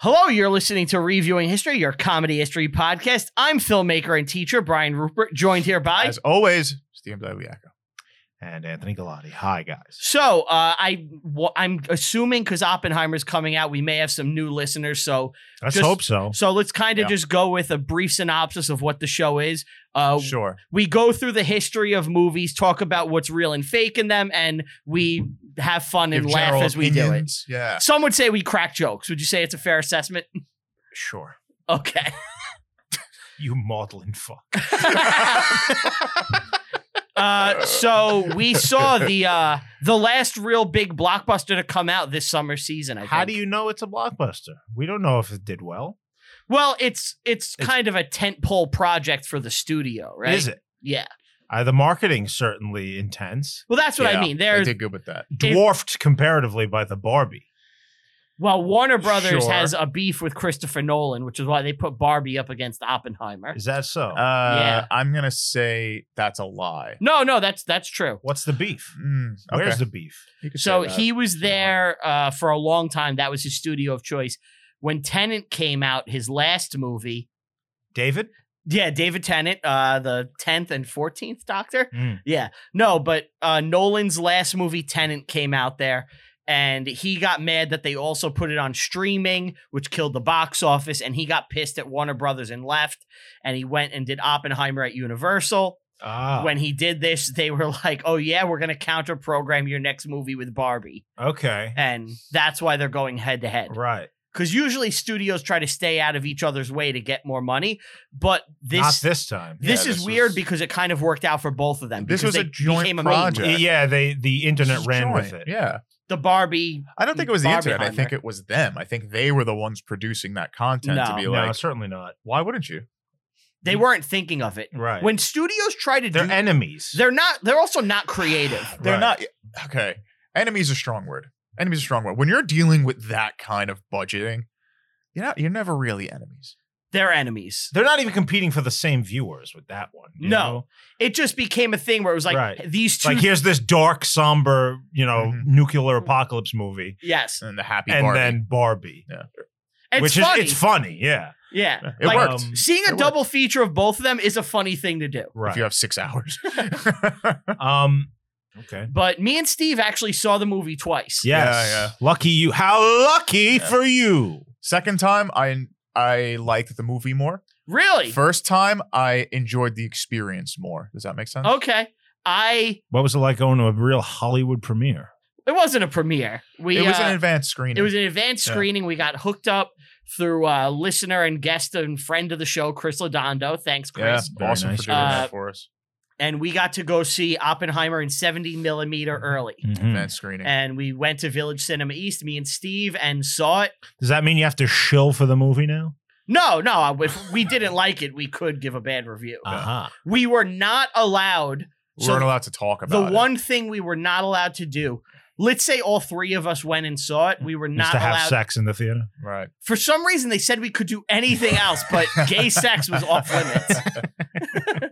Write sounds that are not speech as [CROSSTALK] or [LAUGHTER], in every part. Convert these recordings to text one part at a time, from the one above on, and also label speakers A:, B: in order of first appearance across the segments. A: Hello, you're listening to Reviewing History, your comedy history podcast. I'm filmmaker and teacher Brian Rupert, joined here by.
B: As always, Steve Diaco.
C: and Anthony Galati. Hi, guys.
A: so uh, I w- I'm assuming because Oppenheimer's coming out, we may have some new listeners. So
C: Let's
A: Just-
C: hope so.
A: so let's kind of
B: Yeah.
A: just go with a brief synopsis of what the show is. Uh,
B: Sure.
A: we go through the history of movies, talk about what's real and fake in them, and we have fun and
B: Give
A: laugh
B: general
A: as we
B: opinions.
A: do
B: Yeah.
A: it. Some would say we crack jokes. Would you say it's a fair assessment? [LAUGHS]
C: Sure.
A: Okay.
C: You maudlin fuck.
A: [LAUGHS] Uh, so we saw the uh, the last real big blockbuster to come out this summer season. I
C: How
A: think.
C: do you know it's a blockbuster? We don't know if it did well.
A: Well, it's it's
C: It's-
A: kind of a tentpole project for the studio, right?
C: Is it?
A: Yeah.
C: Uh, the marketing certainly intense,
A: Well, that's what I
B: Yeah,
A: mean.
B: They
A: There's
B: did good with that.
A: It-
C: dwarfed comparatively by the Barbie.
A: well, Warner Brothers
B: Sure.
A: has a beef with Christopher Nolan, which is why they put Barbie up against Oppenheimer.
C: Is that so?
B: Uh,
A: Yeah.
B: I'm gonna say that's a lie.
A: No, no, that's that's true.
C: What's the beef?
B: Mm, okay.
C: Where's the beef?
B: You could
A: So
B: say that.
A: he was there uh, for a long time. That was his studio of choice. When Tenant came out, his last movie,
C: David?
A: yeah, David Tennant, uh, the tenth and fourteenth Doctor.
C: Mm.
A: Yeah. No, but uh, Nolan's last movie, Tenant, came out there, and he got mad that they also put it on streaming, which killed the box office, and he got pissed at Warner Brothers and left, and he went and did Oppenheimer at Universal.
C: Ah,
A: When he did this, they were [LAUGHS] like, "Oh yeah, we're gonna counter program your next movie with Barbie,"
C: okay.
A: and that's why they're going head to head.
C: Right.
A: Because usually studios try to stay out of each other's way to get more money, but this.
C: Not this time.
A: this
B: Yeah,
A: is
B: this
A: weird
B: was-
A: because it kind of worked out for both of them.
B: This
A: because
B: was a
A: they
B: joint
A: became meme.
B: project.
C: Y- Yeah, they the internet
B: This is
C: ran with
B: joint,
C: it.
B: Yeah.
A: the Barbie.
B: I don't think it was the internet. I
A: Barbieheimer.
B: think it was them. I think they were the ones producing that content to
A: No.
B: be
C: No,
B: like,
C: certainly not.
B: why wouldn't you?
A: They
B: Mm.
A: weren't thinking of it.
C: Right.
A: When studios try to
C: they're
A: do,
C: enemies.
A: they're not. They're also not creative.
B: They're
C: Right.
B: not okay. Enemy's a strong word. Enemy's a strong word. When you're dealing with that kind of budgeting, you're not you're never really enemies.
A: They're enemies.
C: They're not even competing for the same viewers with that one. you
A: No.
C: know?
A: It just became a thing where it was like
C: Right.
A: these two.
C: Like here's this dark, somber, you know,
B: Mhm.
C: nuclear apocalypse movie,
A: yes,
B: And the happy
C: and
B: Barbie.
C: then Barbie,
A: it's
C: which
A: funny.
C: is it's funny, yeah,
A: yeah,
B: it
A: like,
B: worked.
C: um,
A: seeing
B: it
A: a
B: worked.
A: double feature of both of them is a funny thing to do.
B: if you
C: right.
B: have six [LAUGHS] hours.
C: [LAUGHS] Um, okay,
A: But me and Steve actually saw the movie twice.
C: yes,
B: yeah.
C: lucky you. How lucky
B: Yeah.
C: for you.
B: Second time, I I liked the movie more.
A: Really?
B: First time, I enjoyed the experience more. Does that make sense?
A: okay. I.
C: What was it like going to a real Hollywood premiere?
A: It wasn't a premiere. We.
B: It was
A: uh,
B: an advanced screening.
A: It was an advanced
B: Yeah.
A: screening. We got hooked up through uh, listener and guest and friend of the show, Chris Lodondo. Thanks,
B: yeah,
A: Chris.
C: Very
B: awesome
C: nice.
B: for doing
A: Uh,
B: that for us.
A: And we got to go see Oppenheimer in 70
B: Mm-hmm.
A: millimeter early.
C: Mm-hmm.
B: Advanced screening.
A: hmm. And we went to Village Cinema East, me and Steve, and saw it.
C: Does that mean you have to shill for the movie now?
A: No, no, if [LAUGHS] we didn't like it, we could give a bad review.
B: Uh.
C: Uh-huh.
A: We were not allowed.
B: we
A: so
B: weren't allowed to talk
A: The
B: about it.
A: one thing we were not allowed to do, let's say all three of us went and saw it. We were
C: Just
A: not
C: to have
A: allowed.
C: sex in the theater.
B: right.
A: For some reason, they said we could do anything else, but gay sex was off limits.
B: [LAUGHS]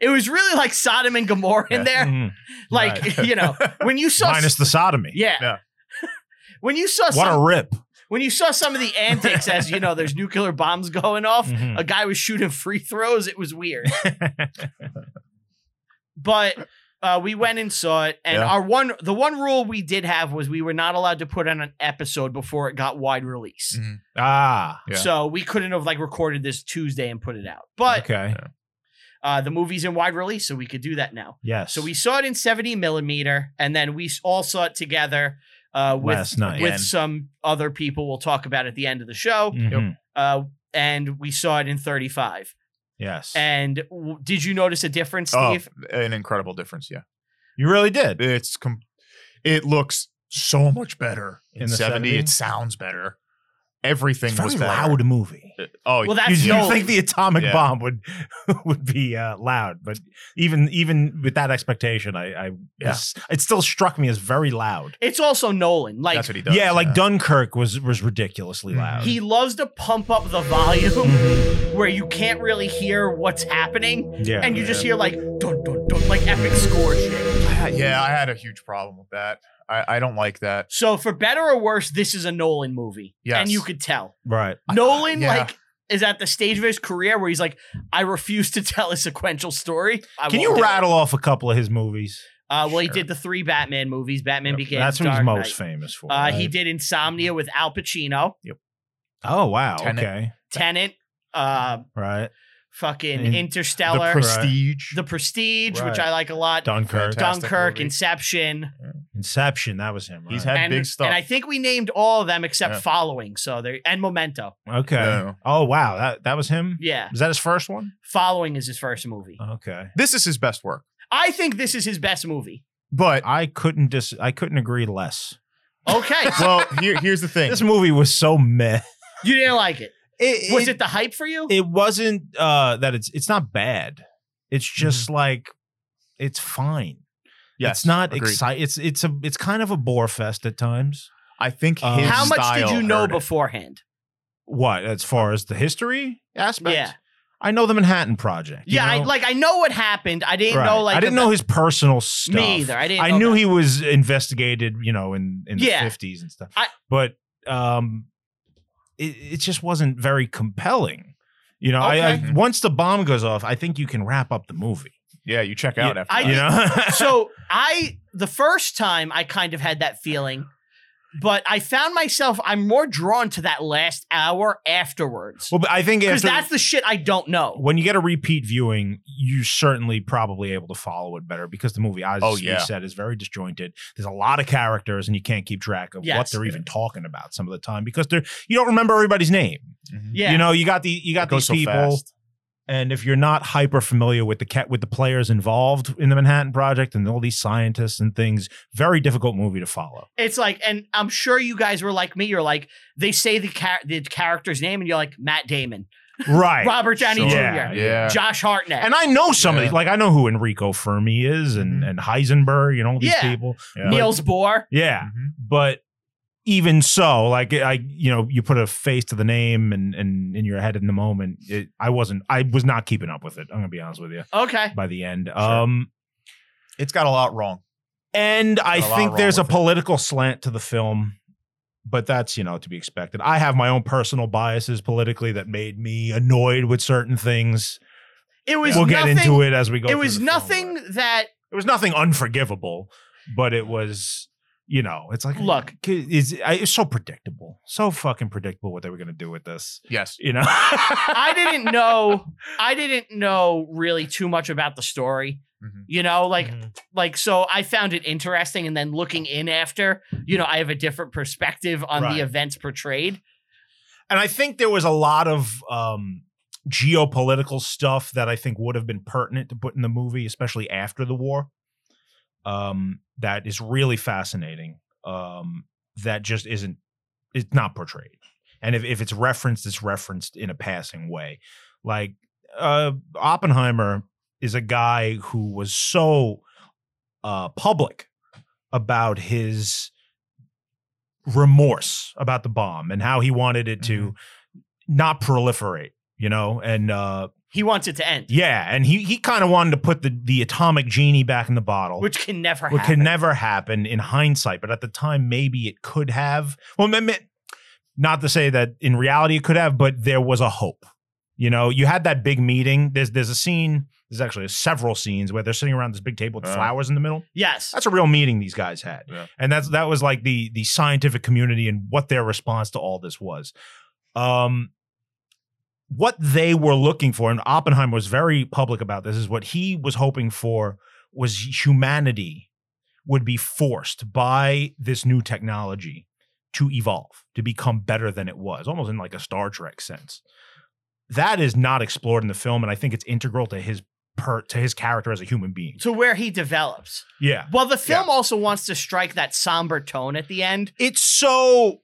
A: It was really like Sodom and Gomorrah in
B: Yeah. Mm,
A: there.
C: Mhm.
A: Like,
B: Right.
A: [LAUGHS] you know, when you saw
C: Minus the sodomy.
A: yeah.
B: Yeah.
A: When you saw
C: What
A: some,
C: a rip.
A: when you saw some of the antics as you know there's nuclear bombs going off,
B: Mm.
C: Mhm.
A: a guy was shooting free throws, it was weird. But uh, we went and saw it and
B: Yeah.
A: our one the one rule we did have was we were not allowed to put on an episode before it got wide release.
B: Mhm.
C: Ah.
B: Yeah.
A: So we couldn't have like recorded this Tuesday and put it out. But
C: okay.
A: uh, the movie's in wide release so we could do that now.
C: Yes.
A: So we saw it in 70 millimeter, and then we s- all saw it together uh, with
C: last night.
A: with
B: Again.
A: some other people we'll talk about at the end of the show.
B: Mm-hmm.
C: Mhm.
A: Uh, and we saw it in 35.
C: Yes.
A: And w- did you notice a difference,
B: Oh,
A: Steve?
B: an incredible difference. Yeah.
C: you really did.
B: It's com- it looks so much better in,
C: In the
B: 70.
C: 70?
B: It sounds better. Everything
C: It's a
B: was
C: very
B: better.
C: loud movie.
B: Oh,
A: Well,
C: You
A: that's
C: you
A: Nolan.
C: think the atomic
B: Yeah.
C: bomb would [LAUGHS] would be uh, loud, but even even with that expectation, I, I
B: Yeah.
C: it still struck me as very loud.
A: it's also Nolan. Like
B: that's what he does.
C: yeah, like Dunkirk was was ridiculously
B: Mhm.
C: loud.
A: Mm-hmm. he loves to pump up the
B: Mm-hmm.
A: volume where you can't really hear what's happening,
C: yeah,
A: and you just hear like dun dun dun, like like epic score shit.
B: I- yeah, I had a huge problem with that. I, I don't like that.
A: So for better or worse, this is a Nolan movie.
B: Yes.
A: And you could tell.
C: Right.
A: Nolan,
B: yeah.
A: like, is at the stage of his career where he's like, I refuse to [LAUGHS] tell a sequential story. I
C: Can
A: won't
C: you
A: do it."
C: rattle off a couple of his movies?
A: Uh, well, he
B: Sure.
A: did the three Batman movies. Batman Begins.
C: That's what he's
A: Dark
C: most
A: Knight.
C: famous for.
A: Uh,
C: right? Mm-hmm.
A: he did Insomnia with Al Pacino,
C: Oh wow.
B: Tenet.
C: Okay.
A: Tenet, uh,
C: Right.
A: fucking
C: And the
A: Interstellar,
B: the
A: the,
B: prestige.
A: Prestige, which
C: Right.
A: I like a lot,
C: Dunkirk.
B: Fantastic
A: Dunkirk,
B: movie.
A: Inception,
C: Inception. That was him. Right?
B: He's had
A: and,
B: big stuff.
A: and I think we named all of them except
B: Yeah.
A: Following. So they and Memento.
C: okay.
B: No.
C: Oh wow. That that was him.
A: Yeah,
C: Is that his first one?
A: Following is his first movie.
C: Okay.
B: this is his best work,
A: I think this is his best movie. [LAUGHS]
B: but
C: I couldn't dis. I couldn't agree less. [LAUGHS]
A: Okay,
B: well, here, here's the thing.
C: This movie was so meh.
A: you didn't like it.
C: It,
A: Was it the hype for you?
C: It wasn't uh, that it's it's not bad. It's
A: Mm-hmm.
C: just like it's fine.
B: Yes,
C: it's not
B: agreed.
C: exciting. It's it's a it's kind of a bore fest at times.
B: I think
C: Um,
B: his
A: How much did
B: style
A: you know
B: hurt it.
A: beforehand?
C: What as far as the history aspect?
A: Yeah.
C: I know the Manhattan Project. you
A: Yeah, I,
C: know?
A: like I know what happened. I didn't
C: Right.
A: know like
C: I didn't
A: the-
C: know his personal stuff.
A: me either. I didn't.
C: I
A: know
C: knew
A: that.
C: he was investigated, you know, in in
A: Yeah.
C: the fifties and stuff.
A: I-
C: but um, it it just wasn't very compelling. You know, I, I
A: Okay.
B: Mm-hmm.
C: once the bomb goes off, I think you can wrap up the movie.
B: Yeah, you check out
C: Yeah,
B: after
A: I-
B: that.
C: you know,
A: [LAUGHS]
C: [LAUGHS]
A: so I the first time I kind of had that feeling, but I found myself I'm more drawn to that last hour afterwards
C: well, but I think
A: because
C: after,
A: that's the shit I don't know.
C: when you get a repeat viewing, you certainly probably able to follow it better because the movie, as
B: Oh,
C: you
B: yeah.
C: said, is very disjointed. There's a lot of characters, and you can't keep track of what
A: Yes.
C: they're even talking about some of the time because they're you don't remember everybody's name.
B: Mhm.
A: Yeah,
C: You know, you got the you got
B: It goes
C: these
B: so
C: people,
B: fast.
C: and if you're not hyper familiar with the cat with the players involved in the Manhattan Project and all these scientists and things, very difficult movie to
B: [LAUGHS]
C: follow.
A: it's like, and I'm sure you guys were like me. You're like they say the char- the character's name, and you're like Matt Damon,
C: Right.
A: Robert Downey
B: Sure.
A: Jr.,
C: Yeah.
B: Yeah.
A: Josh Hartnett.
C: And I know some of
B: Yeah.
C: these, like I know who Enrico Fermi is and,
B: Mhm.
C: and Heisenberg and all these
A: Yeah.
C: people.
B: Yeah.
A: Niels Bohr.
C: Yeah.
B: Mhm.
C: but even so like i you know you put a face to the name and and in your head in the moment it, i wasn't i was not keeping up with it i'm gonna be honest with you
A: Okay.
C: by the end
B: Sure.
C: um
B: It's got a lot wrong.
C: and i
B: Got a lot
C: think
B: wrong
C: there's a
B: with it.
C: political slant to the film but that's you know to be expected i have my own personal biases politically that made me annoyed with certain things
A: It was
C: we'll
A: nothing.
C: get into it as we go
A: It
C: through
A: was
C: the film,
A: nothing
C: but
A: that
C: it was nothing unforgivable but it was you know it's like
A: Look.
C: is I- it's so predictable so fucking predictable what they were gonna do with this
B: Yes.
C: you know
A: I didn't know [LAUGHS] I didn't know really too much about the story.
B: Mhm.
A: You know, [LAUGHS]
C: [LAUGHS]
A: like
C: Mm-hmm.
A: like so I found it interesting and then looking in after, you know, I have a different perspective on
C: Right.
A: the events portrayed.
C: and i think there was a lot of um geopolitical stuff that i think would have been pertinent to put in the movie especially after the war um that is really fascinating um that just isn't it's not portrayed and if, if it's referenced it's referenced in a passing way like uh oppenheimer is a guy who was so uh public about his remorse about the bomb and how he wanted it to not proliferate you know and uh
A: He wants it to end,
C: yeah and he he kind of wanted to put the the atomic genie back in the bottle
A: which can never
C: what
A: happen.
C: can never happen in hindsight, but at the time, maybe it could have. Well, ma- ma- not to say that in reality it could have, but there was a hope. You know, you had that big meeting. There's there's a scene. There's actually several scenes where they're sitting around this big table with
B: Yeah.
C: flowers in the middle.
A: yes.
C: That's a real meeting these guys had,
B: Yeah.
C: and that's that was like the the scientific community and what their response to all this was. Um, what they were looking for, and Oppenheimer was very public about this, is what he was hoping for was humanity would be forced by this new technology to evolve, to become better than it was, almost in like a Star Trek sense. That is not explored in the film, and I think it's integral to his per to his character as a human being.
A: To where he develops.
C: Yeah.
A: Well, the film also wants to strike that somber tone at the end.
C: it's so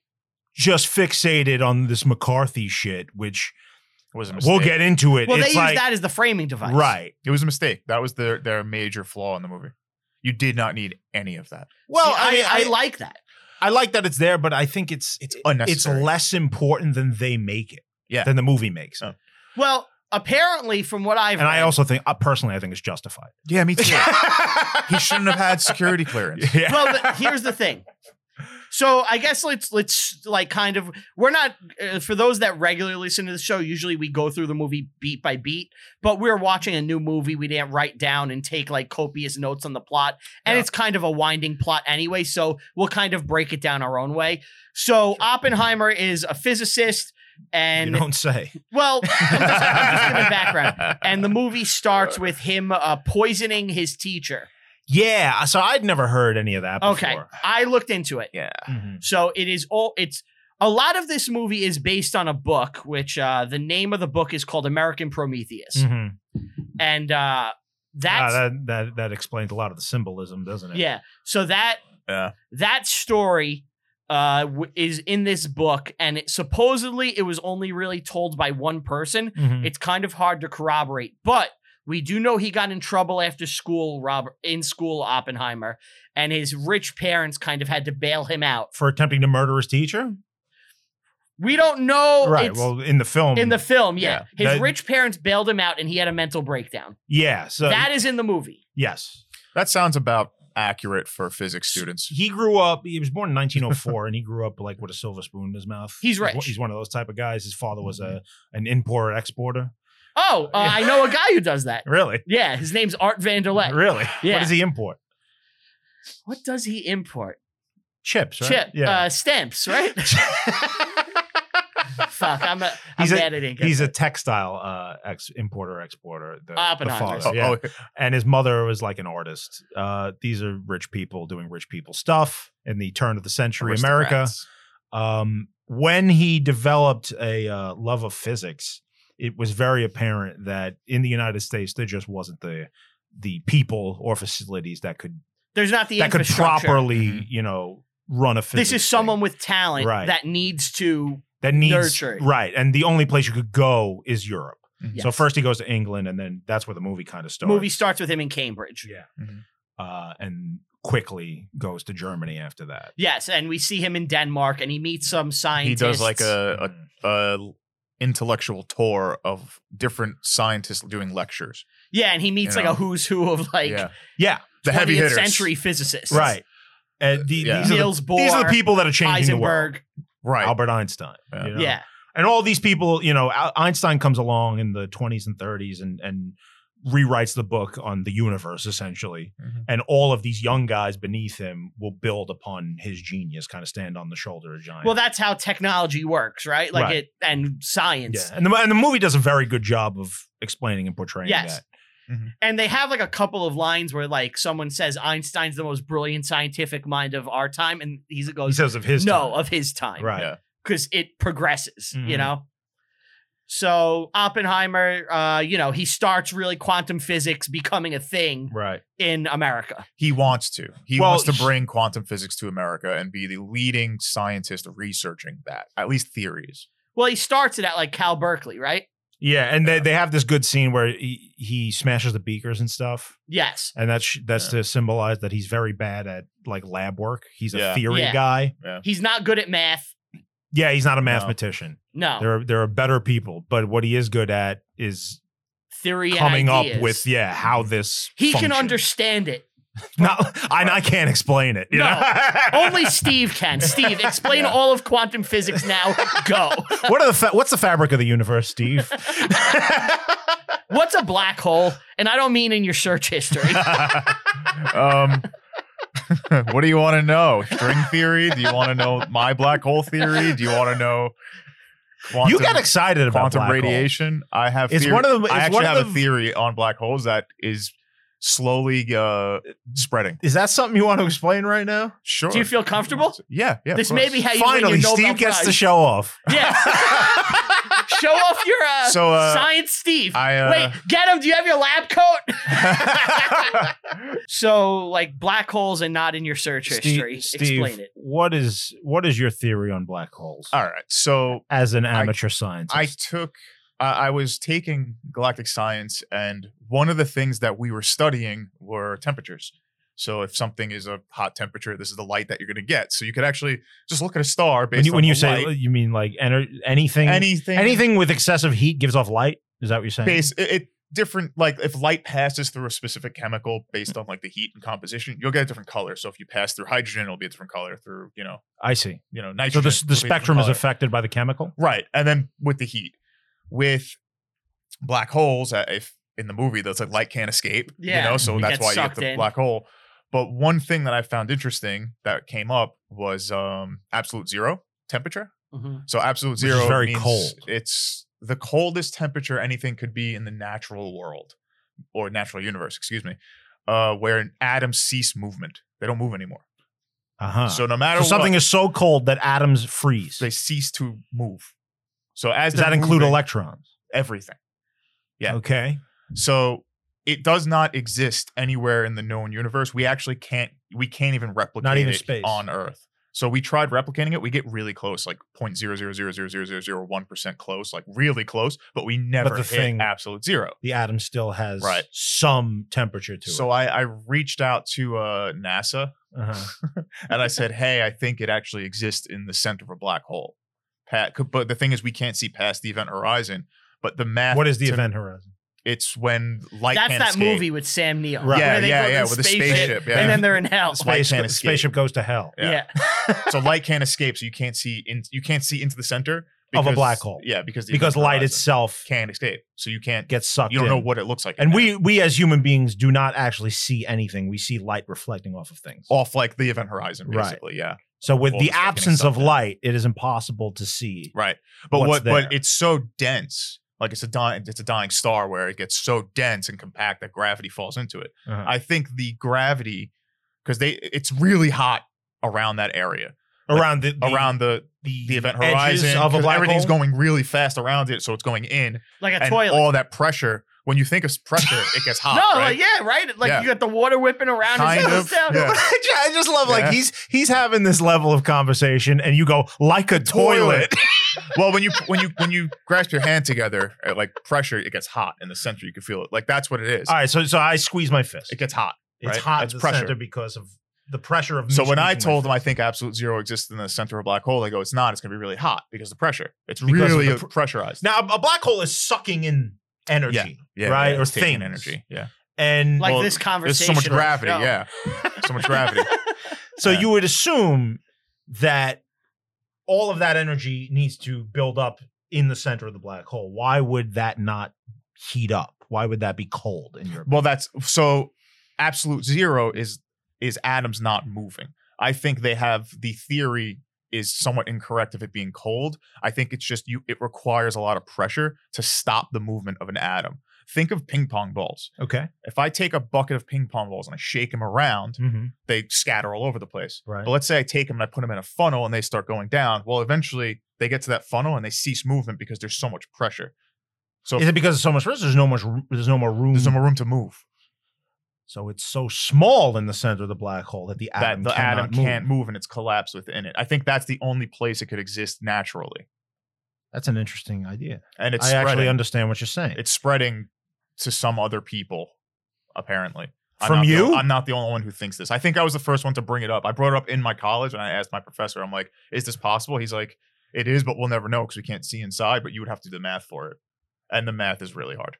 C: just fixated on this McCarthy shit, which
B: It was a mistake.
C: we'll get into it.
A: Well,
C: it's
A: they use
C: like,
A: that as the framing device.
C: right.
B: It was a mistake. That was their their major flaw in the movie. You did not need any of that.
A: Well,
C: Well, I, mean,
A: I,
C: I,
A: like that.
C: I like that it's there, but I think it's it's
B: unnecessary.
C: It's less important than they make it.
B: Yeah.
C: Than the movie makes it.
B: Oh.
A: Well, apparently, from what I've
C: And I
A: read-
C: also [LAUGHS] think, uh, personally, I think it's
B: [LAUGHS]
C: justified.
B: Yeah, me too. he
C: yeah.
B: shouldn't have had security clearance.
A: well, th- here's the thing. So I guess let's let's like kind of we're not uh, for those that regularly listen to the show. Usually we go through the movie beat by beat, but we're watching a new movie. We didn't write down and take like copious notes on the plot, and
B: Yeah.
A: it's kind of a winding plot anyway. So we'll kind of break it down our own way. So Oppenheimer is a physicist, and
C: you don't say.
A: well, [LAUGHS] I'm just, I'm just giving background. And the movie starts with him uh, poisoning his teacher.
C: Yeah. So I'd never heard any of that before.
A: Okay, Uh, I looked into it.
B: Yeah.
C: Mhm.
A: So it is all it's a lot of this movie is based on a book, which uh, the name of the book is called American Prometheus,
C: Mhm.
A: and uh,
C: Ah,
A: that's
C: that, that that explains a lot of the symbolism, doesn't it?
A: yeah. So that
B: Yeah.
A: that story uh, w- is in this book, and it, supposedly it was only really told by one person.
C: Mhm.
A: It's kind of hard to corroborate, but we do know he got in trouble after school. Robert in school, Oppenheimer, and his rich parents kind of had to bail him out.
C: For attempting to murder his teacher.
A: We don't know.
C: right.
A: it's-
C: Well, in the film.
A: In the film, yeah.
C: yeah.
A: His
C: That-
A: rich parents bailed him out and he had a mental breakdown.
C: yeah. So
A: that is in the movie.
C: yes.
B: [LAUGHS] That sounds about accurate for physics students.
C: He grew up. He was born in
A: [LAUGHS]
C: 1904, and he grew up like with a silver spoon in his mouth.
A: He's
C: one-
A: rich. Mm-hmm.
C: He's one of those type of guys. His father was a an importer exporter.
A: Oh,
C: [LAUGHS]
A: uh, I know a guy who does that.
C: Really,
A: Yeah, his name's Art Vanderlet.
C: really.
A: Yeah.
C: What does he import?
A: What does he import?
C: Chips, right?
A: Chip,
C: Yeah.
A: uh, stamps,
C: [LAUGHS]
A: right? [LAUGHS] Fuck, I'm, a, I'm
C: He's a-
A: mad I didn't get
C: He's a
A: that.
C: textile uh, ex- importer exporter. The, the
A: Oppenheimer.
C: father, yeah.
B: Oh, oh,
C: and his mother was like an artist. Uh, these are rich people doing rich people stuff in the turn of the century America.
B: aristocrats.
C: Um, when he developed a uh, love of physics, it was very apparent that in the United States there just wasn't the the people or facilities that could
A: There's not the
C: that could
A: infrastructure.
C: properly
B: Mhm.
C: you know run a physics.
A: This is
C: thing.
A: someone with talent
C: Right.
A: that needs to.
C: that needs
A: nurturing.
C: right, and the only place you could go is Europe.
B: Mhm.
C: So first he goes to England, and then that's where the movie kind of starts.
A: Movie starts with him in Cambridge.
C: Yeah.
B: Mhm.
C: Uh, and quickly goes to Germany after that.
A: Yes, and we see him in Denmark, and he meets some
B: He
A: scientists.
B: does like a,
C: Mm.
B: a, a intellectual tour of different scientists doing lectures.
A: yeah, and he meets
B: you
A: like
B: know.
A: a who's who of like
B: yeah.
C: yeah,
B: The heavy
A: 20th
B: hitters.
A: century physicists.
C: right. And the,
B: Yeah.
C: these, are
A: Niels
C: the, these are
A: Bohr,
C: the people that are changing the world.
A: Heisenberg.
B: Right.
C: Albert Einstein.
B: Yeah.
C: you know?
A: Yeah.
C: And all these people, you know, Al- Einstein comes along in the 20s and 30s and and rewrites the book on the universe essentially.
B: Mhm.
C: And all of these young guys beneath him will build upon his genius, kind of stand on the shoulder of giants.
A: Well, that's how technology works, right? Like
C: Right.
A: it and
C: yeah.
A: science.
C: And the, and the movie does a very good job of explaining and portraying
A: Yes.
C: that.
A: And they have like a couple of lines where like someone says Einstein's the most brilliant scientific mind of our time, and he
C: He
A: goes,
C: says of his
A: "No,
C: time.
A: of his time,"
C: right.
B: Yeah.
A: Because it progresses, you
C: Mhm.
A: know. So Oppenheimer, uh, you know, he starts really quantum physics becoming a thing
C: Right.
A: in America.
B: He wants to. He
C: Well,
B: wants to
C: he-
B: bring quantum physics to America and be the leading scientist researching that, at least
C: [LAUGHS]
B: theories.
A: Well, he starts it at like Cal Berkeley, right?
C: Yeah, and they, they have this good scene where he, he smashes the beakers and stuff,
A: Yes.
C: and that's that's
B: Yeah.
C: to symbolize that he's very bad at like lab work. He's a
B: Yeah.
C: theory
A: Yeah.
C: guy.
A: He's not good at math.
C: Yeah, he's not a
B: No.
C: mathematician.
A: No.
C: There are there are better people, but what he is good at is
A: Theory and
C: coming up
A: ideas.
C: with yeah how this
A: He
C: functions.
A: can understand it.
C: Not, I I can't explain it. you
A: No.
C: know? [LAUGHS]
A: Only Steve can. Steve, explain
B: Yeah.
A: all of quantum physics now. Go.
C: [LAUGHS] what are the fa- what's the fabric of the
A: [LAUGHS]
C: universe, Steve?
A: What's a black hole? And I don't mean in your search history.
B: um, what do you want to know? String theory? Do you want to know my black hole theory? Do you want to know quantum,
C: you got excited about
B: quantum
C: black holes.
B: radiation? I have.
C: It's
B: theory-
C: one of the.
B: I
C: it's
B: actually
C: one of
B: have a
C: the-
B: theory on black holes that is slowly uh, spreading.
C: Is that something you want to explain right now?
B: Sure.
A: Do you feel
B: [LAUGHS]
A: comfortable?
B: Yeah. Yeah. of
A: This
B: course.
A: may be how you win your
C: Finally,
A: Nobel
C: Steve gets
A: Prize.
C: to show off.
A: Yeah. Show off your uh,
B: So, uh,
A: science, Steve.
B: I, uh,
A: Wait, get him. Do you have your lab coat? [LAUGHS] So, like black holes and not in your search history. Explain it.
C: What is what is your theory on black holes
B: [LAUGHS] All right. So
C: as an amateur scientist?
B: I took, I I was taking galactic science, and one of the things that we were studying were temperatures. So if something is a hot temperature, this is the light that you're going to get. So you could actually just look at a star based
C: when you
B: on
C: when you
B: the
C: say
B: light.
C: you mean like ener- anything
B: anything,
C: anything with excessive heat gives off light. Is that what you're saying?
B: Base it, it different like if light passes through a specific chemical based
C: Mm.
B: on like the heat and composition, you'll get a different color. So if you pass through hydrogen, it'll be a different color. Through you know
C: I see.
B: you know
C: So
B: nitrogen.
C: the, the
B: it'll be a different
C: spectrum is
B: color.
C: affected by the chemical.
B: Right. And then with the heat, with black holes, uh, if in the movie that's like light can't escape,
A: Yeah.
B: you know, so
C: It
B: that's
A: gets
B: why you
A: sucked
B: get the
A: in.
B: black hole. But one thing that I found interesting that came up was um, absolute zero temperature.
A: Mhm.
B: So absolute
C: Which is
B: zero
C: very
B: means
C: cold.
B: It's the coldest temperature anything could be in the natural world or natural universe, excuse me, uh, where atoms cease movement. They don't move anymore.
C: Uh huh.
B: So
C: So,
B: no matter
C: something
B: what,
C: is so cold that atoms freeze.
B: they cease to move. So as
C: Does that
B: they're
C: include
B: moving-
C: electrons?
B: everything. Yeah.
C: Okay.
B: So it does not exist anywhere in the known universe. We actually can't we can't even replicate
C: even
B: it
C: space.
B: on Earth. So we tried replicating it. We get really close, like 0.0000001% close, like really close, but we never
C: the
B: hit
C: thing-
B: absolute zero.
C: The atom still has
B: Right.
C: some temperature to
B: So I, I reached out to uh, NASA
C: it. Uh-huh.
B: and I said, hey, I think it actually exists in the center of a black hole. Pat, but the thing is, we can't see past the event horizon. But the math.
C: What is the
B: to-
C: event horizon?
B: It's when light
A: That's
B: can't
A: that
B: escape.
A: movie with Sam Neill.
C: Right.
A: where
B: Yeah,
A: they
B: yeah,
A: go to
B: yeah, with the spaceship, yeah.
A: And then they're in hell.
B: Light
C: Space,
B: can't escape.
C: spaceship goes to hell.
B: Yeah.
A: Yeah.
B: so light can't escape, so you can't see in you can't see into the center
C: Of a black hole.
B: Yeah, because the
C: Because
B: event
C: light
B: horizon
C: itself
B: can't escape, so you can't.
C: gets sucked
B: you don't know
C: in.
B: what it looks like. in
C: and
B: there.
C: we we as human beings do not actually see anything. We see light reflecting off of things.
B: off like the event horizon,
C: Right.
B: basically. Yeah,
C: So with
B: all
C: the
B: this fucking
C: absence
B: stuff
C: of
B: in.
C: light, it is impossible to see.
B: right. But
C: What's
B: what?
C: there?
B: But it's so dense. Like it's a dying, it's a dying star where it gets so dense and compact that gravity falls into it.
C: Uh-huh.
B: I think the gravity, because they, it's really hot around that area,
C: around the, the
B: around the
C: the,
B: the event
C: edges
B: horizon.
C: of a
B: 'cause
C: black
B: everything's
C: hole.
B: going really fast around it, so it's going in,
A: [LAUGHS] Like a
B: and
A: toilet.
B: all that pressure. When you think of pressure, it
C: [LAUGHS]
B: gets hot.
A: no,
B: right?
A: like, yeah, right. Like
B: Yeah.
A: you got the water whipping around
B: Kind
A: his
B: of,
A: nose [LAUGHS]
C: [LAUGHS]
A: down.
B: yeah.
C: I just love like
B: Yeah.
C: he's he's having this level of conversation, and you go like a toilet.
B: [LAUGHS] well, when you when you when you grasp your hand together at like pressure, it gets hot in the center. You can feel it. Like that's what it is.
C: All right, so so I squeeze my fist.
B: It gets hot.
C: It's
B: right?
C: hot.
B: That's
C: It's
B: pressure.
C: pressure because of the pressure of. me
B: So when I
C: squeezing my
B: told them
C: fist.
B: I think absolute zero exists in the center of a black hole, they go, "It's not. It's gonna be really hot because of the pressure. It's
C: Because of
B: really
C: the pr-
B: pressurized.
C: now a- a black hole is sucking in energy,
B: yeah,
C: right, or
B: it's taking
C: things.
B: energy. Yeah,
C: and
A: Like
B: Well,
A: this
B: there's
A: conversation.
B: so much
A: right
B: gravity.
A: now.
B: Yeah, so much
C: [LAUGHS]
B: gravity.
C: so
B: yeah.
C: you would assume that all of that energy needs to build up in the center of the black hole. Why would that not heat up? Why would that be cold in your?
B: Well, that's so absolute zero is is atoms not moving. I think they have the theory is somewhat incorrect of it being cold. I think it's just you it requires a lot of pressure to stop the movement of an atom. Think of ping pong balls.
C: okay,
B: If I take a bucket of ping pong balls and I shake them around,
C: mm-hmm.
B: they scatter all over the place.
C: right.
B: But let's say I take them and I put them in a funnel and they start going down. Well, eventually they get to that funnel and they cease movement because there's so much pressure. So
C: Is it because of so much risk? There's no much. There's no more room.
B: there's no more room to move.
C: so it's so small in the center of the black hole that the atom
B: that the
C: cannot
B: atom
C: move.
B: can't move and it's collapsed within it. I think that's the only place it could exist naturally,
C: That's an interesting idea.
B: and it's
C: I actually
B: spreading.
C: understand what you're saying.
B: it's spreading to some other people, apparently. I'm
C: From
B: not the-
C: you?
B: I'm not the only one who thinks this. I think I was the first one to bring it up. I brought it up in my college, and I asked my professor. I'm like, "Is this possible?" He's like, "It is, but we'll never know because we can't see inside. But you would have to do the math for it." And the math is really hard.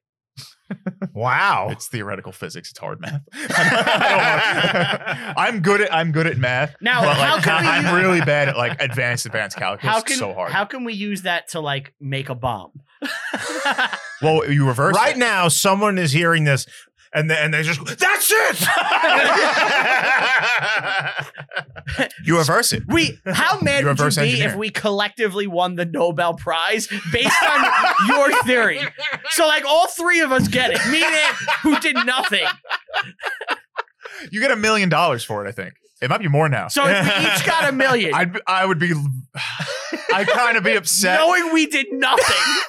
C: wow.
B: It's theoretical physics. It's hard math. [LAUGHS] I don't wanna- [LAUGHS] I'm good at I'm good at math.
A: Now,
B: but,
A: how
B: like,
A: can we [LAUGHS]
B: I'm
A: use-
B: really bad at like advanced advanced calculus.
A: How
B: It's
A: can
B: so hard.
A: how can we use that to like make a bomb? [LAUGHS]
B: well, you reverse
C: Right
B: it.
C: now, someone is hearing this, and they, and they just that's [LAUGHS] it.
B: [LAUGHS] You reverse it.
A: We how mad
B: You're a
A: would you
B: reverse
A: be
B: engineer.
A: if we collectively won the Nobel Prize based on your theory? So like all three of us get it. Me and Ant, who did nothing.
B: [LAUGHS] You get a million dollars for it. I think it might be more now.
A: So if we each got a million,
B: I'd be- I would be
A: [LAUGHS]
B: I kind of be upset.
A: knowing we did nothing.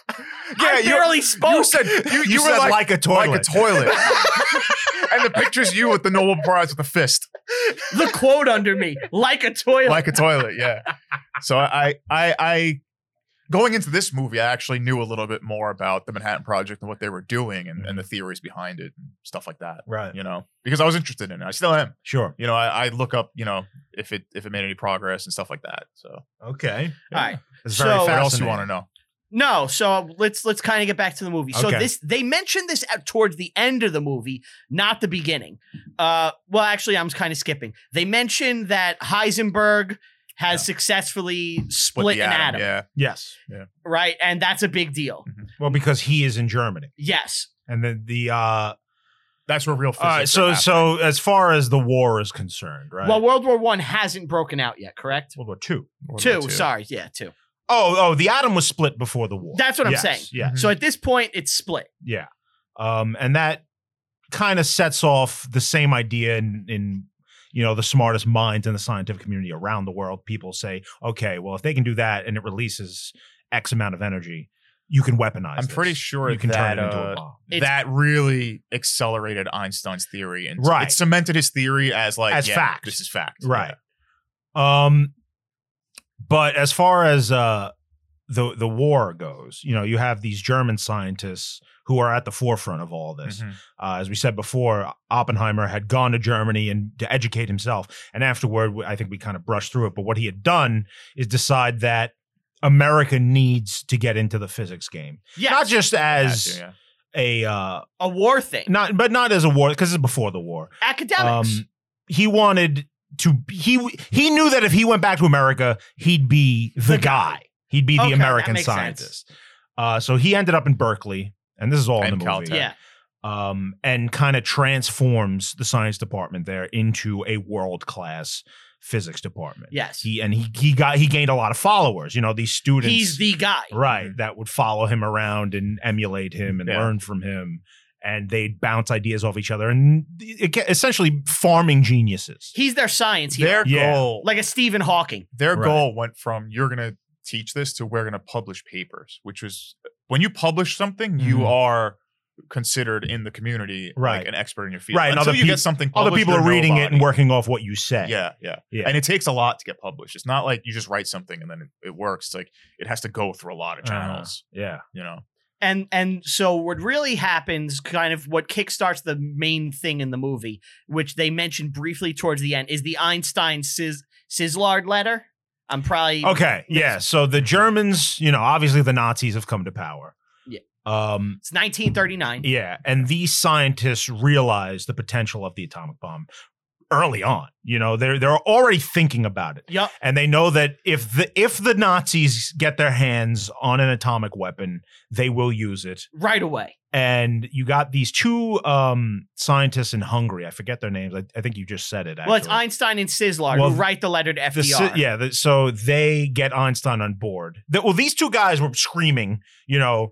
A: I
B: you-
A: barely spoke.
B: you said you, you, were
C: said
B: like,
C: like a toilet.
B: like a toilet. [LAUGHS]
A: [LAUGHS]
B: and the picture's you with the Nobel Prize with a fist,
A: the quote under me, like a
C: [LAUGHS]
A: toilet.
B: like a toilet. Yeah. So I I I going into this movie, I actually knew a little bit more about the Manhattan Project and what they were doing and,
C: Mm-hmm.
B: and the theories behind it and stuff like that.
C: right.
B: You know, because I was interested in it. I still am.
C: Sure.
B: You know, I, I look up. You know, if it if it made any progress and stuff like that. So
C: Okay.
A: all right.
C: It's
A: So-
B: what else you want to know?
A: No, so let's let's kind of get back to the movie. So
C: Okay.
A: this they mentioned this at, towards the end of the movie, not the beginning. Uh, well, actually, I'm kind of skipping. They mentioned that Heisenberg has successfully
B: Split
A: split
B: the
A: an atom,
B: Yeah.
C: Yes.
A: right? And that's a big deal.
C: Well, because he is in Germany.
A: Yes,
C: And then the uh all
B: That's where real physics.
C: right, so
B: are
C: so as far as the war is concerned, right?
A: Well, World War One hasn't broken out yet, correct?
C: World War Two.
B: happening.
A: two, sorry, yeah, two.
C: Oh, oh, the atom was split before the war.
A: That's what I'm
C: Yes,
A: saying.
C: Yes.
A: So at this point, it's split.
C: Yeah. Um, and that kind of sets off the same idea in, in you know the smartest minds in the scientific community around the world. People say, okay, well, if they can do that and it releases X amount of energy, you can weaponize.
B: I'm
C: this.
B: pretty sure
C: you can
B: that,
C: turn it into
B: uh,
C: a bomb.
A: It's-
B: that really accelerated Einstein's theory and
C: Right.
B: it cemented his theory as like
C: As
B: yeah,
C: fact.
B: This is fact.
C: Right. Um, but as far as uh, the the war goes, you know, you have these German scientists who are at the forefront of all
B: Yeah.
C: this.
B: Mhm.
C: Uh, as we said before, Oppenheimer had gone to Germany and to educate himself. And afterward, I think we kind of brushed through it. But what he had done is decide that America needs to get into the physics game,
A: Yes,
C: not just
B: Yeah,
C: as
B: yeah.
C: a uh,
A: a war thing.
C: not, um, but not as a war because it's before the war.
A: Academics.
C: he wanted to. He he knew that if he went back to America, he'd be the,
A: The guy.
C: guy. He'd be
A: Okay, that
C: the American
A: makes sense.
C: scientist. Uh, so he ended up in Berkeley, and this is all in
B: And
C: the movie
B: Caltech.
A: yeah.
C: um, and kind of transforms the science department there into a world class physics department.
A: Yes.
C: He and he he got he gained a lot of followers. You know these students,
A: He's the guy.
C: right that would follow him around and emulate him and
B: Yeah.
C: learn from him, and they'd bounce ideas off each other and it, it- essentially farming geniuses.
A: He's their science
B: Their
A: hero,
C: Yeah.
B: goal
A: like a Stephen Hawking.
B: their
C: Right.
B: goal went from you're gonna teach this to we're gonna publish papers, which was when you publish something, you
C: Mhm.
B: are considered in the community
C: Right.
B: like an expert in your field.
C: Right, and
B: Until
C: other
B: you
C: peop-
B: get something
C: Other
B: published,
C: people
B: you're
C: are reading it and
B: nobody.
C: working off what you say.
B: Yeah, yeah,
C: Yeah.
B: And it takes a lot to get published. It's not like you just write something and then it, it works. It's like it has to go through a lot of
C: Uh-huh.
B: channels,
C: yeah.
B: you know.
A: And and so what really happens, kind of what kickstarts the main thing in the movie, which they mentioned briefly towards the end, is the Einstein Sis- Sizzlard letter. I'm probably
C: Okay. Yeah. So the Germans, you know, obviously the Nazis have come to power.
A: Yeah.
C: Um,
A: it's 1939.
C: Yeah, and these scientists realize the potential of the atomic bomb early on. You know, they're they're already thinking about it,
A: Yup.
C: and they know that if the if the Nazis get their hands on an atomic weapon, they will use it.
A: right away.
C: And you got these two um, scientists in Hungary. I forget their names. I, I think you just said it. Actually.
A: Well, it's Einstein and Sizzlard
C: Well,
A: who write the letter to FDR.
C: The si- yeah, the, so they get Einstein on board. The- well, these two guys were screaming, you know,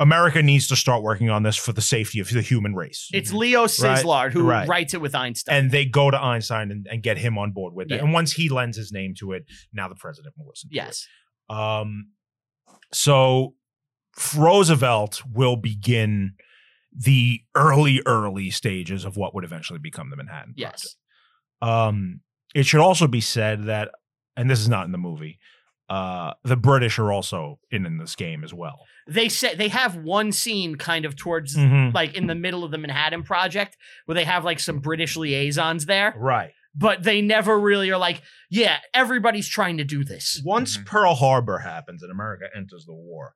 C: America needs to start working on this for the safety of the human race.
A: It's Leo Sizzlard who
C: right.
A: writes it with Einstein.
C: and they go to Einstein and, and get him on board with it.
A: Yeah.
C: And once he lends his name to it, now the president will listen. to
A: yes.
C: it. Um, so Roosevelt will begin the early, early stages of what would eventually become the Manhattan Project.
A: Yes.
C: Um, it should also be said that, and this is not in the movie, uh, the British are also in in this game as well.
A: They said they have one scene kind of towards
C: Hmm. Mm-hmm.
A: like in the middle of the Manhattan Project where they have like some British liaisons there,
C: Right.
A: but they never really are like, yeah, everybody's trying to do this.
C: once
B: Mhm.
C: Pearl Harbor happens and America enters the war,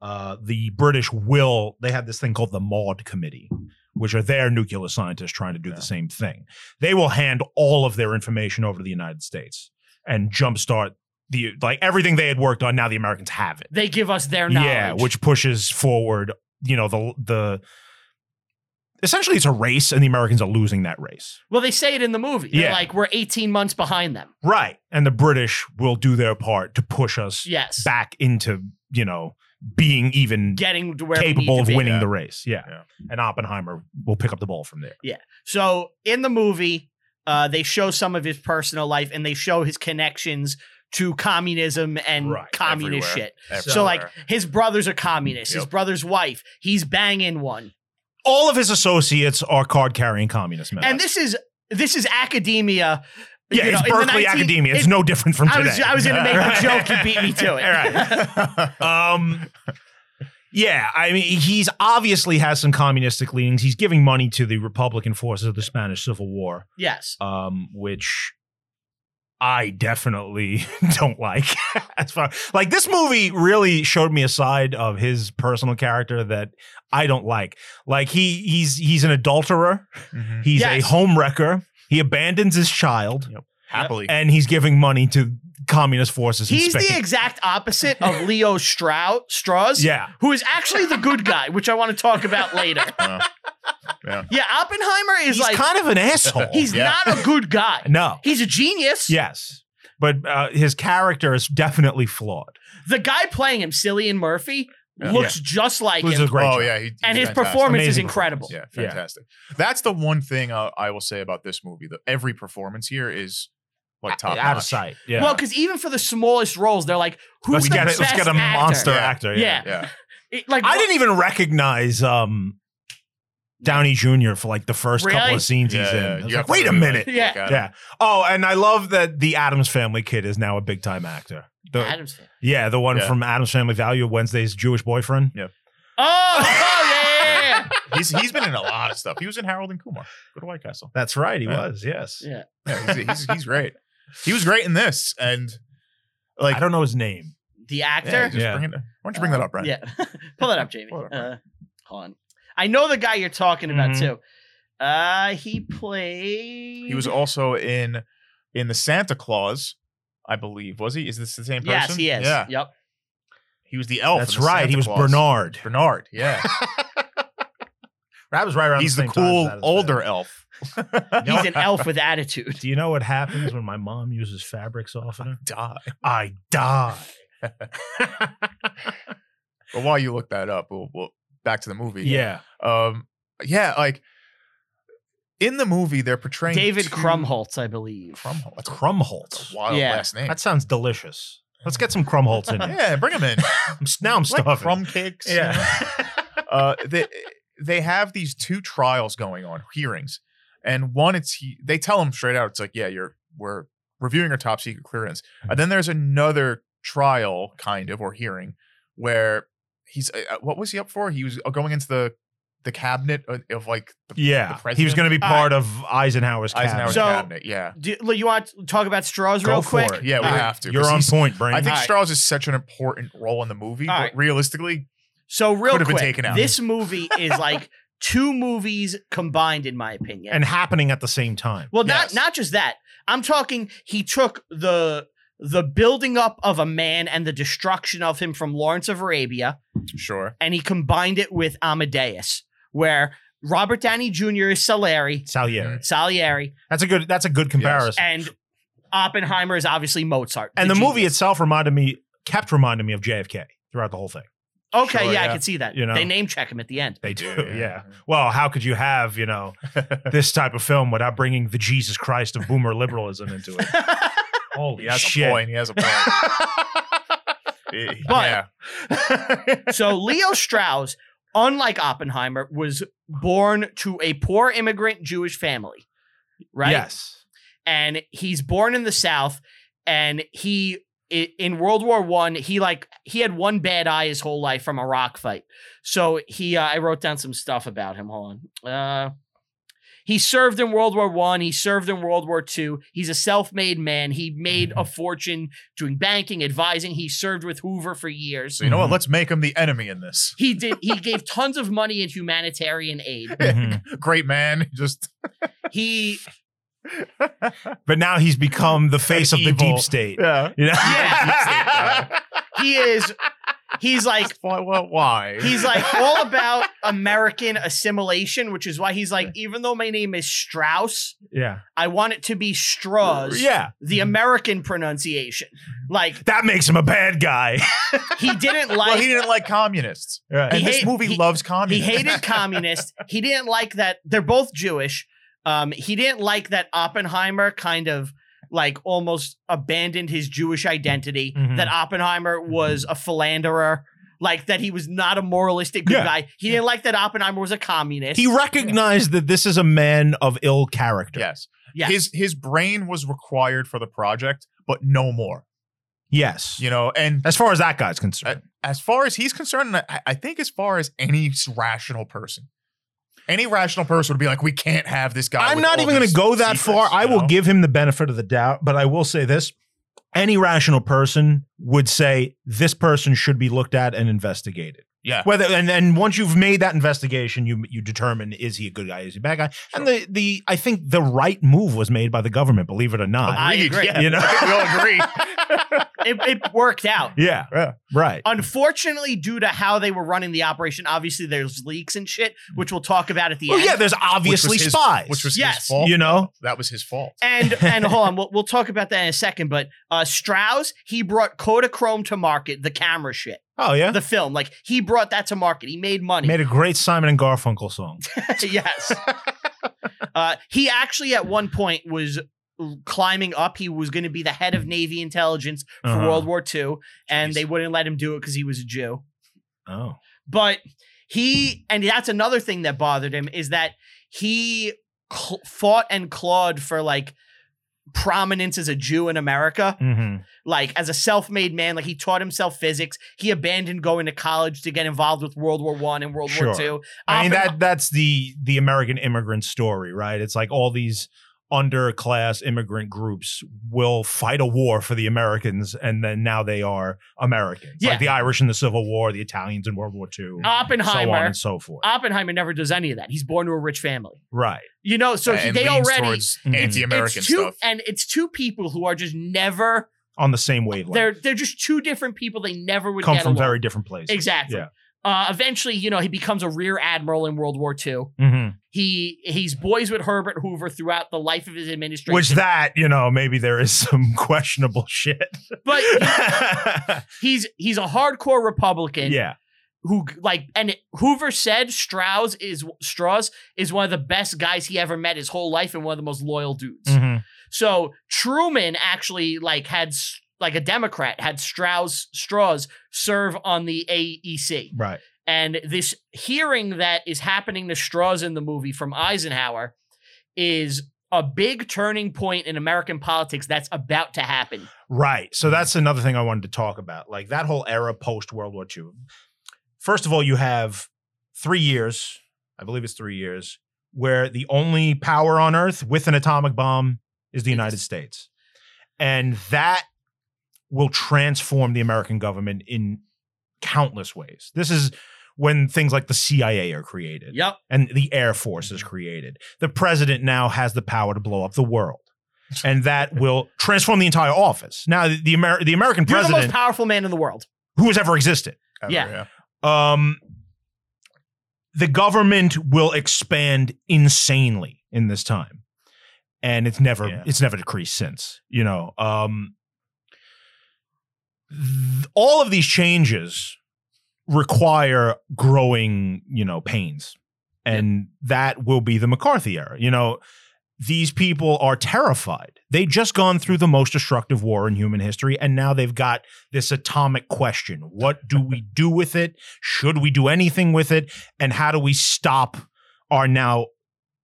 C: uh, the British will they have this thing called the Maud Committee, which are their nuclear scientists trying to do
B: Yeah.
C: the same thing. They will hand all of their information over to the United States and jumpstart the like everything they had worked on. Now the Americans have it,
A: They give us their knowledge.
C: yeah, which pushes forward. You know the the essentially it's a race, and the Americans are losing that race.
A: well, they say it in the movie. They're
C: Yeah.
A: like we're 18 months behind them.
C: Right. And the British will do their part to push us
A: Yes.
C: back into you know being even
A: Getting to where we need
C: capable
A: to
C: of
A: be.
C: winning
B: Yeah.
C: the race. Yeah.
B: Yeah.
C: and Oppenheimer will pick up the ball from there.
A: So in the movie, uh, they show some of his personal life and they show his connections to communism and
C: Right,
A: communist
B: everywhere.
A: shit. So like
B: Everywhere.
A: his brother's a communist, his
B: Yep.
A: brother's wife, he's banging one.
C: All of his associates are card carrying communist men.
A: And this is this is academia.
C: yeah,
A: you know, in
C: it's
A: the
C: Berkeley
A: 19
C: academia. It's
A: it-
C: no different from
A: I
C: today.
A: was- I was gonna make
C: [LAUGHS]
A: a joke. You beat me to it.
C: All
A: [LAUGHS]
C: right. Um, yeah, I mean, he's obviously has some communistic leanings. He's giving money to the Republican forces of the Spanish Civil War,
A: Yes.
C: um, which I definitely [LAUGHS] don't like. as far like this movie really showed me a side of his personal character that I don't like. Like he he's he's an adulterer.
B: Mhm.
C: He's
A: Yes.
C: a homewrecker. He abandons his child,
B: Happily.
C: and he's giving money to communist forces.
A: He's
C: in
A: the
C: Spain.
A: exact opposite of Leo Stroud, Strauss,
C: yeah.
A: who is actually the good guy, which I want to talk about later.
B: Uh,
A: Yeah, Oppenheimer is
C: He's
A: like
C: kind of an asshole.
A: [LAUGHS] he's
B: Yeah.
A: not a good
C: [LAUGHS]
A: guy.
C: no.
A: He's a genius.
C: Yes, but uh, his character is definitely flawed.
A: The guy playing him, Cillian Murphy,
B: Yeah.
A: looks just like
C: Who's
A: him.
C: a great.
B: oh
C: job.
B: yeah, he, he's
A: and his
B: fantastic.
A: performance is
C: Amazing
A: incredible.
B: Yeah,
C: Yeah.
B: fantastic. That's the one thing uh, I will say about this movie. The, every performance here is like
C: out
B: top
C: of
B: notch.
C: sight. Yeah.
A: Well, because even for the smallest roles, they're like, who's
C: let's
A: the
C: get a,
A: best
C: let's get a
A: actor?
C: monster
B: Yeah.
C: actor.
A: Yeah.
B: Yeah,
C: [LAUGHS]
A: It- like
C: I didn't even recognize um, Downey Jr. for like the first couple
A: Really?
C: of scenes
B: yeah,
C: he's in.
B: yeah.
C: I was
B: You
C: like,
B: have to
C: Wait a
B: really,
C: minute.
B: like,
A: Yeah.
B: look at it.
C: Yeah. Oh, and I love that the Adams Family kid is now a big time actor. The-
A: Adam's fan.
C: yeah, the one
B: Yeah.
C: from Adams Family Value, Wednesday's Jewish boyfriend.
A: Oh, oh yeah, yeah, yeah,
B: [LAUGHS]
C: [LAUGHS]
B: he's he's been in a lot of stuff. He was in Harold and Kumar. Go to White Castle.
C: That's right. He
B: Yeah.
C: was. Yes.
A: yeah.
B: Yeah, he's, he's
A: [LAUGHS]
B: he's great. He was great in this, and like
C: I don't know his name.
A: The
B: yeah,
A: actor.
B: just
C: Yeah.
B: bring it- why don't you bring that up, Brian?
A: Yeah. [LAUGHS] Pull it up, Jamie.
B: Pull it up, Mm-hmm.
A: Uh, hold on. I know the guy you're talking about
C: Mhm.
A: too. Uh he played
B: He was also in in the Santa Claus, I believe. Was he? Is this the same person?
A: Yes, he is.
B: Yeah, [LAUGHS]
A: Yep.
B: he was the elf.
C: Oh, That's
B: in the
C: right.
B: Santa
C: He was
B: Claus.
C: Bernard.
B: Bernard. Yeah,
C: That was right around
B: he's the,
C: same time as
B: cool
C: Adam's Family. [LAUGHS]
B: older elf.
A: He's
B: [LAUGHS]
A: an elf with attitude.
C: Do you know what happens when my mom uses fabric softener?
B: Die.
C: I die.
B: But while you look that up, we'll, we'll back to the movie.
C: Yeah.
B: Um. Yeah. Like in the movie, they're portraying
A: David
B: two-
A: Krumholtz, I believe.
B: Krumholtz. That's a
C: Crumholtz.
B: wild
A: Yeah.
B: last name.
C: That sounds delicious. Let's get some Crumholtz in here.
B: [LAUGHS] yeah, bring him in.
C: I'm, s- [LAUGHS] now I'm
B: like
C: starving.
B: crumb cakes. you know?
C: yeah.
B: uh, they they have these two trials going on, hearings, and one it's he, they tell him straight out, it's like, yeah, you're we're reviewing our top secret clearance, and then there's another trial kind of or hearing where he's uh, uh, what was he up for? He was uh, going into the the cabinet of, of like the
C: yeah.
B: The
C: He was
B: president?
C: going to be part of Eisenhower's cabinet.
B: Eisenhower's
A: So-
B: cabinet. Yeah,
A: Do you, you want to talk about straws
C: Go
A: real
C: for
A: quick?
C: it.
B: yeah, we
A: All right.
B: have to.
C: You're
B: 'cause
C: on
B: he's-
C: point, Brain.
B: I think
A: All right.
B: Strauss is such an important role in the movie,
A: All
B: but
A: right.
B: realistically,
A: So real
B: Could've been
A: quick,
B: taken out.
A: this movie
B: [LAUGHS]
A: is like two movies combined, in my opinion.
C: and happening at the same time.
A: well, not
B: Yes.
A: not just that. I'm talking. He took the the building up of a man and the destruction of him from Lawrence of Arabia,
B: sure.
A: and he combined it with Amadeus, where Robert Downey Jr. is Salieri,
B: mm-hmm.
C: Salieri.
A: Salieri,
C: That's a good that's a good comparison.
A: and Oppenheimer is obviously Mozart.
C: And, the, movie
A: genius.
C: itself reminded me kept reminding me of JFK throughout the whole thing.
A: okay.
B: Sure,
A: yeah, I
B: yeah.
A: can see that.
C: You know.
A: They name check him at the end.
C: [LAUGHS] They do. yeah. Well, how could you have, you
B: [LAUGHS]
C: know, this type of film without bringing the Jesus Christ of boomer liberalism into
B: [LAUGHS]
C: it? Holy
B: He has
C: shit.
B: a point. He has a point. Eh,
A: But-
B: [LAUGHS] yeah.
A: So Leo Strauss, unlike Oppenheimer, was born to a poor immigrant Jewish family, right?
C: Yes.
A: And he's born in the South, and he i- in World War One, he like he had one bad eye his whole life from a rock fight. So he, uh, I wrote down some stuff about him. Hold on. Uh, he served in World War One. He served in World War Two. He's a self-made man. He made a fortune doing banking, advising. He served with Hoover for years.
B: So you know
C: Mhm.
B: what? Let's make him the enemy in this.
A: He did. He gave tons of money in humanitarian aid.
B: [LAUGHS]
C: Mhm.
B: Great man. [LAUGHS] Just
A: He
C: But now he's become the face of the
B: evil.
C: deep state.
B: [LAUGHS] yeah.
C: You know? [LAUGHS]
A: Yeah. he is. He's like
B: [LAUGHS] why, why- why?
A: he's like all about American assimilation, which is why he's like even though my name is Strauss,
C: yeah.
A: I want it to be Straws,
C: Yeah.
A: the American pronunciation. Like
C: That makes him a bad guy. [LAUGHS]
A: he didn't like.
B: well, he didn't like communists,
C: Right.
B: and
A: He
B: this
A: hate-
B: movie
A: he-
B: loves
A: he
B: communists.
A: hated communists. He didn't like that they're both Jewish. Um, he didn't like that Oppenheimer kind of like almost abandoned his Jewish identity.
C: Mhm.
A: That Oppenheimer was a philanderer, like that he was not a moralistic good
C: Yeah.
A: guy. He didn't like that Oppenheimer was a communist.
C: He recognized that this is a man of ill character.
B: [LAUGHS] Yes.
A: Yeah.
B: His his brain was required for the project, but no more.
C: Yes.
B: You know, and
C: As far as that guy's concerned.
B: as far as he's concerned, and I, I think as far as any s- rational person, Any rational person would be like, we can't have this guy.
C: I'm
B: with
C: not
B: all
C: even going
B: these
C: to go that
B: secrets,
C: far. I
B: you
C: will
B: know?
C: give him the benefit of the doubt, but I will say this. Any rational person would say this person should be looked at and investigated. [LAUGHS]
B: Yeah.
C: Whether and then once you've made that investigation, you you determine is he a good guy, is he a bad guy? And the the I think the right move was made by the government, believe it or not.
A: I
B: Agreed,
A: agree.
B: yeah.
C: You know?
B: I think we all agree.
A: It, it worked out.
C: [LAUGHS] yeah,
B: Yeah.
C: right.
A: Oh, Unfortunately, due to how they were running the operation, obviously there's leaks and shit, which we'll talk about at the
C: Well,
A: end.
C: Oh, yeah, there's
B: Which was
C: obviously
B: his-
C: spies.
B: Which was
A: Yes.
B: his fault.
C: you know,
B: That was his fault.
C: [LAUGHS]
A: And and hold on, we'll, we'll talk about that in a second. But uh, Strauss, he brought Kodachrome to market, the camera shit,
C: oh yeah,
A: the film. Like he brought that to market. He made money. [LAUGHS]
C: made a great Simon and Garfunkel song. [LAUGHS]
A: yes. uh, he actually at one point was climbing up. He was going to be the head of Navy intelligence [LAUGHS] for
C: Uh-huh.
A: World War II, and
B: Jeez.
A: they wouldn't let him do it because he was a Jew.
C: Oh,
A: But he, and that's another thing that bothered him is that he cl- fought and clawed for like prominence as a Jew in America
C: mm-hmm.
A: like as a self-made man like he taught himself physics he abandoned going to college to get involved with world war one and world war
C: Sure.
A: two
C: I mean
A: Oppen-
C: that that's the the American immigrant story, right? It's like all these underclass immigrant groups will fight a war for the Americans, and then now they are Americans,
A: Yeah.
C: like the Irish in the Civil War, the Italians in World War II, so on
A: oppenheimer
C: and so forth.
A: oppenheimer never does any of that he's born to a rich family
C: right?
A: you know so he-
B: and
A: they
B: leans
A: already
B: towards
C: Mhm.
B: anti-American
A: it's two,
B: stuff.
A: and it's two people who are just never
C: On the same wavelength,
A: they're they're just two different people they never would
C: come
A: get
C: from
A: along.
C: very different places.
A: exactly
C: Yeah.
A: uh, eventually you know he becomes a rear admiral in world war ii
C: Mhm.
A: he he's boys with herbert hoover throughout the life of his administration
C: Which that you know maybe there is some [LAUGHS] questionable shit.
A: but
C: yeah,
A: he's he's a hardcore republican who like and Hoover said Strauss is Strauss is one of the best guys he ever met his whole life and one of the most loyal dudes.
C: Mhm.
A: So Truman actually like had s- like a Democrat had Strauss Strauss serve on the E AEC.
C: right.
A: And this hearing that is happening to Strauss in the movie from Eisenhower is a big turning point in American politics that's about to happen.
C: Right. So that's another thing I wanted to talk about. Like that whole era post World War II. First of all, you have three years, I believe it's three years, where the only power on earth with an atomic bomb is the United States. And that will transform the American government in countless ways. This is when things like the CIA are created
A: Yep.
C: and the Air Force is created. The president now has the power to blow up the world, and
A: [LAUGHS]
C: that will transform the entire office. Now, the Amer- the American
A: You're the most
C: president
A: powerful man in the world.
C: who has ever existed,
B: ever,
A: yeah.
C: um, the government will expand insanely in this time, and it's never
B: Yeah.
C: it's never decreased since. You know, um, th- all of these changes require growing, you know, pains. And that will be the McCarthy era. You know, these people are terrified. They just gone through the most destructive war in human history, and now they've got this atomic question: What do we do with it? Should we do anything with it? And how do we stop our now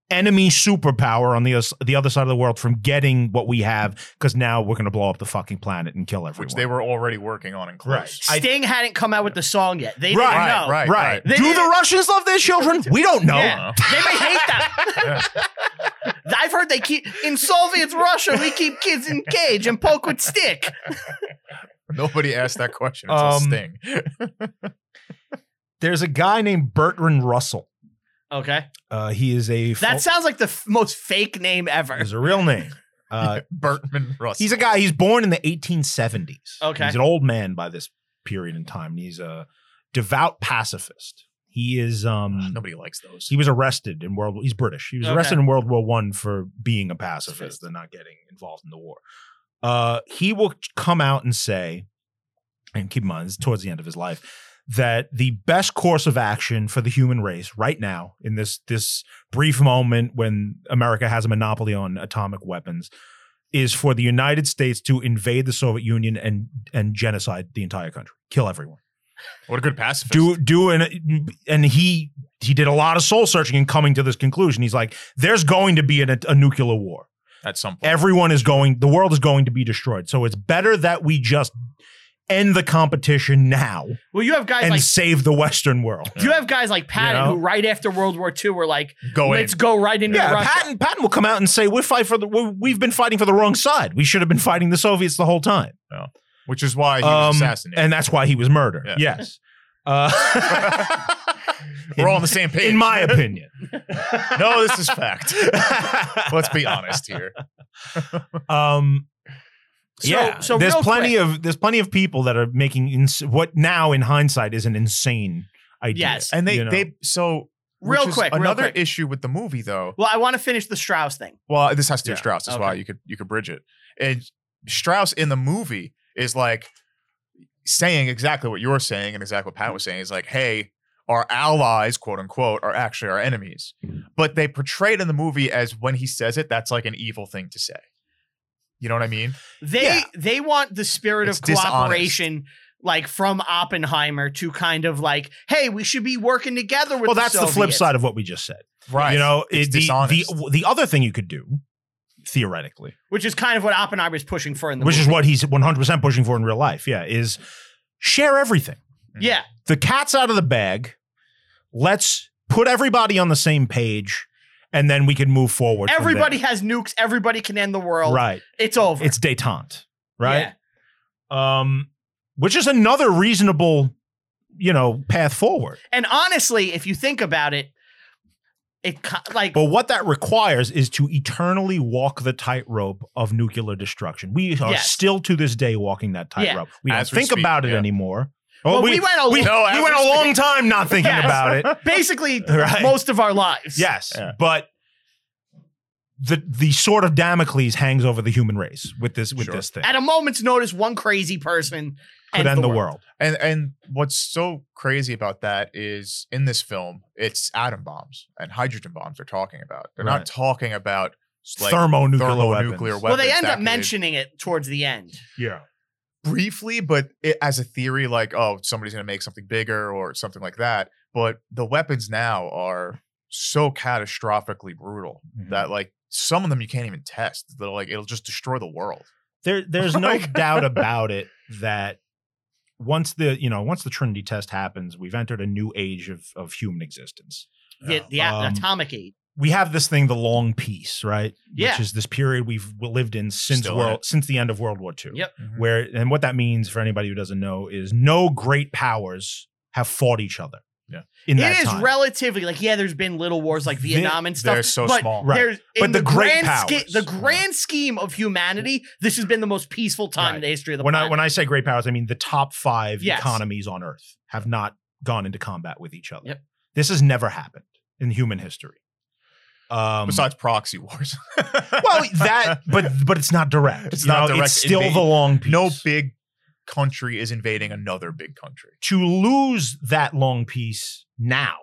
C: enemy superpower on the other, the other side of the world from getting what we have? Because now we're going to blow up the fucking planet and kill everyone.
B: Which they were already working on in close. [LAUGHS]
C: I-
A: Sting hadn't come out with the song yet. They
C: Right,
A: didn't
B: Right,
A: know.
B: right,
C: right?
B: right.
A: They-
C: do the Russians love their children? We don't know.
A: Yeah. They may hate
C: [LAUGHS]
A: that.
B: Yeah.
A: [LAUGHS] I've heard they keep in Soviet Russia. We keep kids in cage and poke with stick.
B: Nobody asked that question until
C: Um,
B: Sting. [LAUGHS]
C: There's a guy named Bertrand Russell.
A: Okay,
C: Uh, he is a
A: that sounds like the f- most fake name ever.
C: is a real
B: [LAUGHS]
C: name. Uh,
B: Bertman Russell.
C: He's a guy. He's born in the 1870s.
A: Okay.
C: he's an old man by this period in time. He's a devout pacifist. He is. Um,
B: Mm, Nobody likes those.
C: he was arrested in World. He's British. He was
A: Okay.
C: arrested in World War One for being a pacifist and not getting involved in the war. Uh, he will come out and say, and keep in mind, this is towards the end of his life, that the best course of action for the human race right now, in this this brief moment when America has a monopoly on atomic weapons, is for the United States to invade the Soviet Union and and genocide the entire country, kill everyone
B: what a good pacifist.
C: do do an and he he did a lot of soul searching and coming to this conclusion he's like there's going to be an, a nuclear war
B: at some point.
C: everyone is going the world is going to be destroyed so it's better that we just end the competition now
A: Well, you have guys
C: and
A: like
C: save the Western world.
A: you have guys like Patton
C: know? Oh,
A: who right after World War II were like,
B: Go in.
A: let's go right into
C: Yeah,
A: Russia.
C: Patton, Patton will come out and say we fight for the we- we've been fighting for the wrong side. We should have been fighting the Soviets the whole time.
B: which is why he was
C: Um,
B: assassinated.
C: and that's why he was murdered.
B: Yeah.
C: Yes, uh,
B: [LAUGHS]
C: [LAUGHS]
B: We're all on the same page.
C: in my
B: [LAUGHS]
C: opinion.
B: no, this
C: [LAUGHS]
B: is fact. Let's be honest here.
C: Um,
A: So-
C: yeah,
A: so
C: there's
A: real
C: plenty of there's plenty of people that are making ins- what now in hindsight is an insane idea.
A: Yes.
B: And they
C: you know?
B: they so which
A: Real
B: is
A: quick, real
B: another
A: quick.
B: issue with the movie though.
A: Well, I want to finish the Strauss thing.
B: Well, this has to do with
C: Yeah.
B: Strauss. That's why
A: Okay.
B: you could you could bridge it. And Strauss in the movie is like saying exactly what you're saying and exactly what Pat was saying. Is like, hey, our allies, quote unquote, are actually our enemies. But they portray it in the movie as when he says it, that's like an evil thing to say. You know what I mean?
A: They
B: Yeah.
A: they want the spirit
B: It's
A: of
B: dishonest.
A: cooperation. Like from Oppenheimer to kind of like, hey, we should be working together with.
C: well, that's the flip
A: Soviets.
C: side of what we just said.
B: Right.
C: You know,
B: It's
C: it, the,
B: dishonest.
C: the the other thing you could do, theoretically,
A: which is kind of what Oppenheimer's pushing for in the
C: which
A: movie.
C: is what he's 100 percent pushing for in real life. Yeah, is share everything.
A: yeah,
C: The cat's out of the bag. Let's put everybody on the same page, and then we can move forward. from there.
A: everybody has nukes, everybody can end the world.
C: right?
A: It's over.
C: It's detente, right? Um, which is another reasonable, you know, path forward.
A: And honestly, if you think about it, it ki- like
C: But what that requires is to eternally walk the tightrope of nuclear destruction. We are
A: Yes.
C: still to this day walking that
A: Yeah.
C: tightrope. We don't
B: As we
C: think
B: speak,
C: about it
B: yeah.
C: anymore.
A: well,
C: Oh,
A: we,
C: we,
A: went a
C: we,
A: lo-
B: [LAUGHS] No,
C: we
B: as
C: went
B: we
C: a
B: speak.
C: long
A: [LAUGHS]
C: time not thinking
A: Yes.
C: about it.
A: basically
C: [LAUGHS] Right.
A: most of our lives.
C: Yes,
B: Yeah.
C: but the the sword of Damocles hangs over the human race with this with
B: Sure.
C: this thing.
A: At a moment's notice, one crazy person
C: Could end the world.
B: And and what's so crazy about that is in this film, it's atom bombs and hydrogen bombs they're talking about. They're
C: Right.
B: not talking about like
C: thermonuclear,
B: thermonuclear
C: weapons.
A: Well, they
B: weapons
A: end
B: that
A: up
B: could-
A: mentioning it towards the end.
C: Yeah.
B: briefly, but it, as a theory, like oh, somebody's gonna make something bigger or something like that. But the weapons now are so catastrophically brutal that like some of them you can't even test. They're like it'll just destroy the world.
A: [LAUGHS] Oh
C: There, there's no
B: Like-
C: doubt about it that once the you know once the Trinity test happens, we've entered a new age of of human existence.
A: The, the a-
C: Um,
A: atomic age.
C: We have this thing, the long peace, right?
A: Yeah.
C: Which is this period we've lived in since
B: Still in
C: world since the end of World War II.
A: Yep.
C: Where and what that means for anybody who doesn't know is no great powers have fought each other.
B: Yeah.
C: In that
A: It is
C: time.
A: relatively like yeah. There's been little wars like
C: They-
A: Vietnam and stuff.
B: They're so
A: but
B: small.
C: Right.
A: There's,
C: But
A: in
C: the great
A: grand
C: powers.
A: the grand scheme of humanity, this has been the most peaceful time
C: Right.
A: in the history of the
C: when I
A: planet.
C: when I say great powers, I mean the top five
A: Yes.
C: economies on Earth have not gone into combat with each other.
A: Yep.
C: This has never happened in human history. Um,
B: Besides
A: [LAUGHS]
B: proxy wars,
C: [LAUGHS] well, that but but it's not direct.
B: It's
C: You
B: not direct
C: It's still
B: invasion.
C: the long peace.
B: no big country is invading another big country.
C: to lose that long peace now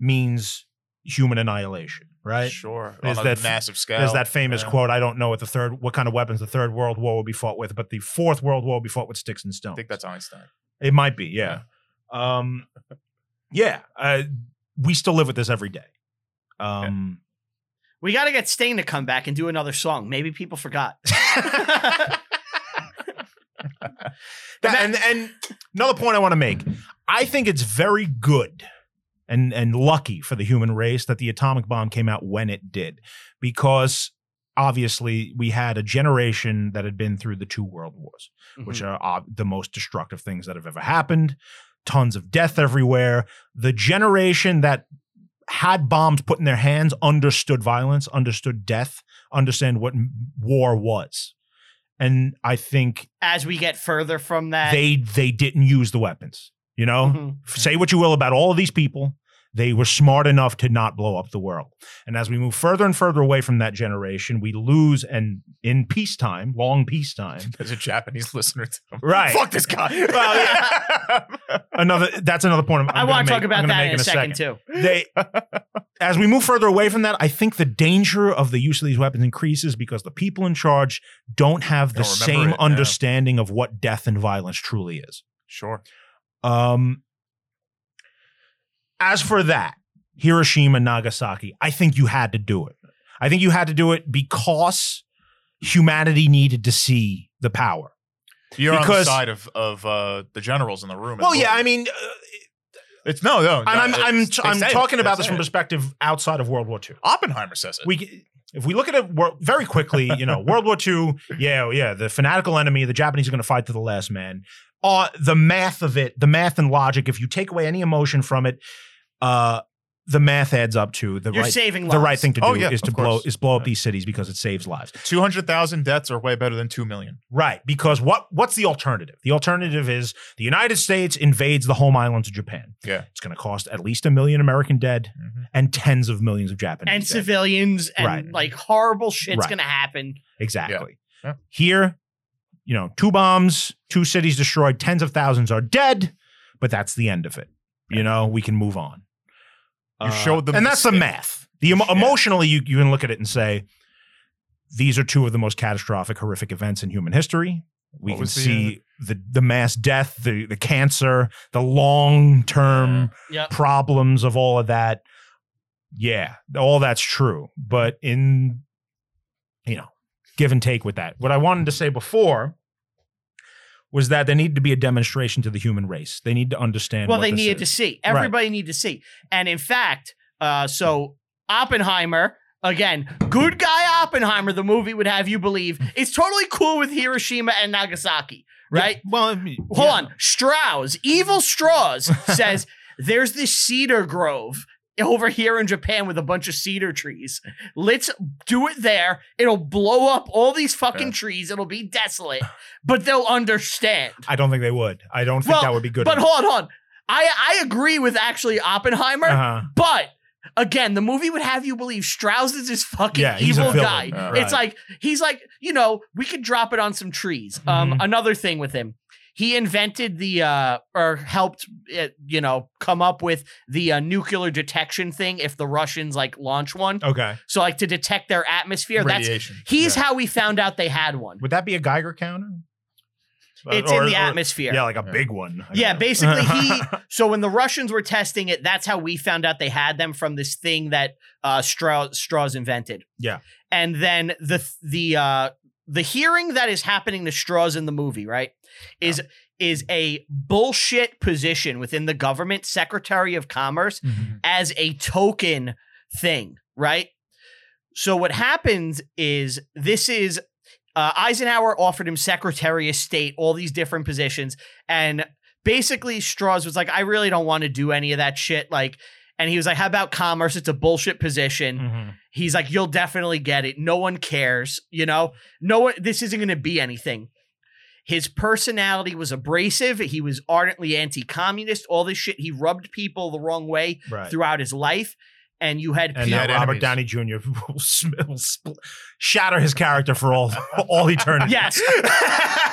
C: means human annihilation, right?
B: Sure.
C: There's
B: on a
C: that-
B: massive scale.
C: There's that famous
B: Yeah.
C: quote. I don't know what the third, what kind of weapons the third world war will be fought with, but the fourth world war will be fought with sticks and
B: I
C: stones.
B: think that's Einstein.
C: It might be, yeah. Um, yeah, uh, we still live with this every day. Um,
A: we got to get Stain to come back and do another song. Maybe people forgot. [LAUGHS]
C: that- and and another point I want to make, I think it's very good and and lucky for the human race that the atomic bomb came out when it did, because obviously we had a generation that had been through the two world wars. [LAUGHS] which are ob- the most destructive things that have ever happened. Tons of death everywhere. The generation that had bombs put in their hands understood violence, understood death, understand what m- war was. And I think
A: as we get further from that,
C: they they didn't use the weapons. You know,
A: Mhm.
C: say what you will about all of these people, they were smart enough to not blow up the world. And as we move further and further away from that generation, we lose and in peacetime, long peacetime,
B: [LAUGHS] There's a Japanese listener to him.
C: Right.
B: Fuck this guy.
C: Well, [LAUGHS] another that's another point I'm,
A: I
C: I'm
A: want to
C: gonna
A: talk
C: make-
A: about
C: I'm gonna
A: that in a second,
C: make
A: too.
C: [LAUGHS] They, as we move further away from that, I think the danger of the use of these weapons increases because the people in charge don't have the
B: Don't remember
C: same
B: it, yeah.
C: understanding of what death and violence truly is.
B: [LAUGHS] Sure.
C: Um, as for that, Hiroshima, Nagasaki, I think you had to do it. I think you had to do it because humanity needed to see the power.
B: You're on the
C: Because-
B: side of of uh, the generals in the room.
C: Well, yeah, I mean, uh,
B: it's no, no.
C: and I'm I'm
B: it's- they
C: I'm
B: say it.
C: talking
B: They
C: about this
B: say
C: from
B: it.
C: perspective outside of World War II.
B: Oppenheimer says it.
C: We if we look at it wor- very quickly, you know, World War
B: [LAUGHS]
C: II, yeah, oh, yeah, the fanatical enemy, the Japanese are going to fight to the last man. Uh, the math of it, the math and logic, if you take away any emotion from it, uh, the math adds up to the
A: You're
C: right
A: saving lives.
C: the right thing to do
B: Oh, yeah,
C: is to
B: of
C: blow
B: course.
C: is blow up these cities because it saves lives.
B: Two hundred thousand deaths are way better than two million.
C: Right, because what what's the alternative? The alternative is the United States invades the home islands of Japan.
B: Yeah.
C: It's going to cost at least a million American dead
B: Mhm.
C: and tens of millions of Japanese
A: and
C: dead.
A: civilians and
C: Right.
A: like horrible shit's
C: Right.
A: gonna happen.
C: Exactly.
B: Yeah. Yeah.
C: Here, you know, two bombs, two cities destroyed, tens of thousands are dead, but that's the end of it. You know, we can move on.
B: You showed them
C: and
B: Uh, the
C: that's the
B: stick.
C: math. The emo-
B: Yeah.
C: emotionally, you you can look at it and say, these are two of the most catastrophic, horrific events in human history. We
B: What
C: can
B: was the,
C: see the the mass death, the the cancer, the long term
A: Yep.
C: problems of all of that. Yeah, all that's true. But in, you know, give and take with that. What I wanted to say before was that there needed to be a demonstration to the human race. They need to understand.
A: Well,
C: what
A: they
C: this
A: needed
C: is.
A: to see.
C: Right.
A: Everybody needed to see. And in fact, uh, so Oppenheimer, again, good guy Oppenheimer, the movie would have you believe, is totally cool with Hiroshima and Nagasaki, right?
C: Yeah, well, I mean,
A: Hold
C: yeah.
A: on. Strauss, evil
C: [LAUGHS]
A: Strauss, says there's this cedar grove over here in Japan with a bunch of cedar trees. Let's do it there. It'll blow up all these fucking
B: Yeah.
A: trees. It'll be desolate, but they'll understand.
C: I don't think they would. I don't think
A: Well,
C: that would be good.
A: But hold on, hold on. I I agree with actually Oppenheimer,
C: Uh-huh.
A: but again, the movie would have you believe Strauss is this fucking
C: Yeah, he's a
A: evil guy.
C: villain.
B: Yeah.
A: It's like he's like you know we could drop it on some trees. Um,
C: Mhm.
A: another thing with him, he invented the uh or helped uh, you know come up with the uh, nuclear detection thing if the Russians like launch one.
C: Okay.
A: So like to detect their atmosphere. That's
B: Radiation.
A: he's
B: Yeah.
A: how we found out they had one.
C: Would that be a Geiger counter?
A: It's
C: uh, Or-
A: in the
C: or-
A: atmosphere.
C: Yeah, like a
B: Yeah.
C: big one. I
A: Yeah,
C: guess.
A: basically
C: [LAUGHS]
A: he so when the Russians were testing it, that's how we found out they had them from this thing that uh Strauss, Strauss invented.
C: Yeah.
A: And then the the uh the hearing that is happening to Strauss in the movie, right? Is is a bullshit position within the government, Secretary of Commerce,
C: [LAUGHS]
B: Mhm.
A: as a token thing, right? So what happens is this is uh, Eisenhower offered him Secretary of State, all these different positions, and basically Strauss was like, "I really don't want to do any of that shit." Like, and he was like, "How about commerce? It's a bullshit position."
C: Mhm.
A: He's like, "You'll definitely get it. No one cares. You know, no one. This isn't going to be anything." His personality was abrasive. He was ardently anti-communist. All this shit. He rubbed people the wrong way
C: Right.
A: throughout his life. And you had
C: and
B: He
C: now
B: had
C: Robert
B: enemies.
C: Downey Jr. [LAUGHS] will, sm- will spl- shatter his character for all [LAUGHS] all eternity.
A: yes,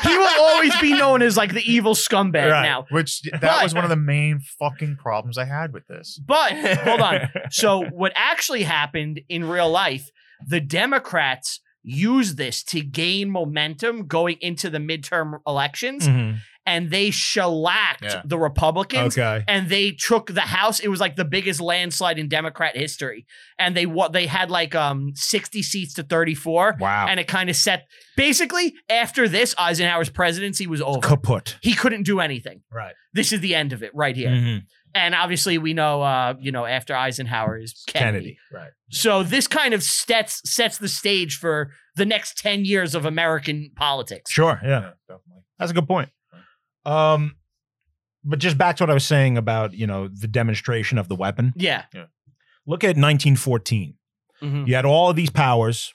A: he will always be known as like the evil scumbag
C: Right.
A: now.
B: Which that
A: But-
B: was one of the main fucking problems I had with this.
A: But hold
C: [LAUGHS]
A: on. So what actually happened in real life? The Democrats used this to gain momentum going into the midterm elections,
C: Mhm.
A: and they shellacked
B: Yeah.
A: the Republicans.
C: Okay.
A: And they took the House. It was like the biggest landslide in Democrat history, and they what they had like um sixty seats to thirty four.
C: Wow.
A: and it kind of set basically after this Eisenhower's presidency was over.
C: kaput.
A: He couldn't do anything.
C: Right.
A: This is the end of it right here.
C: Mhm.
A: And obviously we know uh you know after Eisenhower is Kennedy.
C: Kennedy. Right.
A: So this kind of sets sets the stage for the next 10 years of American politics.
C: Sure. Yeah.
B: definitely.
C: That's a good point. Um, but just back to what I was saying about you know the demonstration of the weapon.
A: Yeah.
C: Look at 1914.
A: Mhm.
C: You had all of these powers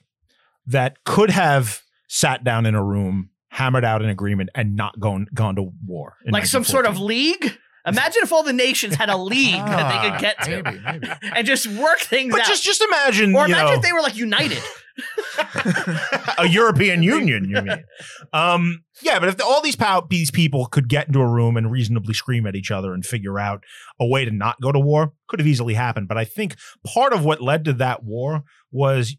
C: that could have sat down in a room, hammered out an agreement, and not gone gone to war. in
A: Like some sort of
C: 1914.
A: league? Imagine if all the nations had a league that they could
B: Ah,
A: get to
C: [LAUGHS]
B: Maybe, [LAUGHS] maybe.
A: and just work things
C: But
A: out.
C: just just imagine,
A: or
C: you
A: imagine
C: know,
A: if they were like united.
C: a
A: [LAUGHS]
C: European Union, you mean? Um, yeah, but if all these pow- these people could get into a room and reasonably scream at each other and figure out a way to not go to war, could have easily happened. But I think part of what led to that war was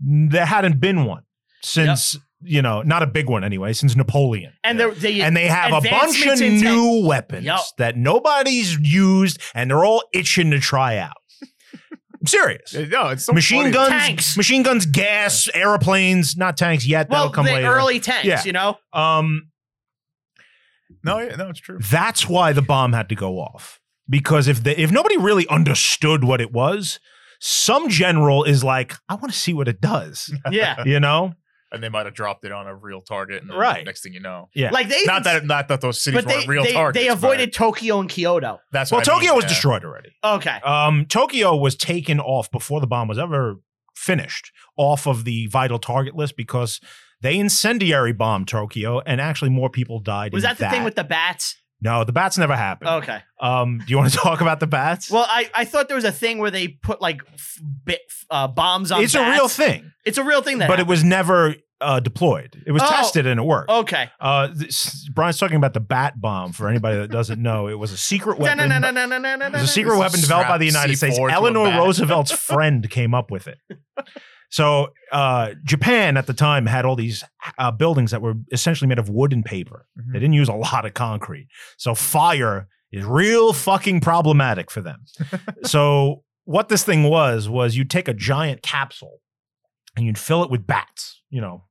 C: there hadn't been one since you know, not a big one anyway, since Napoleon.
A: And
B: Yeah.
A: they're- they
C: And they have a bunch of
A: advancements in tech-
C: new weapons
A: Yup.
C: that nobody's used, and they're all itching to try out. [LAUGHS] I'm serious [LAUGHS]
B: no, it's so
C: machine
B: funny.
C: guns,
A: Tanks.
C: machine guns, gas, airplanes, not tanks yet.
A: well,
C: That'll come
A: the
C: later. [LAUGHS]
A: early tanks,
C: Yeah.
A: you know?
C: um,
B: No, yeah, no, it's true.
C: That's why the bomb had to go off. Because if the if nobody really understood what it was, some general is like, I want to see what it
B: [LAUGHS]
C: does.
A: Yeah.
C: You know?
B: And they might have dropped it on a real target, and then
C: Right.
B: Next thing you know,
C: Yeah.
A: Like they
B: not
A: even-
B: that not that those cities
A: but they
B: weren't real
A: they,
B: targets.
A: they
B: but
A: avoided Tokyo and Kyoto.
B: That's
C: well,
B: what I mean,
C: Tokyo was
B: yeah.
C: destroyed already.
A: Okay.
C: Um, Tokyo was taken off before the bomb was ever finished off of the vital target list because they incendiary bombed Tokyo and actually more people died.
A: Was
C: in
A: that the thing with the bats?
C: No, the bats never happened.
A: Okay.
C: Um, do you want to [LAUGHS] talk about the bats?
A: Well, I, I thought there was a thing where they put like f- bit, f- uh, bombs on.
C: it's a real
A: bats.
C: thing,
A: It's a real thing that.
C: but it was never uh, deployed. It was
A: Oh.
C: tested and it worked.
A: happened. okay.
C: Uh, this, Brian's talking about the bat bomb. For anybody that doesn't know, it was
A: [LAUGHS]
C: a secret weapon. It was
A: The
C: a secret weapon developed by the
B: Strap
C: United States.
B: C4 to a
C: Eleanor
B: bat.
A: [LAUGHS]
C: Roosevelt's friend came up with it. So uh, Japan at the time had all these uh, buildings that were essentially made of wood and paper.
B: Mhm.
C: They didn't use a lot of concrete. So fire is real fucking problematic for them. so what this thing was was you'd take a giant capsule and you'd fill it with bats. You know,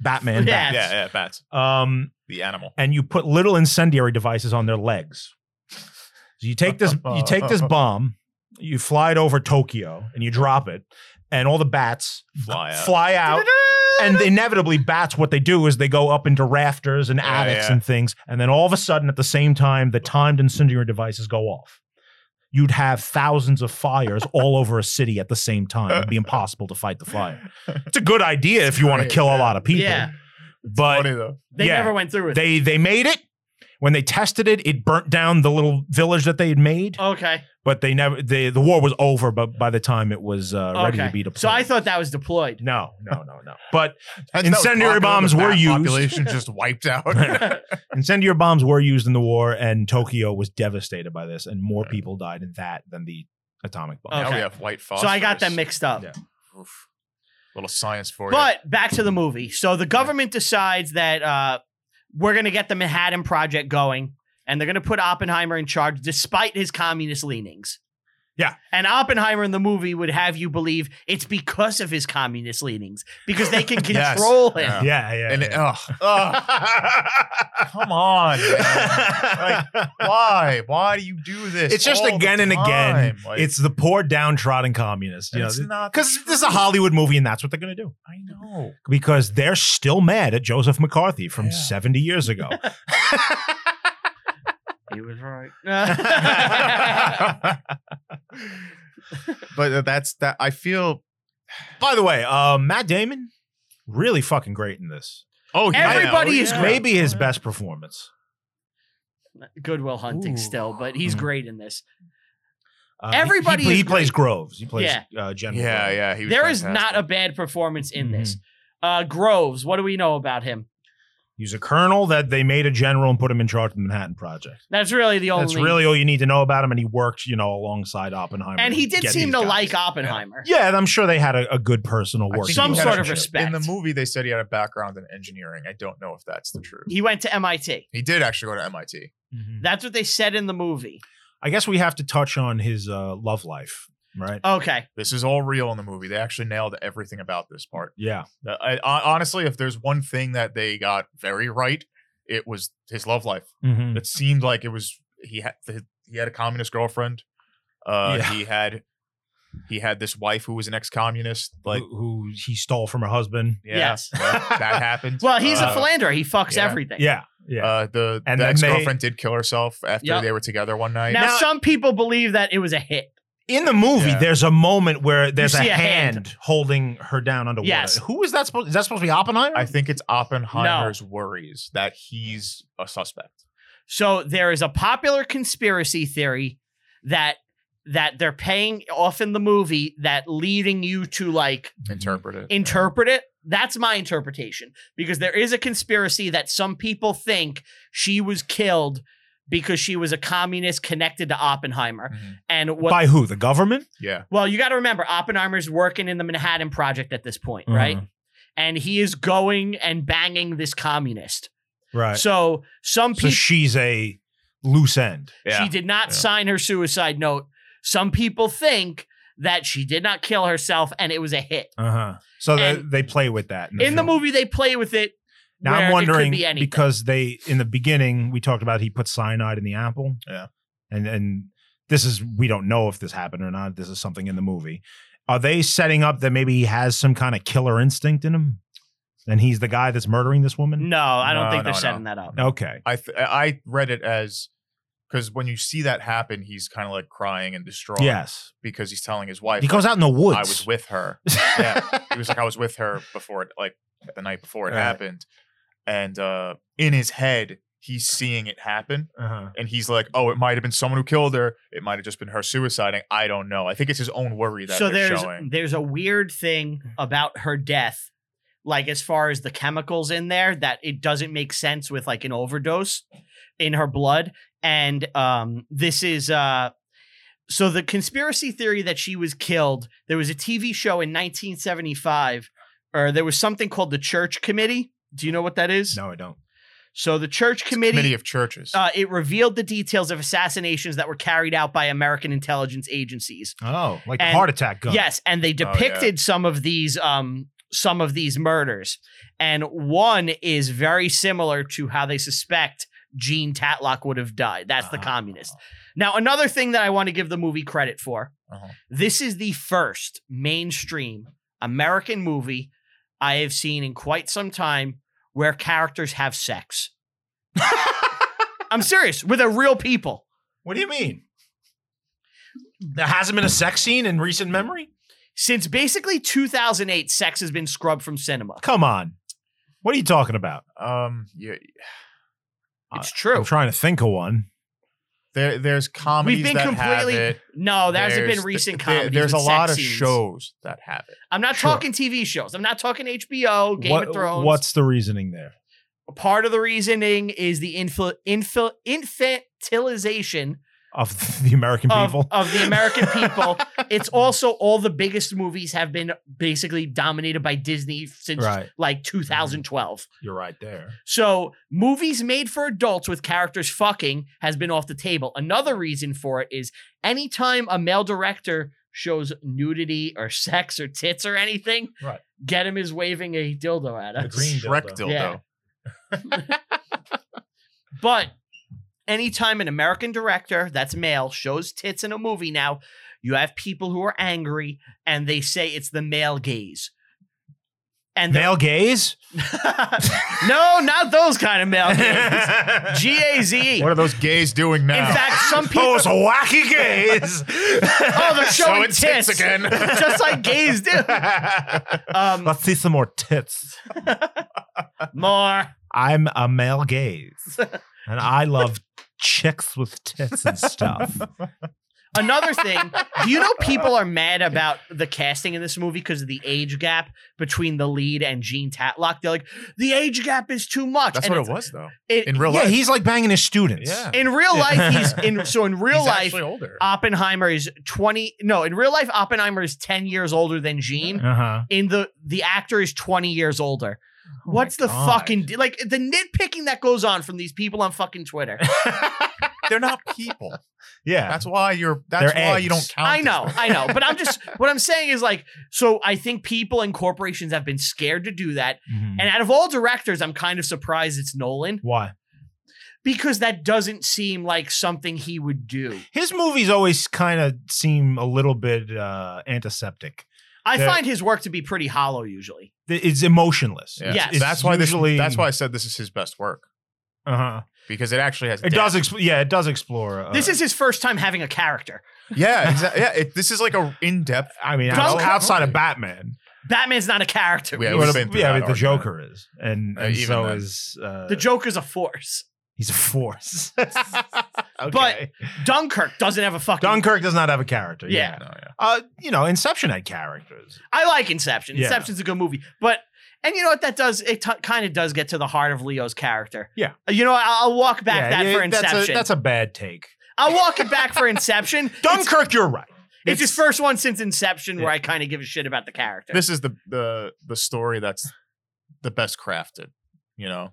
C: Batman.
A: Yeah.
B: Yeah,
A: Bats.
B: yeah, bats.
C: Bat. Um,
B: The animal.
C: and you put little incendiary devices on their legs. So you take this, you take this bomb, you fly it over Tokyo, and you drop it, and all the bats
B: Fly out.
C: fly out. And inevitably, bats. What they do is they go up into rafters and attics
B: yeah.
C: and things, and then all of a sudden, at the same time, the timed incendiary devices go off. You'd have thousands
A: [LAUGHS]
C: of fires all over a city at the same time. It'd be impossible to fight the fire. It's a good idea if you want to
B: Great,
C: kill a
B: yeah.
C: lot of people,
A: Yeah.
C: but
B: Funny though.
A: They
C: Yeah.
A: never went through with it.
C: they they made it. When they tested it, it burnt down the little village that they had made.
A: Okay.
C: But they never the the war was over. But by the time it was uh, ready
A: Okay.
C: to be deployed,
A: So I thought that was deployed.
C: no, no, no, no. But
B: Hence, that was
C: Incendiary
B: popular,
C: bombs
B: the
C: were
B: bat
C: used.
B: Population just
A: [LAUGHS]
B: wiped out.
C: incendiary bombs were used in the war, and Tokyo was devastated by this, and more people died in that than the atomic bomb.
B: Now
A: Okay.
B: we have white phosphorus.
A: So I got them mixed up.
C: Yeah.
B: Oof. Little science for you.
A: But back to the movie. So the government decides that uh, we're going to get the Manhattan Project going, and they're going to put Oppenheimer in charge, despite his communist leanings.
C: Yeah.
A: And Oppenheimer in the movie would have you believe it's because of his communist leanings, because they can
B: [LAUGHS] Yes.
A: control him.
C: Yeah,
B: Yeah.
C: yeah.
B: And um,
C: yeah.
A: [LAUGHS]
B: ugh, ugh. come on, man. Like,
A: [LAUGHS]
B: why? Why do you do this?
C: it's just
B: all the
C: again and again.
B: time? Like,
C: it's the poor downtrodden communist. You
B: and
C: know,
B: it's not
C: because this is a Hollywood movie, and that's what they're going to do.
B: I know.
C: because they're still mad at Joseph McCarthy from
B: Yeah.
C: 70 years
B: [LAUGHS]
C: ago.
A: He was right.
B: but uh, that's that. I feel.
C: By the way, uh, Matt Damon, really fucking great in this.
B: Oh,
A: yeah. Everybody
B: yeah.
A: is great.
C: Maybe his best performance.
A: [LAUGHS] Goodwill hunting
B: Ooh. Mm-hmm.
A: still, but he's
C: Mm.
A: great in this.
C: Uh, he-
A: Everybody
C: he, he,
A: is
C: plays Groves. He plays
A: Yeah.
C: uh, General.
B: Yeah, yeah. He was
A: There is
B: fantastic. Mm-hmm.
A: not a bad performance in this. Uh, Groves, what do we know about him?
C: He's a colonel that they made a general and put him in charge of the Manhattan Project.
A: That's really the only.
C: That's really all you need to know about him. And he worked, you know, alongside Oppenheimer.
A: and he
C: to
A: did
C: get
A: seem
C: these
A: to
C: guys.
A: like Oppenheimer.
C: Yeah, and I'm sure they had a, a good personal
B: I think
C: working
B: he
A: Some
B: had
A: sort
B: a-
A: of
C: relationship.
A: respect.
B: In the movie, they said he had a background in engineering. I don't know if that's the truth.
A: He went to MIT.
B: He did actually go to MIT.
C: Mhm.
A: That's what they said in the movie.
C: I guess we have to touch on his uh, love life, right?
A: Okay.
B: This is all real in the movie. They actually nailed everything about this part.
C: yeah.
B: Uh, I, I, honestly, if there's one thing that they got very right, it was his love life.
C: Mm-hmm.
B: It seemed like it was he had he had a communist girlfriend. Uh,
C: Yeah.
B: He had he had this wife who was an ex-communist. Like,
C: who, who he stole from her husband.
B: yeah,
A: Yes. [LAUGHS]
B: well, that happened.
A: Well, he's a
B: Uh,
A: philanderer. He fucks
B: yeah.
A: everything.
C: Yeah, yeah.
B: Uh, the,
C: And
B: the
C: then they-
B: ex-girlfriend did kill herself after
A: Yep.
B: they were together one night.
A: Now,
C: Now-
A: some people believe that it was a hit.
C: In the movie,
B: yeah.
C: there's a moment where there's a,
A: see a
C: hand,
A: hand.
C: holding her down underwater.
A: Yes.
C: Who is that supposed? Is that supposed to be Oppenheimer?
B: I think it's Oppenheimer's worries that he's a suspect.
A: So there is a popular conspiracy theory that that they're paying off in the movie that leading you to like
C: Mm-hmm.
B: Interpret it.
A: interpret it. That's my interpretation because there is a conspiracy that some people think she was killed because she was a communist connected to Oppenheimer.
C: Mm-hmm.
B: Mhm.
A: And what
C: by who? The government,
B: Yeah.
A: Well, you got to remember, Oppenheimer's working in the Manhattan Project at this point, right?
B: Mm-hmm.
A: And he is going and banging this communist.
C: right? So,
A: So some people, she,
C: she's a loose end.
B: Yeah.
A: did not
B: Yeah.
A: sign her suicide note. Some people think that she did not kill herself and it was a hit.
B: Uh-huh.
C: Uh huh. So they,
A: And-
C: they play with that
A: In the
B: Mm-hmm.
C: film.
A: movie, they play with it.
C: Now
A: where it
C: I'm
A: could
C: wondering
A: be anything.
C: because they in the beginning we talked about he put cyanide in the apple.
B: Yeah.
C: And and this is we don't know if this happened or not. This is something in the movie. Are they setting up that maybe he has some kind of killer instinct in him? And he's the guy that's murdering this woman?
A: No, I don't
B: No,
A: think they're
B: no, no.
A: setting that
B: Mm.
A: up.
C: Okay.
B: I th- I read it as because when you see that happen, he's kind of like crying and distraught.
C: Yes.
B: because he's telling his wife
C: He goes out in the
B: I
C: woods.
B: was with her.
C: [LAUGHS]
B: Yeah. He was like, I was with her before, it, like the night before it
C: Right.
B: happened, and uh, in his head, he's seeing it happen.
C: uh-huh.
B: And he's like, "Oh, it might have been someone who killed her. It might have just been her suiciding. I don't know. I think it's his own worry that
A: so
B: they're
A: there's
B: showing."
A: there's a weird thing about her death like as far as the chemicals in there that it doesn't make sense with like an overdose in her blood and um this is uh so the conspiracy theory that she was killed there was a tv show in 1975 or there was something called the church committee do you know what that is
C: No, I don't.
A: so the church
B: It's a committee,
A: committee
B: of churches.
A: uh, it revealed the details of assassinations that were carried out by American intelligence agencies.
C: Oh, like a
A: And-
C: heart attack gun.
A: Yes, and they
B: Oh, yeah.
A: depicted some of these um some of these murders. And one is very similar to how they suspect Gene Tatlock would have died. That's the
B: Uh-huh.
C: Ah.
A: communist. Now, another thing that I want to give the movie credit for.
B: Uh-huh.
A: This is the first mainstream American movie I have seen in quite some time where characters have sex. I'm serious, with a real people.
C: What do you mean? There hasn't been a sex scene in recent memory?
A: Since basically 2008, sex has been scrubbed from cinema.
C: Come on. What are you talking about?
B: um, yeah,
A: It's true.
C: I'm trying to think of one.
B: there, there's comedies
A: been
B: that
A: completely-
B: have it.
A: No, there hasn't
B: There's-
A: been recent
B: there-
A: comedies.
B: there's a
A: with
B: lot
A: sex
B: of
A: scenes.
B: shows that have it.
A: I'm not
C: Sure.
A: talking TV shows. I'm not talking HBO, Game
C: What-
A: of Thrones.
C: What's the reasoning there?
A: part of the reasoning is the infl- infl- infantilization
C: Of the American
A: of,
C: people?
A: of the American
B: [LAUGHS]
A: people. it's also all the biggest movies have been basically dominated by Disney since
C: [LAUGHS] right.
A: like 2012.
C: You're right there.
A: So movies made for adults with characters fucking has been off the table. Another reason for it is anytime a male director shows nudity or [LAUGHS] sex or tits or anything,
C: Right.
A: get him is waving a dildo at
C: The
A: us.
C: green
A: [LAUGHS]
B: Shrek
C: dildo.
B: dildo.
A: Yeah. But anytime an American director that's male shows tits in a movie now, you have people who are angry and they say it's the male gaze. And
C: Male gaze?
A: [LAUGHS] no, not those kind of male gaze.
B: [LAUGHS]
A: G A Z E.
B: What are those gays doing now?
A: In fact,
B: Oh,
A: some people.
C: Oh, a wacky gaze. [LAUGHS]
A: Oh,
B: [LAUGHS]
A: they're showing
B: it's
A: tits, [LAUGHS]
B: tits again.
A: just like gays
B: [LAUGHS]
A: do. Um,
C: Let's see some more tits.
A: more.
C: I'm a male gaze, and I love chicks with tits and stuff.
A: Another thing, do you know people are mad about the casting in this movie because of the age gap between the lead and Gene Tatlock? They're like, the age gap is too much.
B: That's
A: And
B: what it
A: it's-
B: was though.
A: it-
B: In [LAUGHS] real
C: yeah,
B: life,
C: he's like banging his students.
B: Yeah.
A: in real
C: Yeah.
A: life, he's in. So in real
B: he's
A: life, Uh,
B: actually older.
A: Oppenheimer is twenty. No, in real life, Oppenheimer is ten years older than Gene.
C: Uh huh.
A: in the the actor is 20 years older. What's the
C: Oh God.
A: fucking de- like the nitpicking that goes on from these people on fucking
C: [LAUGHS]
A: Twitter?
B: They're not
A: [LAUGHS]
B: people.
C: Yeah.
B: That's why you're. That's
C: They're
B: why you don't
C: eggs.
B: count.
A: I
B: as
A: know,
B: them.
A: I know, but I'm just [LAUGHS] what I'm saying is like so I think people and corporations have been scared to do that.
C: Mhm.
A: And out of all directors, I'm kind of surprised it's Nolan
C: Why?
A: because that doesn't seem like something he would do.
C: His movies always kind of seem a little bit uh, antiseptic.
A: I
C: Yeah.
A: find his work to be pretty hollow usually.
C: Th- It's emotionless.
B: Yeah.
A: Yes.
C: It's
B: that's why this.
C: usually-
B: That's why I said this is his best work
C: Uh-huh.
B: because it actually has.
C: It
B: depth.
C: does. Exp- yeah, it does explore. Uh,
A: this is his first time having a character.
B: Yeah. Exactly. Yeah. It, this is like a in depth.
C: I mean,
A: Does-
C: out- outside of Batman,
A: Batman's not a character.
B: Yeah,
C: yeah,
B: we've
C: but,
B: been through
C: yeah,
B: that
C: but the
B: argument.
C: Joker is, and,
B: Uh,
C: and
B: even
C: so
B: then.
C: is uh,
A: The Joker's a force.
C: He's
A: [LAUGHS]
C: a force.
A: But- Dunkirk doesn't have a fucking
C: Dunkirk does not have a character.
A: Yeah.
B: No, yeah.
C: Uh, you know, Inception had characters.
A: I like Inception.
C: Yeah.
A: Inception's a good movie, but and you know what that does? It t- kind of does get to the heart of Leo's character. Uh,
C: Yeah.
A: You know, I'll, I'll walk back
C: Yeah,
A: that
C: yeah,
A: for Inception.
C: That's a, that's a bad take.
A: I'll walk it back for Inception. It's,
C: [LAUGHS] Dunkirk, you're right.
A: it's his first one since Inception where
C: Yeah.
A: I kind of give a shit about the character.
B: This is the the the story that's the best crafted. You know,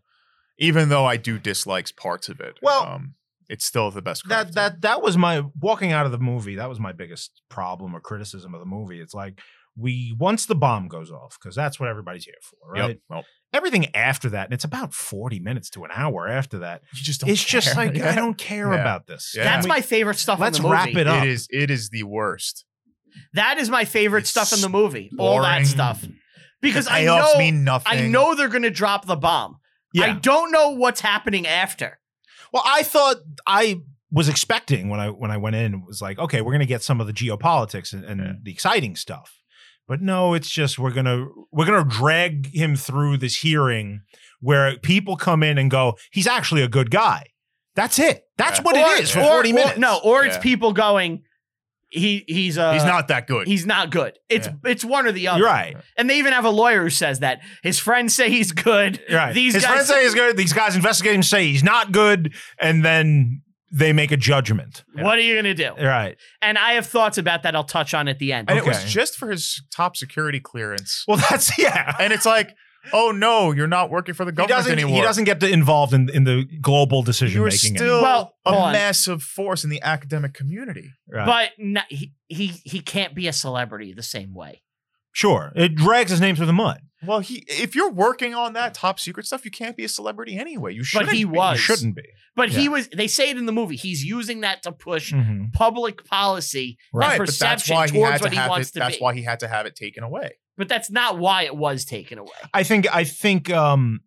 B: even though I do dislikes parts of it.
C: Well-
B: um, it's still the best. Crafted.
C: that that that was my walking out of the movie. That was my biggest problem or criticism of the movie. It's like we once the bomb goes off because that's what everybody's here for, right?
B: Yep. Well,
C: Everything after that, and it's about forty minutes to an hour after that.
B: you just don't.
C: It's just
B: care.
C: like
B: [LAUGHS] Yeah.
C: I don't care
B: Yeah.
C: about this.
B: Yeah.
A: That's
C: We-
A: my favorite stuff
C: Let's
A: in the movie.
C: wrap it up.
B: It is. It is the worst.
A: That is my favorite
B: It's
A: stuff in the movie. All that
B: boring.
A: stuff. Because
B: The
A: I
B: payoffs
A: know
B: mean nothing.
A: I know they're going to drop the bomb. I
C: Yeah.
A: don't know what's happening after.
C: well, I thought I was expecting when I when I went in it was like, okay, we're gonna get some of the geopolitics and, and
B: Yeah.
C: the exciting stuff. But no, it's just we're gonna we're gonna drag him through this hearing where people come in and go, he's actually a good guy. That's it. That's
B: Yeah.
C: what
A: Or-
C: it is for
A: or-
C: forty
A: or-
C: minutes.
A: no, or it's
B: Yeah.
A: people going, he he's uh,
B: he's not that good.
A: he's not good. It's it's one or the other.
C: you're right.
A: And they even have a lawyer who says that his friends say he's good.
C: You're right.
A: These
C: His
A: guys
C: friends say he's good. These guys investigate him, say he's not good, and then they make a judgment.
A: What are you gonna do?
C: You're Right.
A: And I have thoughts about that. I'll touch on at the end.
B: and it was
C: Okay.
B: just for his top security clearance.
C: Well, that's [LAUGHS] yeah.
B: and it's like, oh no, you're not working for the
C: He
B: government
C: doesn't.
B: anymore.
C: He doesn't get involved in, in the global decision
B: You are
C: making.
B: still
A: Well,
B: a
A: hold on.
B: massive force in the academic community.
A: But no, he, he he can't be a celebrity the same way.
C: sure, it drags his name through the mud.
B: Well, he if you're working on that top secret stuff, you can't be a celebrity anyway. You should.
A: But he
B: be.
A: was.
C: He shouldn't be.
A: But he
C: Yeah. Hmm.
A: was. They say it in the movie. He's using that to push
B: Mm-hmm.
A: public policy
C: Right,
A: and
B: But that's
A: perception
B: why he had
A: towards
B: to
A: what he
B: have
A: wants
B: it.
A: to
B: That's
A: be.
B: why he had to have it taken away.
A: but that's not why it was taken away.
C: I think. I think. Um,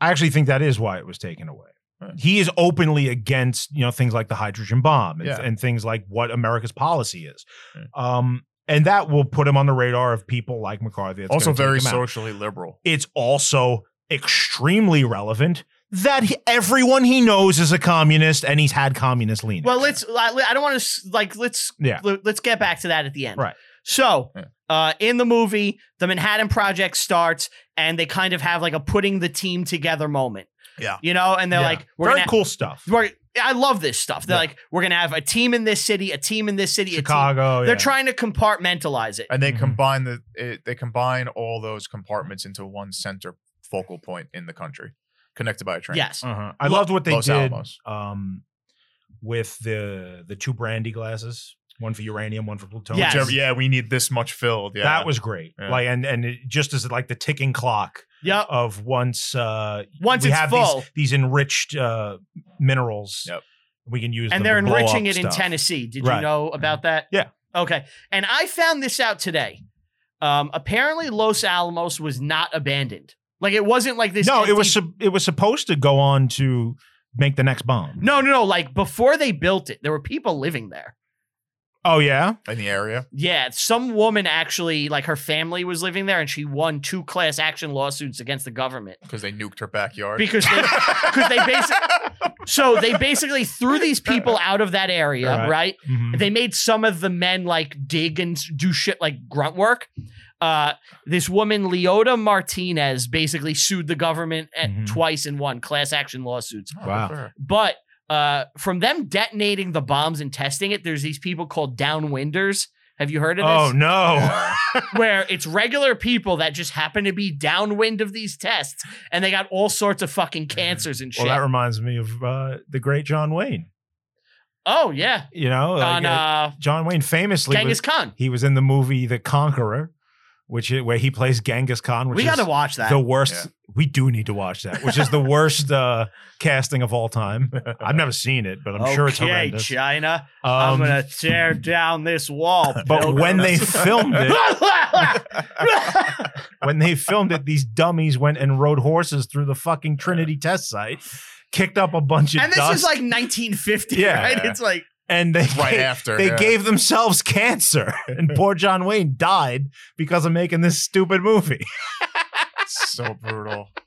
C: I actually think that is why it was taken away.
B: Right.
C: He is openly against you know things like the hydrogen bomb and,
B: Yeah.
C: and things like what America's policy is,
B: Right.
C: um, and that will put him on the radar of people like McCarthy. that's
B: also,
C: gonna take
B: very
C: him out.
B: socially liberal.
C: It's also extremely relevant that he- everyone he knows is a communist and he's had communist leanings.
A: Well, let's. I I don't want to like. Let's.
C: Yeah.
A: le- Let's get back to that at the end.
C: Right.
A: So.
B: Yeah.
A: Uh, in the movie, the Manhattan Project starts, and they kind of have like a putting the team together moment.
B: Yeah.
A: you know, and they're
C: Yeah.
A: like, "We're
C: very
A: gonna,
C: cool stuff.
A: we're, I love this stuff." They're
C: Yeah.
A: like, "We're gonna have a team in this city, a team in this city, a team-
C: Chicago.
A: They're
C: yeah.
A: trying to compartmentalize it.
B: And they
C: Mhm.
B: combine the it, they combine all those compartments into one center focal point in the country, connected by a train. Mm.
A: Yes.
C: Uh-huh. I
B: Lo-
C: loved what they
B: Los
C: did
B: Alamos.
C: um, with the the two brandy glasses, one for uranium, one for plutonium.
A: Yes.
B: Whichever- yeah, we need this much filled. Yeah.
C: That was great.
B: Yeah.
C: Like and and it just as like the ticking clock
A: Yep.
C: of once uh
A: Once
C: we
A: it's
C: have
A: full,
C: these these enriched uh minerals
B: Yep.
C: we can use
A: and
C: them
A: they're
C: to blow
A: enriching
C: up
A: it in
C: stuff.
A: Tennessee. Did you
C: Right.
A: know about that?
C: Yeah.
A: Okay. And I found this out today. Um, apparently, Los Alamos was not abandoned. Like it wasn't like this.
C: No,
A: empty-
C: it was sup- it was supposed to go on to make the next bomb.
A: No, no, no. Like before they built it, there were people living there.
C: Oh yeah.
B: in the area.
A: Yeah, some woman actually, like her family was living there, and she won two class action lawsuits against the government
B: Because they nuked her backyard.
A: because they, because they basically,
C: [LAUGHS]
A: so they basically threw these people out of that area,
C: Right.
A: right?
C: Mhm.
A: They made some of the men like dig and s- do shit like grunt work. Uh, this woman, Leota Martinez, basically sued the government at
C: Mhm.
A: twice and won class action lawsuits.
B: [LAUGHS] Oh, good
C: Wow.
B: for her.
A: But uh, from them detonating the bombs and testing it, there's these people called downwinders. Have you heard of
C: Oh
A: this? [LAUGHS]
C: no.
B: Yeah.
A: Where it's regular people that just happen to be downwind of these tests, and they got all sorts of fucking cancers and shit.
C: Mm-hmm. Well, that reminds me of uh, the great John Wayne.
A: oh yeah,
C: You know, like,
A: on
C: uh,
A: uh,
C: John Wayne famously
A: Genghis
C: was,
A: Khan.
C: he was in the movie The Conqueror, which is, where he plays Genghis Khan, which
D: we
C: is
D: got to watch that.
C: the worst. We do need to watch that, which is
D: [LAUGHS]
C: the worst uh, casting of all time. [LAUGHS] I've never seen it, but I'm sure it's
A: Okay,
C: horrendous.
A: China.
C: Um,
A: I'm gonna tear down this wall.
C: [LAUGHS] but
A: [LAUGHS]
C: when they filmed
D: [LAUGHS]
C: it,
A: That's
C: when they filmed it, these dummies went and rode horses through the fucking Trinity test site, kicked up a bunch of
D: and this
C: dust,
D: is like 1950,
C: Yeah.
D: right? It's
C: [LAUGHS]
D: like
C: and they
B: right
C: they-
B: after.
C: They
B: yeah.
C: gave themselves cancer, [LAUGHS]
B: [LAUGHS]
C: and poor John Wayne died because of making this stupid movie.
B: so brutal. [LAUGHS]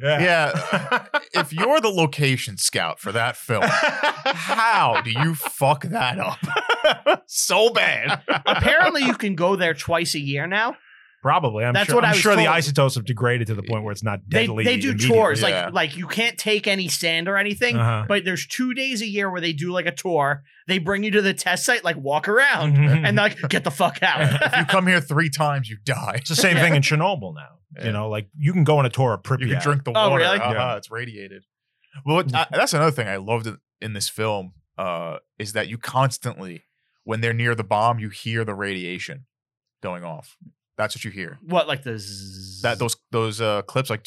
B: Yeah.
A: [LAUGHS]
B: if you're the location scout for that film, how do you fuck that up?
A: [LAUGHS]
C: so bad.
A: apparently you can go there twice a year now.
C: Probably. I'm
A: That's
C: sure,
A: what
C: I'm
A: I was
C: sure the
A: told.
C: isotopes have degraded to the point where it's not
A: They
C: deadly.
A: they do
C: immediately.
A: tours
B: Yeah.
A: like like you can't take any sand or anything.
C: Uh-huh.
A: But there's two days a year where they do like a tour. They bring you to the test site, like walk
B: [LAUGHS]
A: around, and
C: Mhm.
A: they're like get the fuck
C: [LAUGHS]
B: if you
A: out.
B: come here three times, you die.
C: it's the same thing in Chernobyl now.
B: Yeah.
C: You know, like you can go on a tour of Pripyat.
B: You
A: [LAUGHS]
B: can drink the
A: Oh,
B: water.
A: really? Mm.
B: Uh-huh,
C: Yeah.
B: It's radiated. Well, it- I- that's another thing I loved in- in this film uh, is that you constantly when they're near the bomb, you hear the radiation going off. That's what you hear.
A: What like the zzz-
B: That those those uh, clips like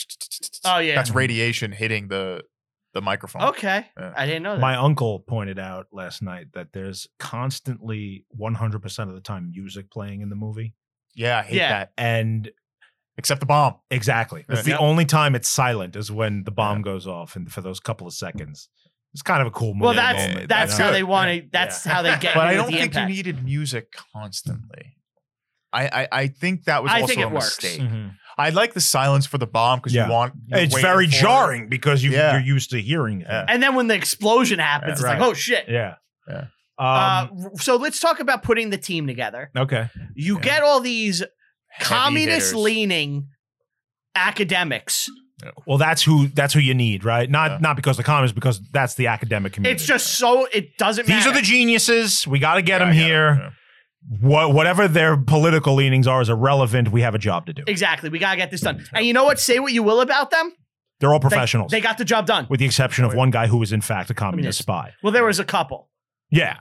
A: Oh yeah.
B: that's radiation hitting the the microphone.
A: okay.
B: Yeah.
A: I didn't know that.
C: My uncle pointed out last night that there's constantly 100% of the time music playing in the movie.
B: Yeah, I hate
A: Yeah.
B: that.
C: And
B: Except the bomb.
C: exactly, it's the
A: Yeah.
C: only time it's silent is when the bomb
B: Yeah.
C: goes off and for those couple of seconds. It's kind of a cool movie.
A: well, that's
B: moment.
A: that's
B: That's
A: how
B: good.
A: they want to. That's how they get.
B: but I
A: you with
B: don't
A: the
B: think
A: impact.
B: you needed music constantly. I, I, I think that was
A: I
B: also
A: think
B: a
A: it works.
B: mistake.
C: Mm-hmm.
B: I like the silence for the bomb because
C: Yeah.
B: you want you're
C: It's
B: waiting
C: very
B: for it.
C: jarring because you,
B: Yeah.
C: you're used to hearing it.
B: Yeah.
A: And then when the explosion happens, it's
C: Right.
A: like, oh shit.
C: Yeah.
B: Yeah.
A: Uh,
C: Um,
A: so let's talk about putting the team together.
C: okay.
A: You
B: Yeah.
A: get all these
B: Heavy
A: communist
B: hitters.
A: leaning academics.
C: Well, that's who that's who you need, right? Not
B: Yeah.
C: not because the communists, because that's the academic community.
A: It's just so it doesn't
C: these
A: matter.
C: are the geniuses. We got to get
B: Yeah,
C: them
B: yeah,
C: here.
B: yeah.
C: What whatever their political leanings are is irrelevant. We have a job to do.
A: exactly. We gotta get this done. And you know what? Say what you will about them.
C: They're all
A: they-
C: professionals,
A: They, got the job done.
C: with the exception of one guy who was in fact a communist spy.
A: Well, there was a couple,
C: Yeah.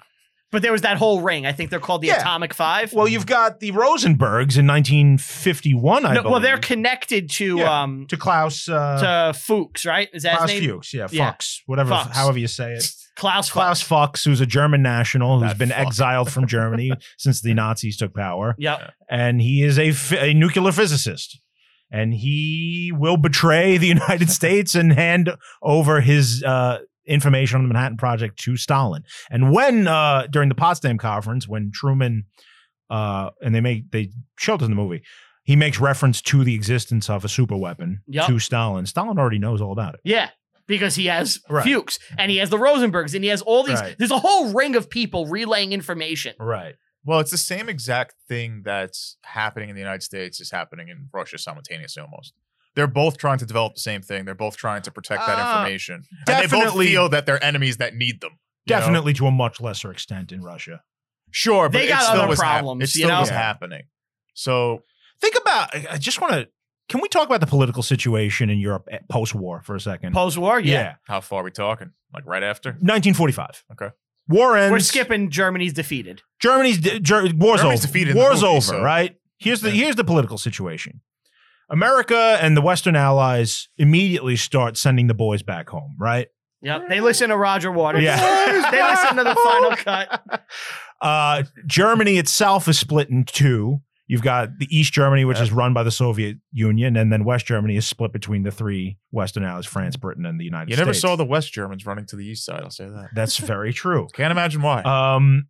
A: but there was that whole ring. I think they're called the
C: Yeah.
A: Atomic Five.
C: Well, you've got the Rosenbergs in 1951. I
A: No, well,
C: believe,
A: they're connected to
C: Yeah.
A: um
C: to Klaus uh,
A: to Fuchs, right? Is that
C: Klaus
A: his name?
C: Fuchs. Yeah,
A: Yeah.
C: Fox. Whatever,
A: Fuchs.
C: however you say it.
A: Klaus
C: Klaus
A: Fuchs.
C: Fox, who's a German national who's
B: That
C: been
B: fuck.
C: exiled from Germany [LAUGHS] since the Nazis took power,
A: Yep.
C: and he is a, ph- a nuclear physicist. And he will betray the [LAUGHS] United States and hand over his uh, information on the Manhattan Project to Stalin. And when uh, during the Potsdam Conference, when Truman uh, and they make they show it in the movie, he makes reference to the existence of a superweapon
A: Yep.
C: to Stalin. Stalin already knows all about it.
A: Yeah. Because he has
C: Right.
A: Fuchs and he has the Rosenbergs and he has all these.
C: Right.
A: There's a whole ring of people relaying information.
C: Right.
B: Well, it's the same exact thing that's happening in the United States is happening in Russia simultaneously almost. They're both trying to develop the same thing. They're both trying to protect that
A: Uh,
C: Ah,
B: information. And they both
C: definitely-
B: feel that they're enemies that need them. you know?
C: Definitely to a much lesser extent in Russia.
B: Sure, but
A: They
B: it
A: got
B: still
A: other
B: was hap-
A: problems,
B: it
A: you
B: still was
C: know?
B: happening. So
C: Think about. I I just want to. Can we talk about the political situation in Europe post war for a second?
A: Post war, yeah.
B: how far are we talking? Like right after?
C: 1945.
B: Okay.
C: War ends.
A: We're skipping Germany's defeated.
C: Germany's de- Ger- war's
B: Germany's
C: over.
B: defeated in the
C: war's
B: movie,
C: over,
B: so-
C: right? Here's the
B: Yeah.
C: here's the political situation. America and the Western allies immediately start sending the boys back home, right?
A: Yep. They listen to Roger Waters.
C: Yeah.
A: [LAUGHS] they listen
C: [LAUGHS]
A: to the final cut.
C: Uh, Germany itself is split in two. You've got the East Germany, which
B: Yeah.
C: is run by the Soviet Union, and then West Germany is split between the three Western allies: France, Britain, and the United
B: You
C: States.
B: never saw the West Germans running to the east side, I'll say that.
C: That's very
B: [LAUGHS]
C: true.
B: Can't imagine why.
C: Um,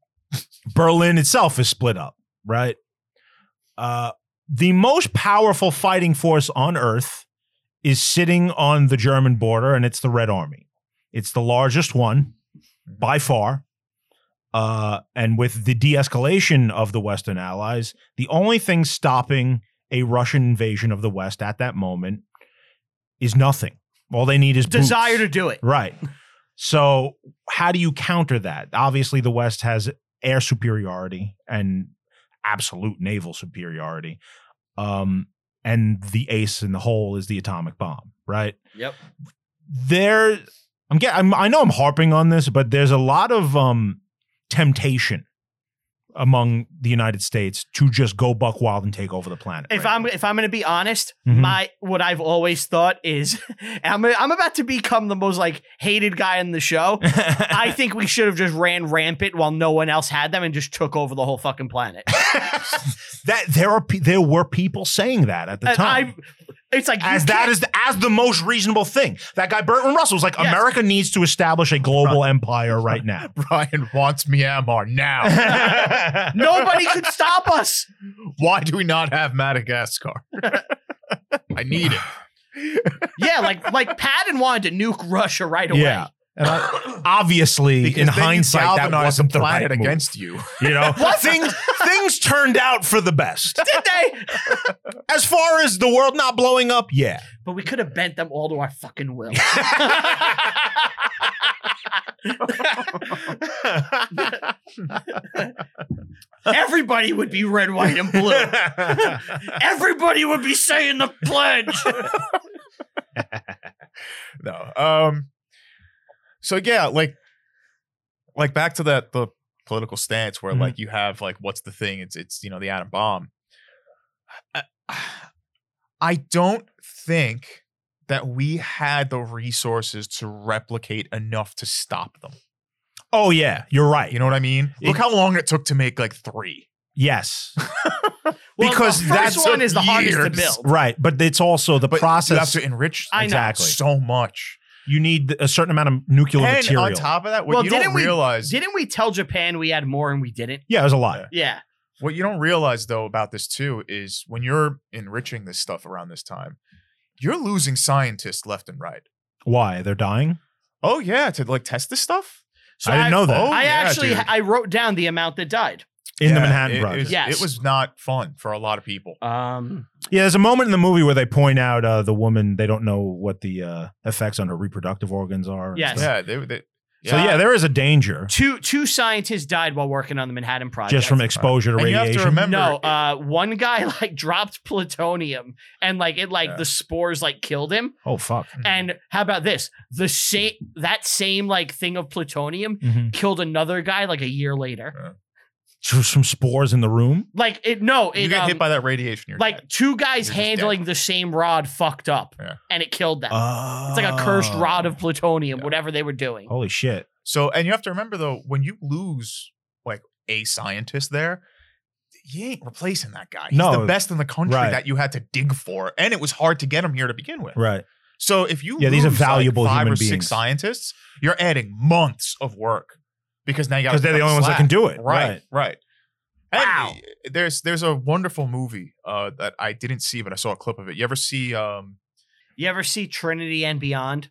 C: Berlin itself is split up, right? Uh, the most powerful fighting force on Earth is sitting on the German border, and it's the Red Army. It's the largest one
A: Mm-hmm.
C: by far. Uh, and with the de escalation of the Western allies, the only thing stopping a Russian invasion of the West at that moment is nothing. All they need is boots.
A: Desire to do it.
C: Right. So, how do you counter that? Obviously, the West has air superiority and absolute naval superiority. Um, and the ace in the hole is the atomic bomb, right?
A: Yep.
C: There, I'm get, I'm, I know I'm harping on this, but there's a lot of um, temptation among the United States to just go buck wild and take over the planet.
A: If
C: right
A: I'm if I'm gonna be honest,
C: Mhm.
A: my what I've always thought is [LAUGHS] I'm I'm about to become the most like hated guy in the
C: [LAUGHS]
A: show. I think we should have just ran rampant while no one else had them and just took over the whole fucking planet.
C: that there are pe- there were people saying that at the
A: And
C: time.
A: I, it's like
C: as
A: you
C: that
A: can't-
C: is the, as the most reasonable thing. That guy Bertrand Russell was like,
A: Yes.
C: America needs to establish a global empire right
B: [LAUGHS]
C: now.
B: Brian wants Myanmar now.
C: [LAUGHS]
A: nobody could stop us.
B: why do we not have
C: [LAUGHS]
B: Madagascar? I need it.
A: Yeah, like like Patton wanted to nuke Russia right away.
C: yeah, and I, obviously,
B: Because
C: in
B: then you
C: hindsight, that
B: galvanize
C: wasn't the
B: planet
C: right move.
B: against you.
C: You
B: [LAUGHS]
C: know, things things turned out for the best.
A: Did they?
C: As far as the world not blowing up,
B: [LAUGHS]
C: yeah.
A: But we could have bent them all to our fucking will. Everybody would be red, white, and [LAUGHS] blue.
C: [LAUGHS]
B: [LAUGHS]
A: Everybody would be saying the [LAUGHS] pledge.
B: no. Um. So yeah, like, like back to that the political stance where
A: Mm-hmm.
C: Mhm.
B: like you have like what's the thing? It's it's you know the atom bomb. I, I don't think that we had the resources to replicate enough to stop them.
C: Oh yeah, you're right.
B: You know what I mean? Look
C: It-
B: how long it took to make like three.
C: yes,
A: Well,
C: Because
A: the
B: that
A: first one
B: took
A: is the hardest to
B: years.
A: build.
C: right. But it's also the
B: But
C: process.
B: you have to enrich
A: I know.
C: exactly.
B: so much.
C: You need a certain amount of nuclear
B: and
C: material.
B: on top of that, what
A: Well,
B: you don't
A: didn't we-
B: realize
A: Didn't we tell Japan we had more and we didn't?
C: yeah, there's a lot.
A: Yeah.
B: What you don't realize though about this too is when you're enriching this stuff around this time, you're losing scientists left and right.
C: Why they're dying?
B: Oh yeah, to like test this stuff
A: So
C: I didn't know that
B: Oh,
A: I
B: yeah,
A: actually
B: dude.
A: I wrote down the amount that died.
C: in the
B: Yeah,
C: Manhattan
B: it- It,
C: Project.
B: was-
A: Yes.
B: it was not fun for a lot of people.
A: Um,
C: Yeah, there's a moment in the movie where they point out uh, the woman. They don't know what the uh, effects on her reproductive organs are. and
A: Yes.
C: stuff.
B: Yeah, they, they
C: So yeah, there is a danger
A: two two scientists died while working on the Manhattan Project.
C: just from exposure to
B: and you
C: radiation.
B: have to remember
A: no, uh, one guy [LAUGHS] like dropped plutonium and like it like
B: Yeah.
A: the spores like killed him.
C: oh fuck.
B: Mm.
A: And how about this? The same that same like thing of plutonium
C: Mhm.
A: killed another guy like a year later.
C: So Some spores in the room.
A: Like it no, it
B: you get
A: um,
B: hit by that radiation. You're
A: like
B: dead.
A: two guys
B: You're just
A: handling the same rod fucked up
B: Yeah.
A: and it killed them.
C: Oh.
A: it's like a cursed rod of plutonium,
B: Yeah.
A: whatever they were doing.
C: Holy shit.
B: so, and you have to remember though, when you lose like a scientist there. You ain't replacing that guy. He's
C: No.
B: the best in the country
C: Right.
B: that you had to dig for, and it was hard to get him here to begin with.
C: Right.
B: So if you
C: Yeah,
B: lose
C: these are valuable
B: like five
C: human
B: or
C: beings.
B: six scientists, you're adding months of work because now you got
C: Because they're the only ones that can do it.
B: Right,
C: Right.
B: right. And
A: Wow.
B: There's there's a wonderful movie uh, that I didn't see, but I saw a clip of it. You ever see? Um,
A: You ever see Trinity and Beyond?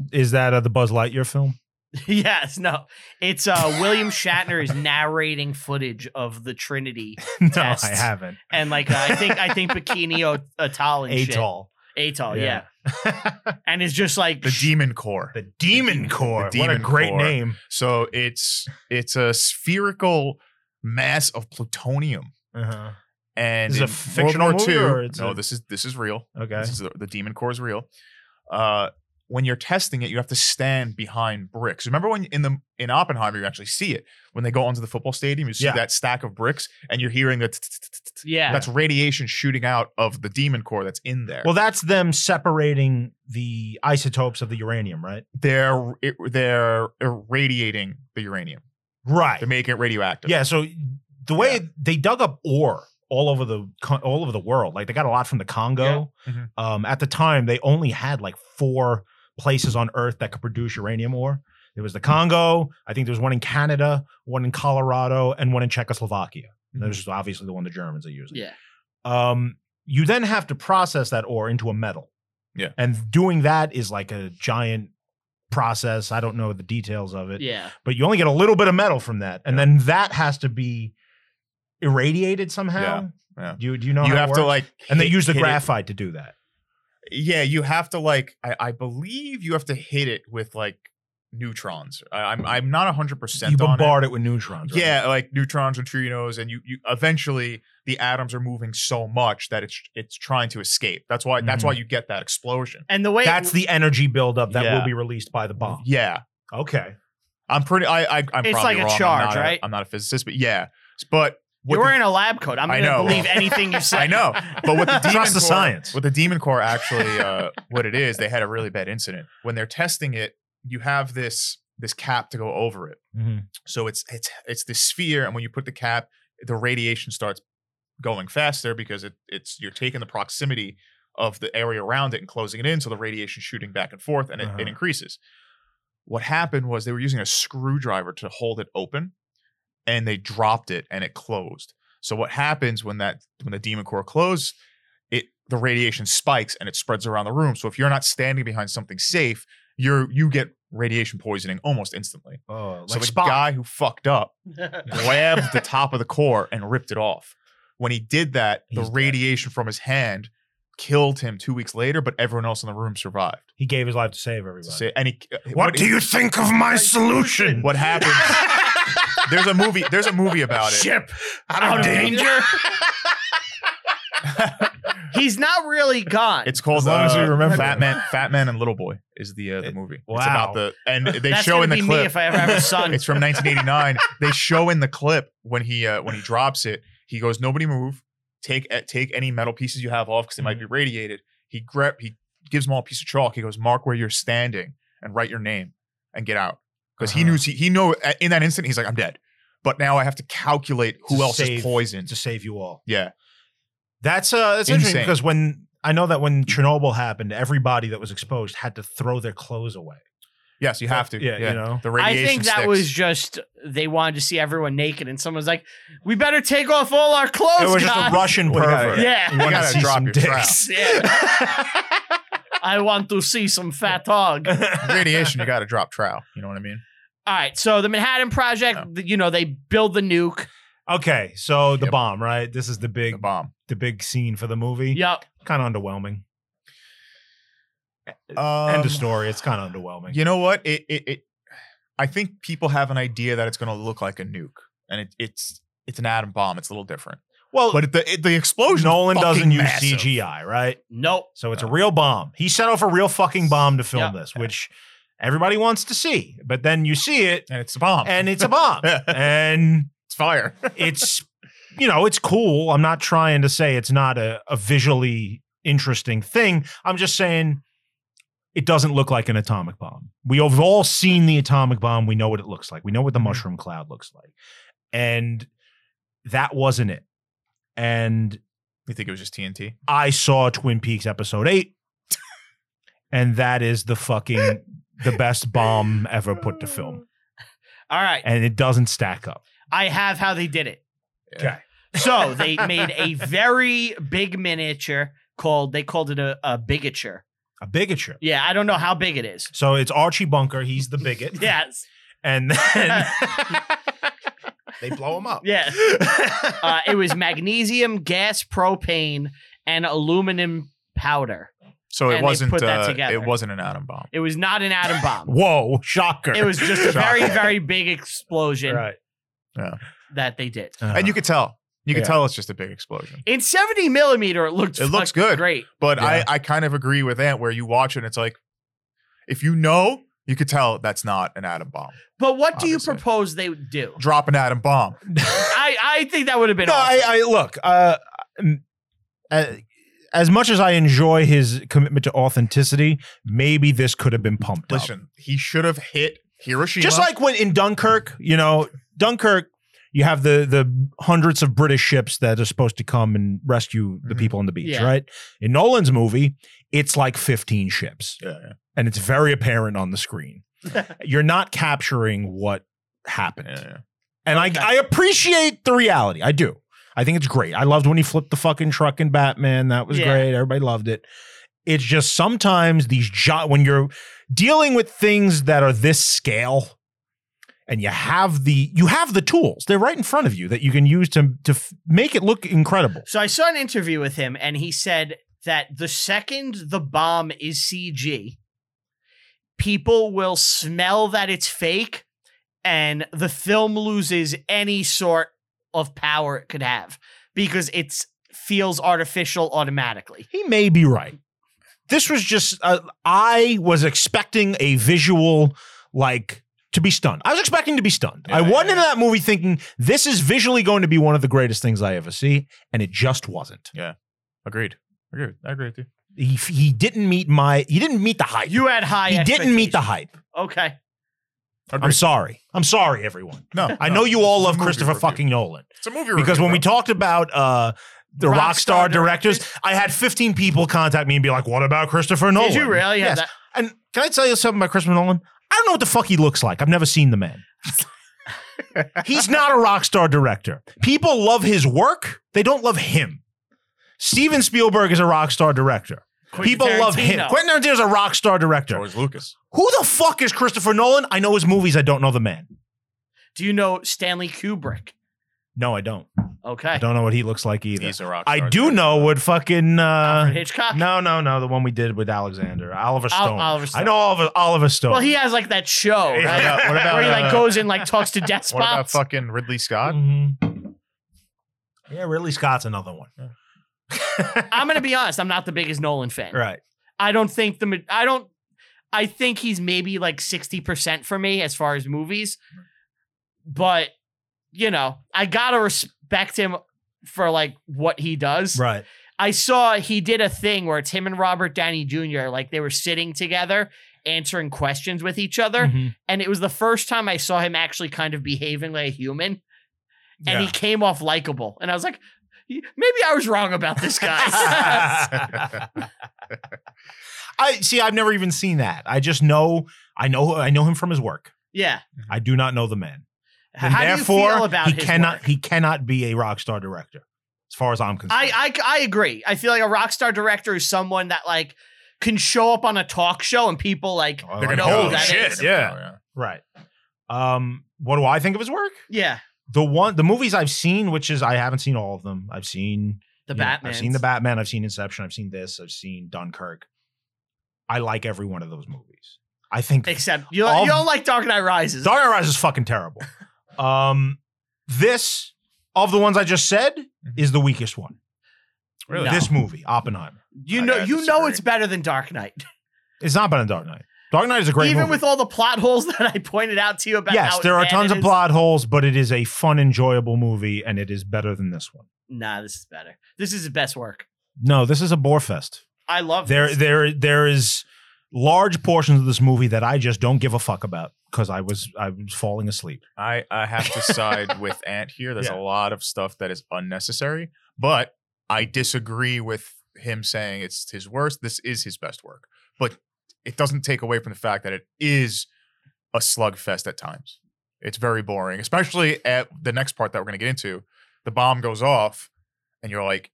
A: [LAUGHS]
C: Is that uh, the Buzz Lightyear film? [LAUGHS]
A: yes, no. It's uh William Shatner is narrating footage of the Trinity
C: no,
A: Tests.
C: I haven't.
A: and like uh, I think I think Bikini o- Atoll and shit.
C: Atoll.
A: Atoll, yeah.
C: Yeah.
B: [LAUGHS]
A: And it's just like
B: the Demon Core.
C: The Demon Core.
B: The
C: what a
B: Demon
C: great
B: Core.
C: name.
B: So it's it's a spherical mass of plutonium.
C: Uh-huh.
B: And
C: This is a
B: in
C: fictional
B: World War
C: movie
B: II-
C: or it's
B: no,
C: a-
B: this is this is real.
C: Okay.
B: This is the, the demon core is real. Uh, when you're testing it, you have to stand behind bricks. Remember when in the in Oppenheimer you actually see it when they go onto the football stadium, you see
C: Yeah.
B: that stack of bricks, and you're hearing that
A: yeah.
B: that's radiation shooting out of the demon core that's in there.
C: Well, that's them separating the isotopes of the uranium, right?
B: they're it, they're irradiating the uranium.
C: Right.
B: They're making it radioactive.
C: Yeah. So the way they dug up ore all over the co- all over the world, like they got a lot from the Congo.
B: Yeah. Mhm.
C: Um, at the time, they only had like four places on Earth that could produce uranium ore. There was the Congo. I think there was one in Canada, one in Colorado, and one in Czechoslovakia. And
B: Mm-hmm.
C: There's obviously the one the Germans are using.
A: yeah.
C: Um, you then have to process that ore into a metal.
B: Yeah.
C: And doing that is like a giant process. I don't know the details of it,
A: Yeah.
C: but you only get a little bit of metal from that. And
B: Yeah.
C: then that has to be irradiated somehow.
B: Yeah, yeah.
C: Do, you- do you know
B: you
C: how it
B: have to
C: works?
B: like,
C: and they
B: hit-
C: use the
B: hit it
C: graphite to do that.
B: yeah, you have to like I, I believe you have to hit it with like neutrons. I, I'm I'm not hundred percent.
C: You
B: on
C: bombard it. with neutrons.
B: it.
C: right?
B: Yeah, like neutrons and neutrinos, and you you eventually the atoms are moving so much that it's it's trying to escape. That's why that's
A: Mm-hmm.
B: why you get that explosion.
A: And the way
C: That's the energy buildup that will
B: Yeah.
C: be released by the bomb.
B: Yeah,
C: Okay.
B: I'm pretty. I, I I'm
A: Oh. It's like
B: probably
A: a
B: wrong. I'm
A: charge,
B: not a-
A: right?
B: I'm not a physicist, but yeah, but what
A: you're
B: the-
A: in a lab coat. I'm
B: I
A: going to
B: know.
A: believe anything you say.
B: [LAUGHS]
A: [LAUGHS]
B: I know, but with the demon
C: Trust the
B: core-
C: science.
B: With the demon core, actually, uh, what it is, they had a really bad incident when they're testing it. You have this this cap to go over it.
C: Mhm.
B: So it's it's it's this sphere, and when you put the cap, the radiation starts going faster because it it's you're taking the proximity of the area around it and closing it in, so the radiation shooting back and forth, and it,
C: Uh-huh.
B: it increases. What happened was they were using a screwdriver to hold it open, and they dropped it, and it closed. So what happens when that when the demon core closed? It the radiation spikes and it spreads around the room. So if you're not standing behind something safe, you're you get radiation poisoning almost instantly
C: Oh, like
B: so the
C: Spock.
B: guy who
C: [LAUGHS]
B: fucked up
A: [LAUGHS]
B: grabbed the top of the core and ripped it off. When he did that,
C: He's
B: the
C: dead.
B: radiation from his hand killed him two weeks later, but everyone else in the room survived.
C: He gave his life to save everybody.
B: So say- and he,
C: you think of my solution?
B: What happened?
A: [LAUGHS]
C: [LAUGHS]
B: there's a movie. There's a movie about it.
C: Ship
A: Out of
B: know.
A: danger. [LAUGHS] He's not really gone.
B: It's called
C: As long as we
B: uh,
C: remember.
B: Fat Man, Fat Man and Little Boy is the uh, the movie.
C: Wow.
B: It's about the
C: [LAUGHS]
B: and they
A: That's
B: show
A: gonna
B: in the
A: be
B: clip.
A: me if I ever have
B: [LAUGHS]
A: a son.
B: it's from 1989. they show in the clip when he uh, when he drops it. He goes, "Nobody move. Take uh, take any metal pieces you have off because they might be
C: Mm-hmm.
B: radiated." He grab he gives them all a piece of chalk. He goes, "Mark where you're standing and write your name and get out." Because he
C: Uh-huh.
B: knew he, he know uh, in that instant he's like, "I'm dead," but now I have to calculate who
C: To
B: else
C: save-
B: is poisoned.
C: to save you all.
B: yeah,
C: That's uh that's interesting
B: Insane.
C: because when I know that when Chernobyl happened, everybody that was exposed had to throw their clothes away.
B: yes, you have to.
C: Yeah, you know.
B: The
A: I
B: radiation.
A: think that
B: sticks.
A: was just they wanted to see everyone naked, and someone's like, "We better take off all our clothes."
C: It was just
A: guys."
C: a Russian
B: Well,
C: pervert.
A: [LAUGHS]
B: yeah,
A: yeah.
C: You
B: You
C: wanna
B: gotta
C: see
B: drop
C: some
B: your
C: dicks.
A: [LAUGHS]
B: [LAUGHS]
A: Yeah. I want to see some fat hog. All
B: radiation. You got to drop trial. You know what I mean?
A: right, so the Manhattan Project, th- you know, they build the
B: [LAUGHS]
A: nuke.
C: [LAUGHS] okay, so the
B: Yep.
C: bomb, right? This is the
B: The
C: big
B: bomb.
C: the big scene for the movie.
A: Yep.
C: Kind of underwhelming.
B: Um,
C: End of story. It's kind of underwhelming.
B: You know what? It, it it I think people have an idea that it's going to look like a nuke, and it, it's it's an atom bomb. It's a little different,
C: Well,
B: but the it, the explosion.
C: Nolan doesn't use
B: massive.
C: CGI, right?
A: Nope.
C: So it's a
B: Uh,
C: real bomb. He set off a real fucking bomb to film
A: Yeah.
C: this, which everybody wants to see. But then you see it
B: [LAUGHS] and it's a bomb. [LAUGHS]
C: and it's a bomb. and
B: it's fire. [LAUGHS]
C: it's you know it's cool i'm not trying to say it's not a, a visually interesting thing i'm just saying it doesn't look like an atomic bomb we have all seen the atomic bomb we know what it looks like we know what the mushroom cloud looks like and that wasn't it and
B: You think it was just TNT?
C: i saw twin peaks episode 8 and that is the fucking the best bomb ever put to film
A: All right.
C: and it doesn't stack up
A: I have how they did it.
B: Yeah.
A: So they made a very big miniature called, they called it a, a bigature.
C: a bigature
A: Yeah, I don't know how big it is.
C: So it's Archie Bunker. He's the
A: [LAUGHS]
C: bigot.
A: Yes. [LAUGHS]
C: And then [LAUGHS] they blow him up.
A: Yeah. Uh, it was magnesium, gas, propane, and aluminum powder.
B: [LAUGHS] So
A: And
B: it
A: they
B: wasn't.
A: put that
B: uh,
A: together.
B: it wasn't an atom bomb.
A: It was not an atom bomb.
C: Whoa, shocker.
A: It was just a very,
B: Shocking.
A: very big explosion
C: Right.
A: that they did.
B: And
C: [LAUGHS]
B: you could tell. You could
C: Uh-huh. Yeah.
B: tell it's just a big explosion.
A: In 70 millimeter, it looked
B: It looks
A: fucking
B: good.
A: great.
B: But
C: Yeah.
B: I I kind of agree with Ant where you watch it and it's like, if you know, you could tell that's not an atom bomb.
A: But what do you
B: Obviously.
A: propose they would do?
B: Drop an atom bomb.
A: I, I think that would have been
C: no,
A: awesome.
C: I, I look. Uh, m- uh, as much as I enjoy his commitment to authenticity, maybe this could have been pumped up.
B: Listen, he should have hit Hiroshima.
C: Just like when in Dunkirk, you know, Dunkirk, you have the the hundreds of British ships that are supposed to come and rescue the
B: Mhm.
C: people on the beach,
A: Yeah.
C: right? In Nolan's movie, it's like 15 ships.
B: Yeah, yeah.
C: and it's very apparent on the
A: [LAUGHS]
C: screen. You're not capturing what happened.
B: Yeah, yeah.
C: And I, I appreciate the reality. I do. I think it's great. I loved when he flipped the fucking truck in Batman. That was
A: Yeah.
C: great. Everybody loved it. It's just sometimes these jo- when you're dealing with things that are this scale and you have the you have the tools. They're right in front of you that you can use to to f- make it look incredible.
A: So I saw an interview with him, and he said that the second the bomb is CG, people will smell that it's fake, and the film loses any sort of power it could have because it feels artificial automatically.
C: He may be right. This was just uh, I was expecting a visual like to be stunned. I was expecting to be stunned. I
B: Yeah,
C: went
B: yeah,
C: into that movie thinking this is visually going to be one of the greatest things I ever see, and it just wasn't.
B: Agreed. Agreed. I agree with you.
C: He he didn't meet my he didn't meet the hype.
A: You had high.
C: he didn't meet the
A: expectations.
C: hype.
A: Okay.
C: I'm sorry. I'm sorry, everyone.
B: [LAUGHS] No,
C: I
B: no,
C: know you all
B: it's a
C: love
B: movie
C: Christopher
B: review.
C: fucking Nolan
B: It's a movie
C: because
B: review,
C: when we
B: bro.
C: talked about uh, the
A: Rock
C: rock,
A: star
C: star directors, I had 15 people contact me and be like, "What about Christopher Nolan?"
A: Did you really
C: Yes.
A: have that?
C: And can I tell you something about Christopher Nolan? I don't know what the fuck he looks like. I've never seen the man. He's not a rock star director. People love his work, they don't love him. Steven Spielberg is a rock star director.
A: Quentin
C: People love him.
A: Tarantino.
C: Quentin Tarantino is a rock star director.
B: George Lucas.
C: Who the fuck is Christopher Nolan? I know his movies. I don't know the man.
A: Do you know Stanley Kubrick?
C: No, I don't. I
A: Okay.
C: don't know what he looks like either.
B: He's a rock.
C: I
B: star,
C: do
B: dude.
C: know what fucking.
A: Alfred
C: Uh,
A: Hitchcock.
C: no, no, no. The one we did with Alexander. Oliver
A: Al-
C: Stone.
A: Oliver Stone.
C: I know Oliver, Oliver Stone.
A: Well, he has like that show, right?
B: What about, what about,
A: Where he like
B: uh,
A: goes in, like talks
B: [LAUGHS]
A: to death
B: what about
A: spots.
C: [LAUGHS]
B: [LAUGHS]
C: Mm-hmm.
B: fucking Ridley Scott?
C: Mhm. Yeah, Ridley Scott's another one.
A: I'm going to be honest. I'm not the biggest Nolan fan.
C: right.
A: I don't think the ma- I don't I think he's maybe like 60% for me as far as movies. But you know, I got to respect him for like what he does.
C: Right.
A: I saw he did a thing where it's him and Robert Downey Jr. like they were sitting together answering questions with each other
B: Hmm. Mm-hmm.
C: Mhm.
A: and it was the first time I saw him actually kind of behaving like a human and
C: Yeah.
A: he came off likable and I was like maybe I was wrong about this guy.
C: [LAUGHS] I see. I've never even seen that. I just know. I know. I know him from his work.
A: [LAUGHS] yeah.
C: I do not know the man. And
A: How
C: therefore,
A: do you feel about
C: he
A: his
C: cannot.
A: work?
C: He cannot be a rock star director, as far as I'm concerned.
A: I, I I agree. I feel like a rock star director is someone that like can show up on a talk show and people like
C: Oh,
B: They're gonna
A: know
B: go,
A: who
B: "Oh,
A: that
B: shit,
A: is."
C: yeah.
B: Oh, yeah.
C: right. Um. What do I think of his work?
A: Yeah,
C: The one, the movies I've seen, which is I haven't seen all of them. I've seen
A: the
C: you know,
A: Batman.
C: I've seen the Batman. I've seen Inception. I've seen this. I've seen Dunkirk. I like every one of those movies. I think
A: Except you,
C: All-
A: you don't like Dark Knight Rises.
C: [LAUGHS] Dark Knight Rises is fucking terrible. um, this of the ones I just said is the weakest one.
B: Really?
A: No.
C: This movie, Oppenheimer,
A: you
B: I
A: know
B: gotta
A: you know
B: disagree.
A: it's better than Dark Knight.
C: it's not better than Dark Knight. Dark Knight is a [LAUGHS] great
A: Even
C: movie.
A: with all the plot holes [LAUGHS] that I pointed out to you about
C: yes,
A: how
C: there are
A: bad
C: tons
A: it
C: of
A: is.
C: plot holes, but it is a fun, enjoyable movie, and it is better than this one.
A: Nah, this is better. This is his best work.
C: No, this is a bore fest.
A: I love
C: There,
A: this.
C: there, there is large portions of this movie that I just don't give a fuck about because I was I was falling asleep.
B: I, I have to
C: [LAUGHS]
B: side with Ant here. There's
C: Yeah.
B: a lot of stuff that is unnecessary, but I disagree with him saying it's his worst. This is his best work, but it doesn't take away from the fact that it is a slugfest at times. It's very boring, especially at the next part that we're going to get into. The bomb goes off, and you're like,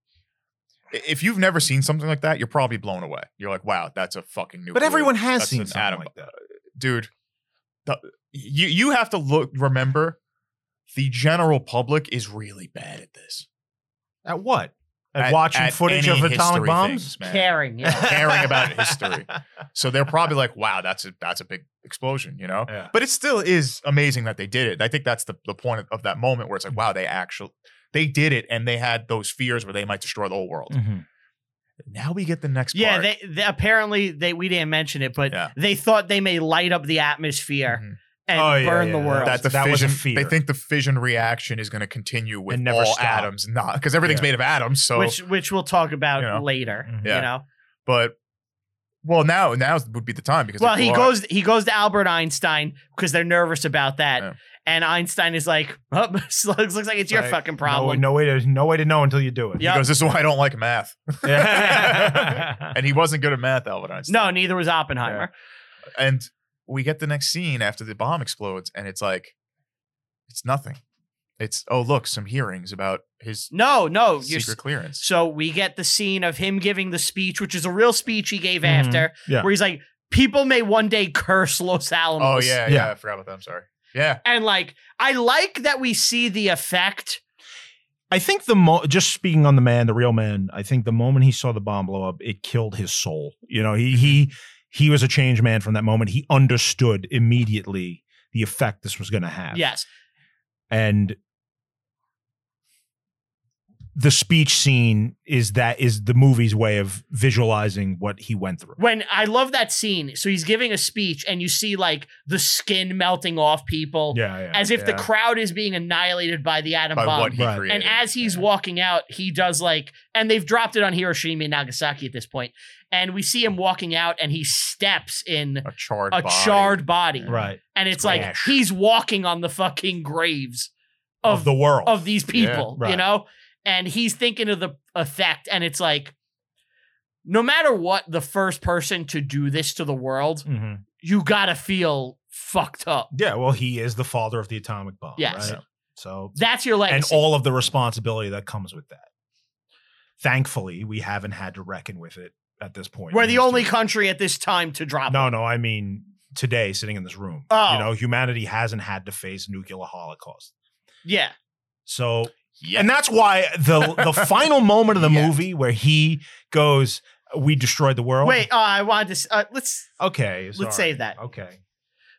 B: i- if you've never seen something like that, you're probably blown away. You're like, wow, that's a fucking new.
C: But everyone has
B: That's
C: seen
B: an
C: something
B: atom
C: like that.
B: dude, the, you you have to look remember the general public is really bad at this.
C: At what? At,
B: At-
C: watching
B: at
C: footage
B: any
C: of atomic
B: history
C: bombs.
B: things, man.
A: caring. Yeah. [LAUGHS]
B: Caring about history. So they're probably like, wow, that's a that's a big explosion, you know?
C: [LAUGHS] Yeah.
B: But it still is amazing that they did it. I think that's the, the point of, of that moment where it's like, wow, they actually they did it and they had those fears where they might destroy the whole world. Now we get the next
A: yeah,
B: part.
A: they, they apparently they we didn't mention it, but
B: Yeah.
A: they thought they may light up the atmosphere
B: Mhm.
A: and
C: Oh, yeah,
A: burn
C: yeah,
A: the
C: yeah.
A: world.
B: that the
C: That was a
B: fission,
C: fear.
B: they think the fission reaction is going to continue with
C: And never
B: all
C: stop.
B: atoms, not because everything's
C: Yeah.
B: made of atoms. So
A: which which we'll talk about
B: You know. Mm-hmm.
A: later.
C: Mhm.
B: Yeah.
A: You know,
B: But well, now now would be the time because
A: well he
B: people are-
A: goes he goes to Albert Einstein because they're nervous about that,
B: Yeah.
A: and Einstein is like, [LAUGHS] oh, looks, looks like it's your
C: Right.
A: fucking
C: No,
A: problem.
C: no way to no way to know until you do it. [LAUGHS]
A: Yeah.
B: He goes, "This is why I don't like math."
A: [LAUGHS]
C: and
B: [LAUGHS] And he wasn't good at math, Albert Einstein.
A: No, neither was Oppenheimer.
B: And we get the next scene after the bomb explodes, and it's like, it's nothing. It's oh look, some hearings about his
A: No, no, you're.
B: secret clearance.
A: So we get the scene of him giving the speech, which is a real speech he gave
C: Mhm.
B: Mm-hmm.
A: after,
C: Yeah.
A: where he's like, "People may one day curse Los
B: Oh
A: Alamos."
B: yeah, yeah,
C: Yeah.
B: I forgot about that. I'm sorry. Yeah,
A: and like I like that we see the effect.
C: I think the mo- just speaking on the man, the real man. I think the moment he saw the bomb blow up, it killed his soul. You know,
A: Mm-hmm.
C: he he he was a changed man from that moment. He understood immediately the effect this was going to have.
A: Yes,
C: and the speech scene is that is the movie's way of visualizing what he went through.
A: when I love that scene. So he's giving a speech, and you see like the skin melting off people.
C: Yeah, yeah.
A: as if the
B: Yeah.
A: crowd is being annihilated by the atom
B: by
A: bomb.
B: what he
C: Right.
B: created.
A: and as he's
B: Yeah.
A: walking out, he does like, and they've dropped it on Hiroshima and Nagasaki at this point. And we see him walking out, and he steps in
B: a charred,
A: a
B: body.
A: charred body,
C: right.
A: and it's like
C: Splash.
A: he's walking on the fucking graves
C: Of,
A: of
C: the world.
A: of these people,
C: Yeah,
A: you
C: right.
A: know? And he's thinking of the effect, and it's like, no matter what, the first person to do this to the world,
C: Mhm.
A: you gotta feel fucked up.
C: Yeah, well, he is the father of the atomic bomb.
A: Yes.
C: right? So,
A: That's your
C: and
A: legacy.
C: all of the responsibility that comes with that. Thankfully, we haven't had to reckon with it at this point.
A: We're
C: in
A: the
C: history.
A: only country at this time to drop.
C: No,
A: it.
C: no, I mean today, sitting in this room.
A: Oh.
C: You know, humanity hasn't had to face nuclear holocaust.
A: Yeah.
C: So
B: Yeah,
C: And that's why the
A: [LAUGHS]
C: the final moment of the
B: Yeah.
C: movie where he goes, "We destroyed the world."
A: Wait, uh, I wanted to. s- Uh, let's
C: okay, sorry.
A: let's save that.
C: Okay,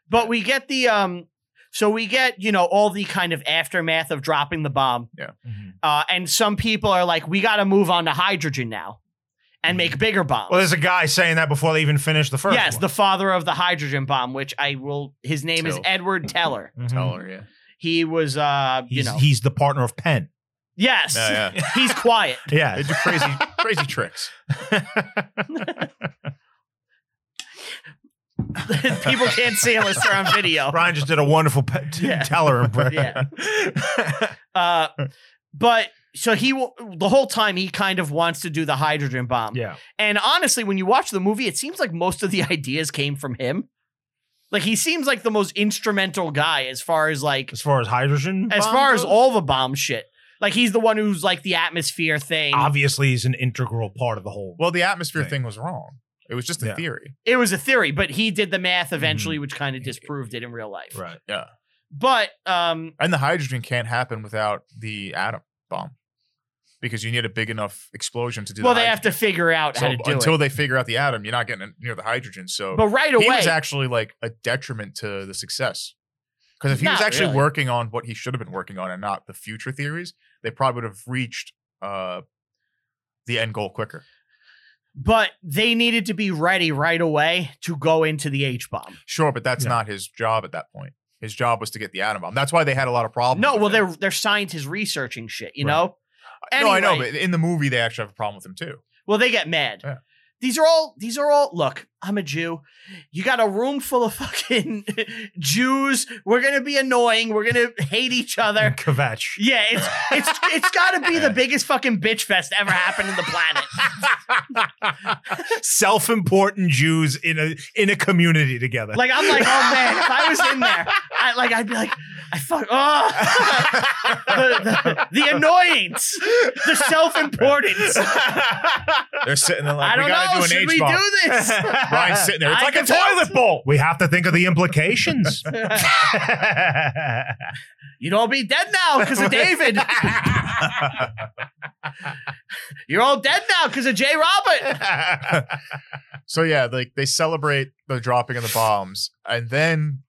A: But we get the um. So we get you know all the kind of aftermath of dropping the bomb,
C: Mhm.
A: Uh, and some people are like, we got to move on to hydrogen now and make bigger bombs.
C: Mm-hmm. Well, there's a guy saying that before they even finished the first.
A: yes,
C: one.
A: the father of the hydrogen bomb, which I will. His name is
B: Tell.
C: [LAUGHS]
A: Edward Teller.
C: Mhm.
B: Teller, yeah.
A: He was, uh, you
C: He's,
A: know,
C: he's the partner of Penn.
A: yes,
B: Yeah,
A: [LAUGHS]
B: yeah.
A: he's
C: [LAUGHS]
A: quiet.
C: Yeah,
B: They do crazy, crazy tricks.
A: people can't see unless they're on video.
C: Brian just did a wonderful
A: [LAUGHS]
C: pe-
A: Oh. Yeah.
C: Teller impression.
A: Yeah.
C: [LAUGHS]
A: Uh, but so he will, the whole time he kind of wants to do the hydrogen bomb.
C: yeah.
A: And honestly, when you watch the movie, it seems like most of the [LAUGHS] ideas came from him. Like he seems like the most instrumental guy as far as like
C: As far as hydrogen,
A: as
C: bomb
A: far as
C: goes,
A: all the bomb shit. Like he's the one who's like the atmosphere thing.
C: obviously, he's an integral part of the whole.
B: Well, the atmosphere
C: Right.
B: thing was wrong. It was just a
C: Yeah.
B: theory.
A: It was a theory, but he did the math
B: Mm-hmm.
A: eventually, which kind of disproved it in real life.
C: [LAUGHS] right.
A: But um
B: And the hydrogen can't happen without the atom bomb because you need a big enough explosion to do
A: well
B: the
A: they have to figure out how to
B: hydrogen.
A: do
B: So until
A: it.
B: they figure out the atom, you're not getting near the hydrogen. So
A: but right
B: he
A: away
B: was actually like a detriment to the success. Because if he was
A: Not
B: actually
A: really.
B: working on what he should have been working on and not the future theories, they probably would have reached uh, the end goal quicker.
A: but they needed to be ready right away to go into the H bomb.
B: Sure, but that's
C: Yeah.
B: not his job at that point. His job was to get the atom bomb. That's why they had a lot of problems.
A: No,
B: with
A: well
B: it.
A: they're they're scientists researching shit, you
C: Right.
A: know?
B: No, I know,
A: Anyway.
B: but in the movie they actually have a problem with him too.
A: Well, they get mad.
B: Yeah.
A: These are all these are all look, I'm a Jew. You got a room full of [LAUGHS] fucking Jews. We're gonna be annoying. We're gonna hate each other.
C: Kvetch.
A: Yeah, it's it's it's gotta be
B: [LAUGHS]
A: the biggest fucking bitch fest ever happened in the planet.
C: Self-important Jews in a in a community together. [LAUGHS]
A: Like [LAUGHS] I'm like, oh man, if I was in there, I like I'd be like, I fuck
B: [LAUGHS]
A: oh the, the, the annoyance, the self-importance.
B: They're sitting there like,
A: I don't
B: we gotta
A: know.
B: do an
A: Should
B: H
A: we
B: bomb.
A: do this?
B: [LAUGHS] Brian's sitting there. It's
A: I
B: like a
A: can tell.
B: toilet bowl.
C: we have to think of
A: [LAUGHS]
C: the implications. [LAUGHS]
A: You'd all be dead now because of
B: [LAUGHS]
A: David. You're all dead now because of Jay Robert.
B: [LAUGHS] so yeah, like they celebrate the dropping of the bombs, and then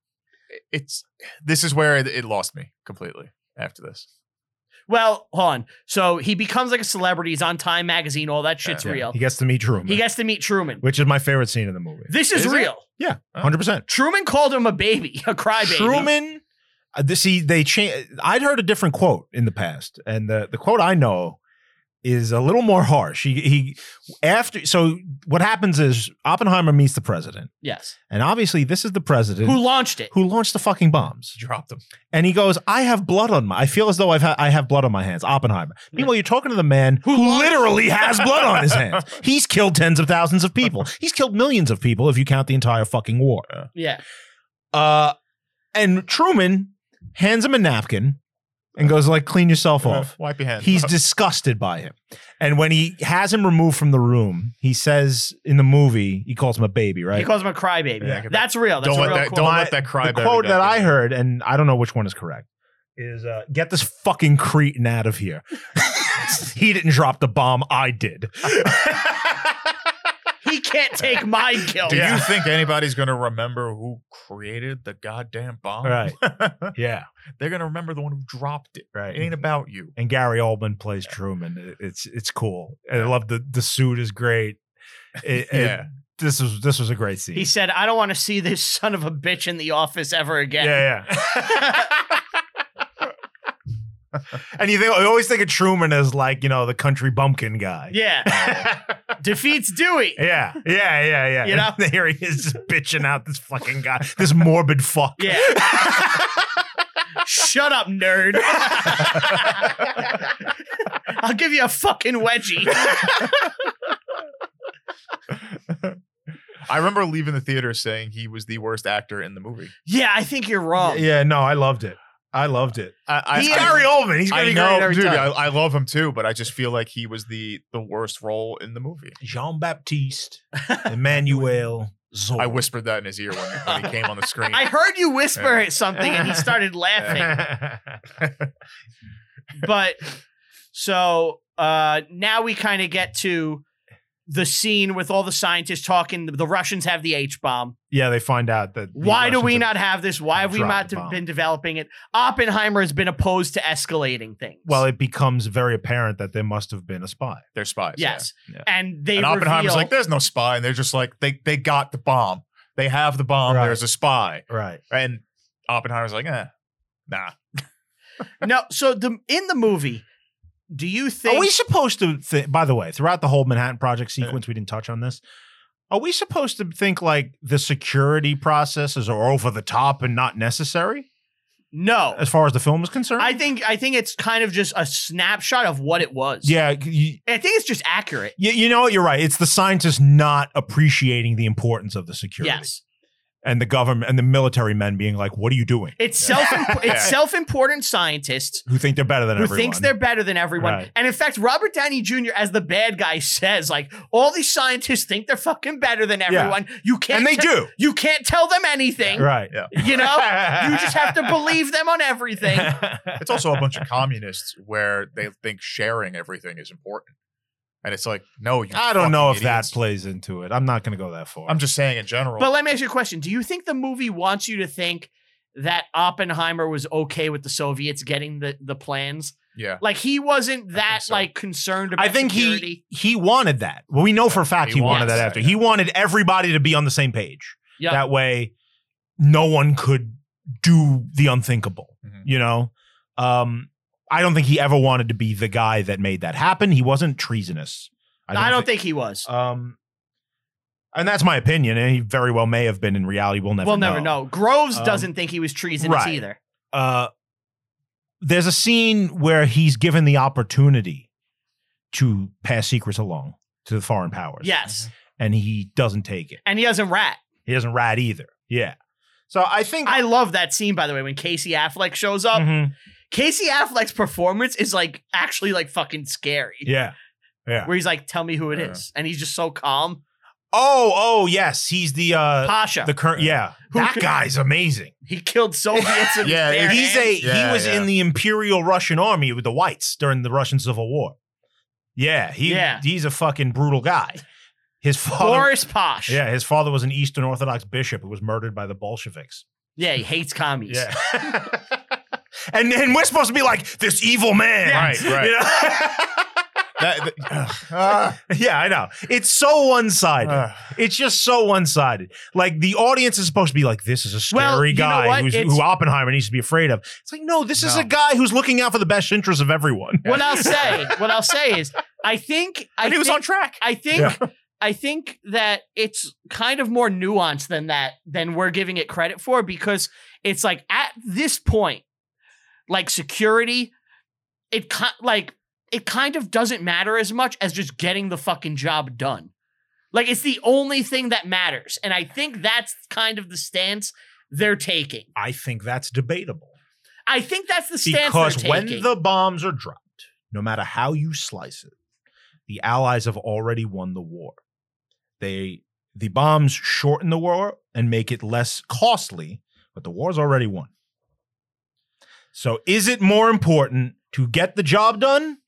B: it's this is where it, it lost me completely after this.
A: Well, hold on. So he becomes like a celebrity. He's on Time Magazine. All that shit's
B: Uh, Yeah.
A: real.
C: He gets to meet Truman,
A: He gets to meet Truman.
C: which is my favorite scene in the movie.
A: This is,
B: Is it?
A: real.
C: Yeah, hundred percent.
A: Truman called him a baby, [LAUGHS] a crybaby.
C: Truman. Uh, this, see, they change. I'd heard a different quote in the past, and the the quote I know is a little more harsh. He, he after so what happens is Oppenheimer meets the president,
A: Yes.
C: and obviously this is the president
A: Who launched it?
C: who launched the fucking bombs.
B: Dropped them.
C: And he goes, "I have blood on my. I feel as though I've ha- I have blood on my hands." Oppenheimer. Meanwhile, you're talking to the man who, literally has blood on his hands. He's killed tens of thousands of people. He's killed millions of people if you count the entire fucking war.
A: Yeah.
C: Uh, and Truman hands him a napkin and goes like, "Clean yourself
A: Uh-huh.
C: off."
B: Wipe your hands.
C: He's disgusted by him. And when he has him removed from the room, he says in the movie, he calls him a baby, right?
A: He calls him a crybaby.
B: Yeah, I get that.
A: That's real. That's
B: don't
A: a
B: let
A: real
B: that
A: quote.
B: don't
C: My-
B: let that cry.
C: the quote that
B: [LAUGHS]
C: I heard, and I don't know which one is correct, is uh, "Get this fucking cretin out of here." [LAUGHS] he didn't drop the bomb. I did.
A: He can't take my guilt.
B: Do
C: Yeah.
B: you think anybody's gonna remember who created the goddamn bomb?
C: Right. [LAUGHS] yeah.
B: [LAUGHS] They're gonna remember the one who dropped it.
C: Right.
B: It ain't about you.
C: and Gary Oldman plays Truman. It- It's it's cool. And I love the the suit is great.
A: [LAUGHS]
C: It- it-
B: Yeah.
C: this was this was a great scene.
A: He said, I don't want to see this son of a bitch in the office ever again.
C: yeah,
A: [LAUGHS]
C: yeah. and you think you always think of Truman as like you know the country bumpkin guy.
A: [LAUGHS] Yeah. Defeats Dewey.
C: Yeah, yeah, yeah, yeah.
A: You
C: [LAUGHS]
A: know?
C: And here he is just bitching out this fucking guy, this morbid fuck. [LAUGHS]
A: Yeah. Shut up, nerd. I'll give you a fucking wedgie.
B: I remember leaving the theater saying he was the worst actor in the movie.
A: Yeah, I think you're wrong.
C: [LAUGHS] Yeah, no, I loved it. I loved it.
B: I, I,
A: He
B: I-
C: Gary Oldman, he's gonna
B: I
C: be
B: know,
C: great every
B: dude. I,
C: time.
B: I love him too, but I just feel like he was the the worst role in the movie.
C: Jean [LAUGHS] Baptiste Emmanuel Zola. [LAUGHS]
B: I whispered that in his ear when, when he came on the
A: [LAUGHS]
B: screen.
A: I heard you whisper something and he started
C: [LAUGHS]
A: laughing. But so uh now we kind of get to the scene with all the scientists talking. The Russians have the H bomb.
C: Yeah, they find out that the
A: Why do
C: Russians
A: we
C: have-
A: not have this? Why have we
C: dropped
A: not
C: the bomb.
A: been developing it? Oppenheimer has been opposed to escalating things.
C: Well, it becomes very apparent that there must have been a spy.
B: They're spies. yeah.
A: yes,
C: Yeah.
A: and they
B: And Oppenheimer's
A: reveal-
B: like, there's no spy. And they're just like, they they got the bomb. They have the bomb.
C: Right.
B: There's a spy.
C: Right.
B: And Oppenheimer's like, eh, nah.
A: no. So the in the movie, do you think?
C: Are Oh, we supposed to think, by the way, throughout the whole Manhattan Project sequence, we didn't touch on this. Are we supposed to think like the security processes are over the top and not necessary
A: no,
C: as far as the film is concerned?
A: I think I think it's kind of just a snapshot of what it was.
C: yeah. You,
A: I think it's just accurate.
C: you, you know what? You're right. It's the scientists not appreciating the importance of the security
A: Yes,
C: and the government and the military men being like, what are you doing?
A: it's
B: Yeah.
A: self
C: [LAUGHS]
A: it's self important scientists
C: Who think they're better than
A: who
C: everyone.
A: thinks they're better than everyone.
C: Right.
A: And in fact, Robert Downey Jr. as the bad guy says, like all these scientists think they're fucking better than everyone. You can't
C: and they
A: te-
C: do.
A: You can't tell them anything. [LAUGHS]
C: Right.
A: You
C: [LAUGHS]
A: know, Oh, you just have to believe them on everything.
B: It's also a
A: [LAUGHS]
B: bunch of communists where they think sharing everything is important. And it's like, no, you
C: I don't know if
B: fucking
C: that
B: idiots.
C: plays into it. I'm not going to go that far.
B: I'm just saying in general.
A: But let me ask you a question: Do you think the movie wants you to think that Oppenheimer was okay with the Soviets getting the the plans? [LAUGHS]
B: yeah.
A: Like he wasn't that
B: so.
A: like concerned about
C: I think
A: security.
C: he he wanted that. Well, we know for a fact
B: He
C: he, wanted
A: wants
C: that
B: that,
C: after.
B: yeah.
C: He wanted everybody to be on the same page.
A: Yeah.
C: That way no one could do the unthinkable,
B: Mhm.
C: you know? Um I don't think he ever wanted to be the guy that made that happen. He wasn't treasonous.
A: I don't, think, he was.
C: um and that's my opinion, and he very well may have been in reality. We'll never
A: we'll never know. Groves
C: Um,
A: doesn't think he was treasonous
C: right.
A: either.
C: uh, there's a scene where he's given the opportunity to pass secrets along to the foreign powers.
A: Yes,
C: And he doesn't take it.
A: and he doesn't rat.
C: He doesn't rat either. Yeah. So I think
A: I love that scene by the way when Casey Affleck shows up.
C: Mhm.
A: Casey Affleck's performance is like actually like fucking scary.
C: Yeah. Yeah.
A: Where he's like, "Tell me who it is,"
B: Yeah.
A: and he's just so calm.
C: Oh, oh yes. He's the uh
A: Pasha,
C: the current yeah.
A: Who
C: that
A: could-
C: guy's amazing.
A: he killed Soviets. in
B: Yeah,
A: bare
C: He's
A: hands.
C: a
B: Yeah,
C: he was
B: yeah.
C: in the Imperial Russian army with the whites during the Russian Civil War. Yeah, he
A: Yeah.
C: he's a fucking brutal guy. His father
A: Boris Posh.
C: Yeah, his father was an Eastern Orthodox bishop who was murdered by the Bolsheviks.
A: Yeah, he hates commies. [LAUGHS]
C: Yeah. and and we're supposed to be like this evil man.
B: Yes. Right, right.
C: You [LAUGHS]
B: [LAUGHS] That- that- Ah,
C: know? yeah, I know. It's so one-sided.
B: ah.
C: it's just so one-sided. Like the audience is supposed to be like, this is a scary
A: Well, you know
C: guy
A: what?
C: who's,
A: It's-
C: who Oppenheimer needs to be afraid of. It's like, no, this is
B: No.
C: a guy who's looking out for the best interests of everyone.
A: What I'll say, what I'll say is, I think I
C: [LAUGHS]
B: and he was
A: think-
B: on track.
A: I think I think that it's kind of more nuanced than that than we're giving it credit for because it's like at this point, like security, it ki- like it kind of doesn't matter as much as just getting the fucking job done. Like it's the only thing that matters, and I think that's kind of the stance they're taking.
C: I think that's debatable.
A: I think that's the stance
C: Because
A: they're
C: when
A: taking.
C: the bombs are dropped, no matter how you slice it, the Allies have already won the war. They the bombs shorten the war and make it less costly, but the war's already won. So is it more important to get the job done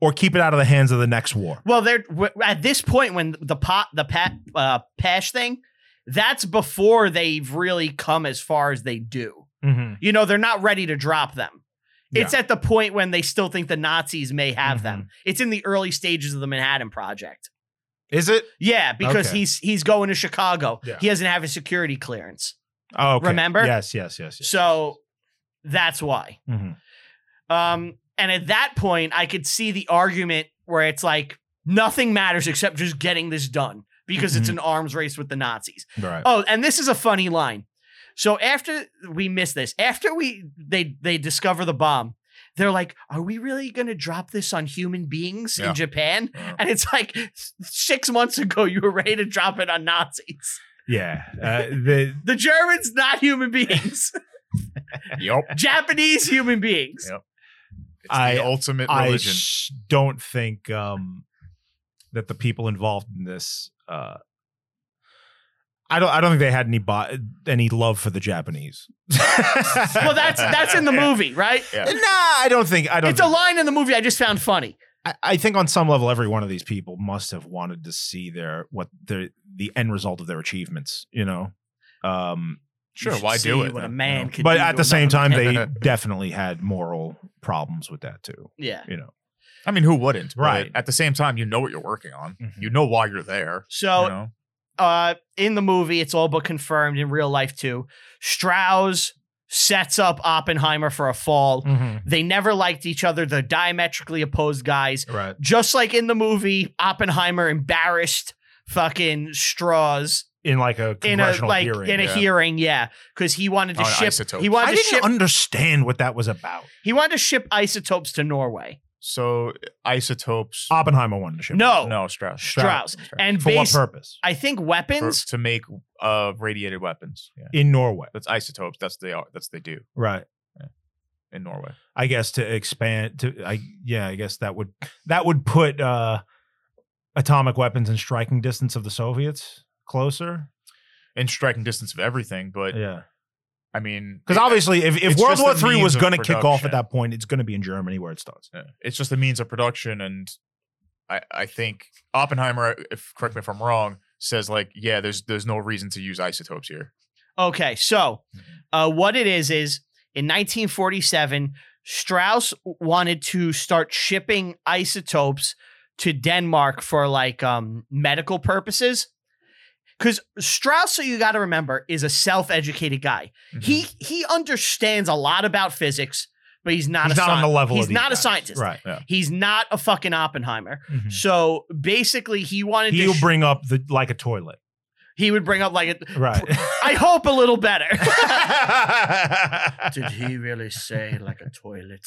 C: or keep it out of the hands of the next war?
A: Well, they're w- at this point when the pot, the pat, uh, pash thing, that's before they've really come as far as they do.
C: Mm-hmm.
A: You know, they're not ready to drop them. It's at the point when they still think the Nazis may have them. It's in the early stages of the Manhattan Project.
C: Is it?
A: Yeah, because
C: Okay.
A: he's he's going to Chicago.
B: Yeah.
A: He doesn't have a security clearance,
C: Oh, okay.
A: Remember?
C: Yes, yes, yes. yes.
A: so that's why.
C: Mhm.
A: Um, and at that point, I could see the argument where it's like nothing matters except just getting this done because it's
C: Mhm.
B: Mm-hmm.
A: an arms race with the Nazis.
C: Right.
A: Oh, and this is a funny line. So after we miss this, after we they they discover the bomb, they're like, "Are we really going to drop this on human beings
B: Yeah.
A: in Japan?"
B: Yeah.
A: And it's like six months ago, you were ready to drop it on Nazis.
C: Yeah. Uh, the
A: The Germans, not human
B: [LAUGHS]
A: beings,
B: Yup.
A: Japanese human beings.
B: Yeah. It's
C: I-
B: the [LAUGHS] ultimate
C: I
B: religion.
C: s- don't think um, that the people involved in this. Uh, I don't. I don't think they had any bo- any love for the Japanese. [LAUGHS]
A: Well, that's that's in the movie, right?
B: [LAUGHS] Yeah.
C: Nah, I don't think. I don't.
A: It's a line in the movie I just found funny.
C: I- I think on some level, every one of these people must have wanted to see their what the the end result of their achievements. You know, um,
A: You
B: Sure,
A: should
B: why
A: see
B: do it?
A: What a
B: then,
A: man
B: you know?
A: can
C: but
A: do
C: at
A: to
C: the same
A: another
C: time,
A: man.
C: [LAUGHS] they definitely had moral problems with that too.
A: yeah.
C: You know,
B: I mean, who wouldn't? But
C: Right.
B: At the same time, you know what you're working on.
C: Mhm.
A: Mm-hmm.
B: You know why you're there.
A: So
B: you know?
A: uh, in the movie, it's all but confirmed in real life too. Strauss sets up Oppenheimer for a
C: Hmm.
A: fall. They never liked each other. They're diametrically opposed guys.
C: right?
A: Just like in the movie, Oppenheimer embarrassed fucking Straws
C: In like
A: in
C: a
A: a
C: congressional
A: like
C: hearing.
A: in a
B: yeah.
A: hearing, yeah, because he wanted to
B: On
A: ship
B: isotopes.
A: he
C: I
A: wanted to
C: didn't
A: ship
C: understand what that was about.
A: he wanted to ship isotopes to Norway.
B: So isotopes.
C: Oppenheimer wanted to ship.
A: No,
B: no, Strauss.
A: Strauss. and
C: for what
A: base,
C: purpose?
A: I think
B: For-
A: weapons.
B: to make uh, radiated weapons. Yeah.
C: In Norway,
B: That's isotopes. That's they are. That's they do
C: right?
B: in Norway.
C: I guess to expand to I yeah, I guess that would that would put uh atomic weapons in striking distance of the Soviets closer.
B: In striking distance of everything, but
C: Yeah.
B: I mean,
C: Because obviously if, if
B: it's
C: World
B: just
C: War
B: the
C: Three was
B: means of
C: gonna kick off
B: production.
C: at that point, it's gonna be in Germany where it starts.
B: Yeah. It's just a means of production, and I, I think Oppenheimer, if correct me if I'm wrong, says like, yeah, there's there's no reason to use isotopes here.
A: Okay, so
C: Mm-hmm.
A: uh, what it is is in 1947, Strauss wanted to start shipping isotopes to Denmark for like um, medical purposes. Because Strauss, so you got to remember, is a self-educated guy. He
B: [LAUGHS]
C: Mm-hmm.
A: he understands a lot about physics, but he's not a
C: He's not on
A: sci-
C: the level
A: He's
C: of these
A: not a
C: guys.
A: scientist.
C: Right.
A: He's not a fucking Oppenheimer.
C: Mhm.
A: So basically, he wanted to.
C: He'll
A: sh-
C: bring up the like a toilet.
A: he would bring up like, a,
C: Right.
A: [LAUGHS]
C: [LAUGHS]
A: I hope a little better.
B: Mhm.
A: Did he really say like a toilet?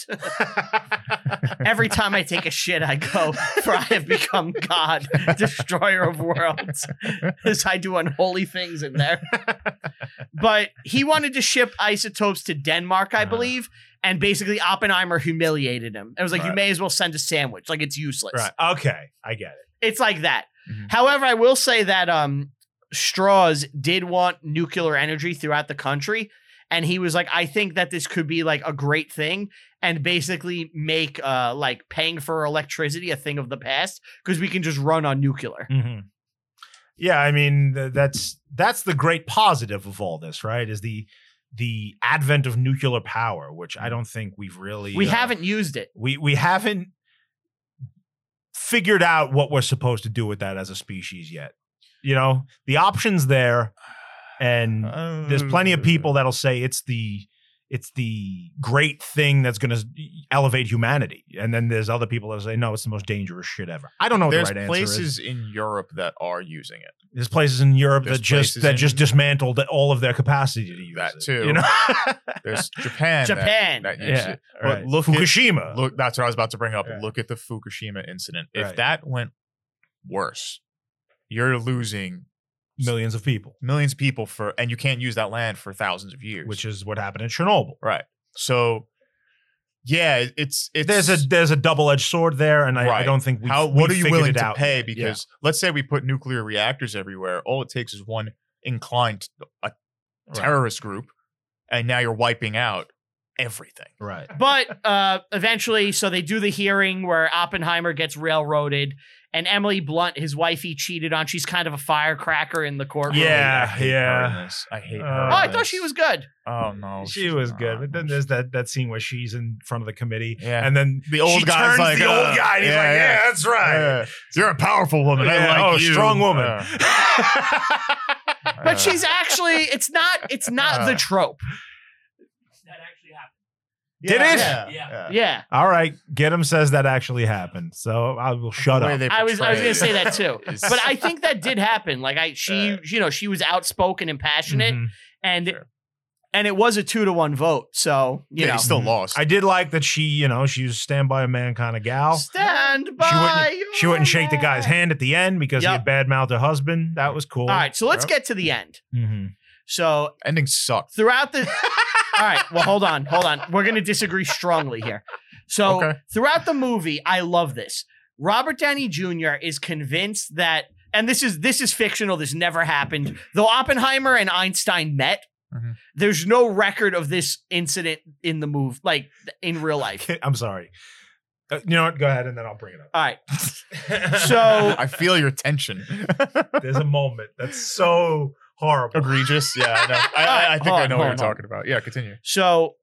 A: [LAUGHS] Every time I take a shit, I go, for I have become God, destroyer of worlds, [LAUGHS] as I do unholy things in there. But he wanted to ship isotopes to Denmark, I
B: Uh-huh.
A: believe, and basically Oppenheimer humiliated him. It was like, you
B: Right.
A: may as well send a sandwich, like it's useless.
C: right. Okay. I get it.
A: It's like that.
C: Mm-hmm.
B: Mhm.
A: However, I will say that um Strauss did want nuclear energy throughout the country. And he was like, I think that this could be like a great thing and basically make uh like paying for electricity a thing of the past because we can just run on nuclear.
C: Mhm. Yeah, I mean th- that's that's the great positive of all this, right? Is the the advent of nuclear power, which I don't think we've really
A: We
C: uh,
A: haven't used it.
C: we we haven't figured out what we're supposed to do with that as a species yet. You know, the options there, and there's plenty of people that'll say it's the it's the great thing that's going to elevate humanity, and then there's other people that say no, it's the most dangerous shit ever. I don't know what
B: There's
C: the right answer is.
B: places in Europe that are
C: [LAUGHS]
B: using it.
C: There's places in Europe
B: There's
C: that just
B: places
C: that just
B: in-
C: dismantled all of their capacity to use
B: That
C: it,
B: too.
C: You know,
B: [LAUGHS] There's Japan. that-
A: Japan.
B: That, used
C: yeah,
B: it.
C: [LAUGHS] right.
B: But look at-
C: Fukushima.
B: Look, that's what I was about to bring up.
C: Yeah.
B: Look at the Fukushima incident. If
C: Right.
B: that went worse, you're losing
C: millions of people,
B: millions of people for, and you can't use that land for thousands of years.
C: which is what happened in Chernobyl.
B: right. So, yeah, it- it's it's
C: there's a there's a double edged sword there, and I, I
B: Right.
C: don't think we
B: how what are you willing to
C: out
B: pay?
C: yet. Yeah.
B: Because let's say we put nuclear reactors everywhere. All it takes is one inclined a
C: Right.
B: terrorist group, and now you're wiping out everything.
C: right,
A: But uh eventually, so they do the hearing where Oppenheimer gets railroaded and Emily Blunt, his wife he cheated on, she's kind of a firecracker in the courtroom.
C: Yeah,
B: I hate
C: yeah.
B: her in this. I hate her.
C: Uh,
A: Oh,
B: in
A: I thought
B: this.
A: she was good.
B: Oh no,
C: she
B: she's
C: was
B: not.
C: good, but then there's that that scene where she's in front of the committee,
B: yeah.
C: and then
B: the old
C: she
B: guy's
C: turns
B: like
C: the
B: uh,
C: old guy, and he's like, yeah, that's right,
B: yeah. You're a powerful woman.
C: Yeah,
B: I like
C: oh,
B: you.
C: strong woman. [LAUGHS]
B: Yeah.
A: But
B: Uh,
A: she's actually it's not it's not the
B: Uh.
A: trope. That actually happened.
C: Did it?
B: Yeah.
A: Yeah.
C: All right, get him says that actually happened, so I will shut
B: The way
C: up.
B: they
A: I was I was
B: portray
A: gonna
B: it
A: say that too.
B: is-
A: But I think that did happen. Like I she
B: Uh.
A: you know, she was outspoken and passionate
C: Mhm.
A: and
B: Sure.
A: and it was a two to one vote. So you
B: yeah,
A: know
B: he still lost.
C: I did like that she, you know, she was a stand by a man kind of gal.
A: stand by your
C: She wouldn't shake the guy's
A: man.
C: hand at the end because
A: Yep.
C: he had badmouthed her husband. That was cool.
A: All right, so let's
B: Yep.
A: get to the end.
C: Mm-hmm.
A: So
B: Ending sucked.
A: throughout
B: [LAUGHS]
A: the all right well hold on hold on we're going to disagree strongly here so
B: Okay.
A: throughout the movie i love this robert downey jr is convinced that and this is this is fictional this never happened though oppenheimer and einstein met
B: Mhm.
A: there's
B: [LAUGHS]
A: no record of this incident in the move like in real life
C: I'm sorry. Uh, you know what? Go ahead, and then I'll bring it up.
A: All right. [LAUGHS] So-
B: [LAUGHS] I feel your tension.
C: [LAUGHS] there's a moment that's so horrible.
B: Egregious. Yeah, I know. I, I, I think
A: Hold
B: I
A: on,
B: know
A: hold
B: what you're
A: on, hold
B: talking about. Yeah, continue.
A: So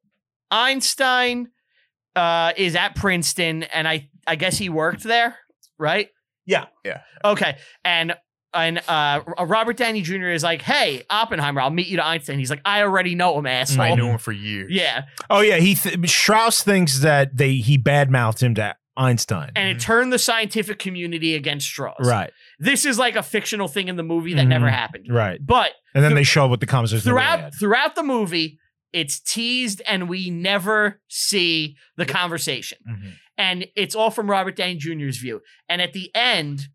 A: Einstein uh, is at Princeton, and I I guess he worked there, right?
C: Yeah.
B: Yeah.
A: Okay, and and uh, Robert Downey Jr. is like, "Hey, Oppenheimer, I'll meet you to Einstein." He's like, "I already know him, asshole."
B: I knew him for years.
A: Oh. Yeah,
C: Oh yeah, he th- Strauss thinks that they he badmouthed him to Einstein.
A: and it
B: Mhm.
A: turned the scientific community against Strauss.
C: right,
A: This is like a fictional thing in the movie that never
C: Mhm.
A: happened,
C: right.
A: but
C: And then they show up with the conversation they really
A: throughout
C: had.
A: throughout the movie, it's teased, and we never see the conversation.
C: Mm-hmm,
A: and it's all from Robert Downey Jr.'s view. And at the end,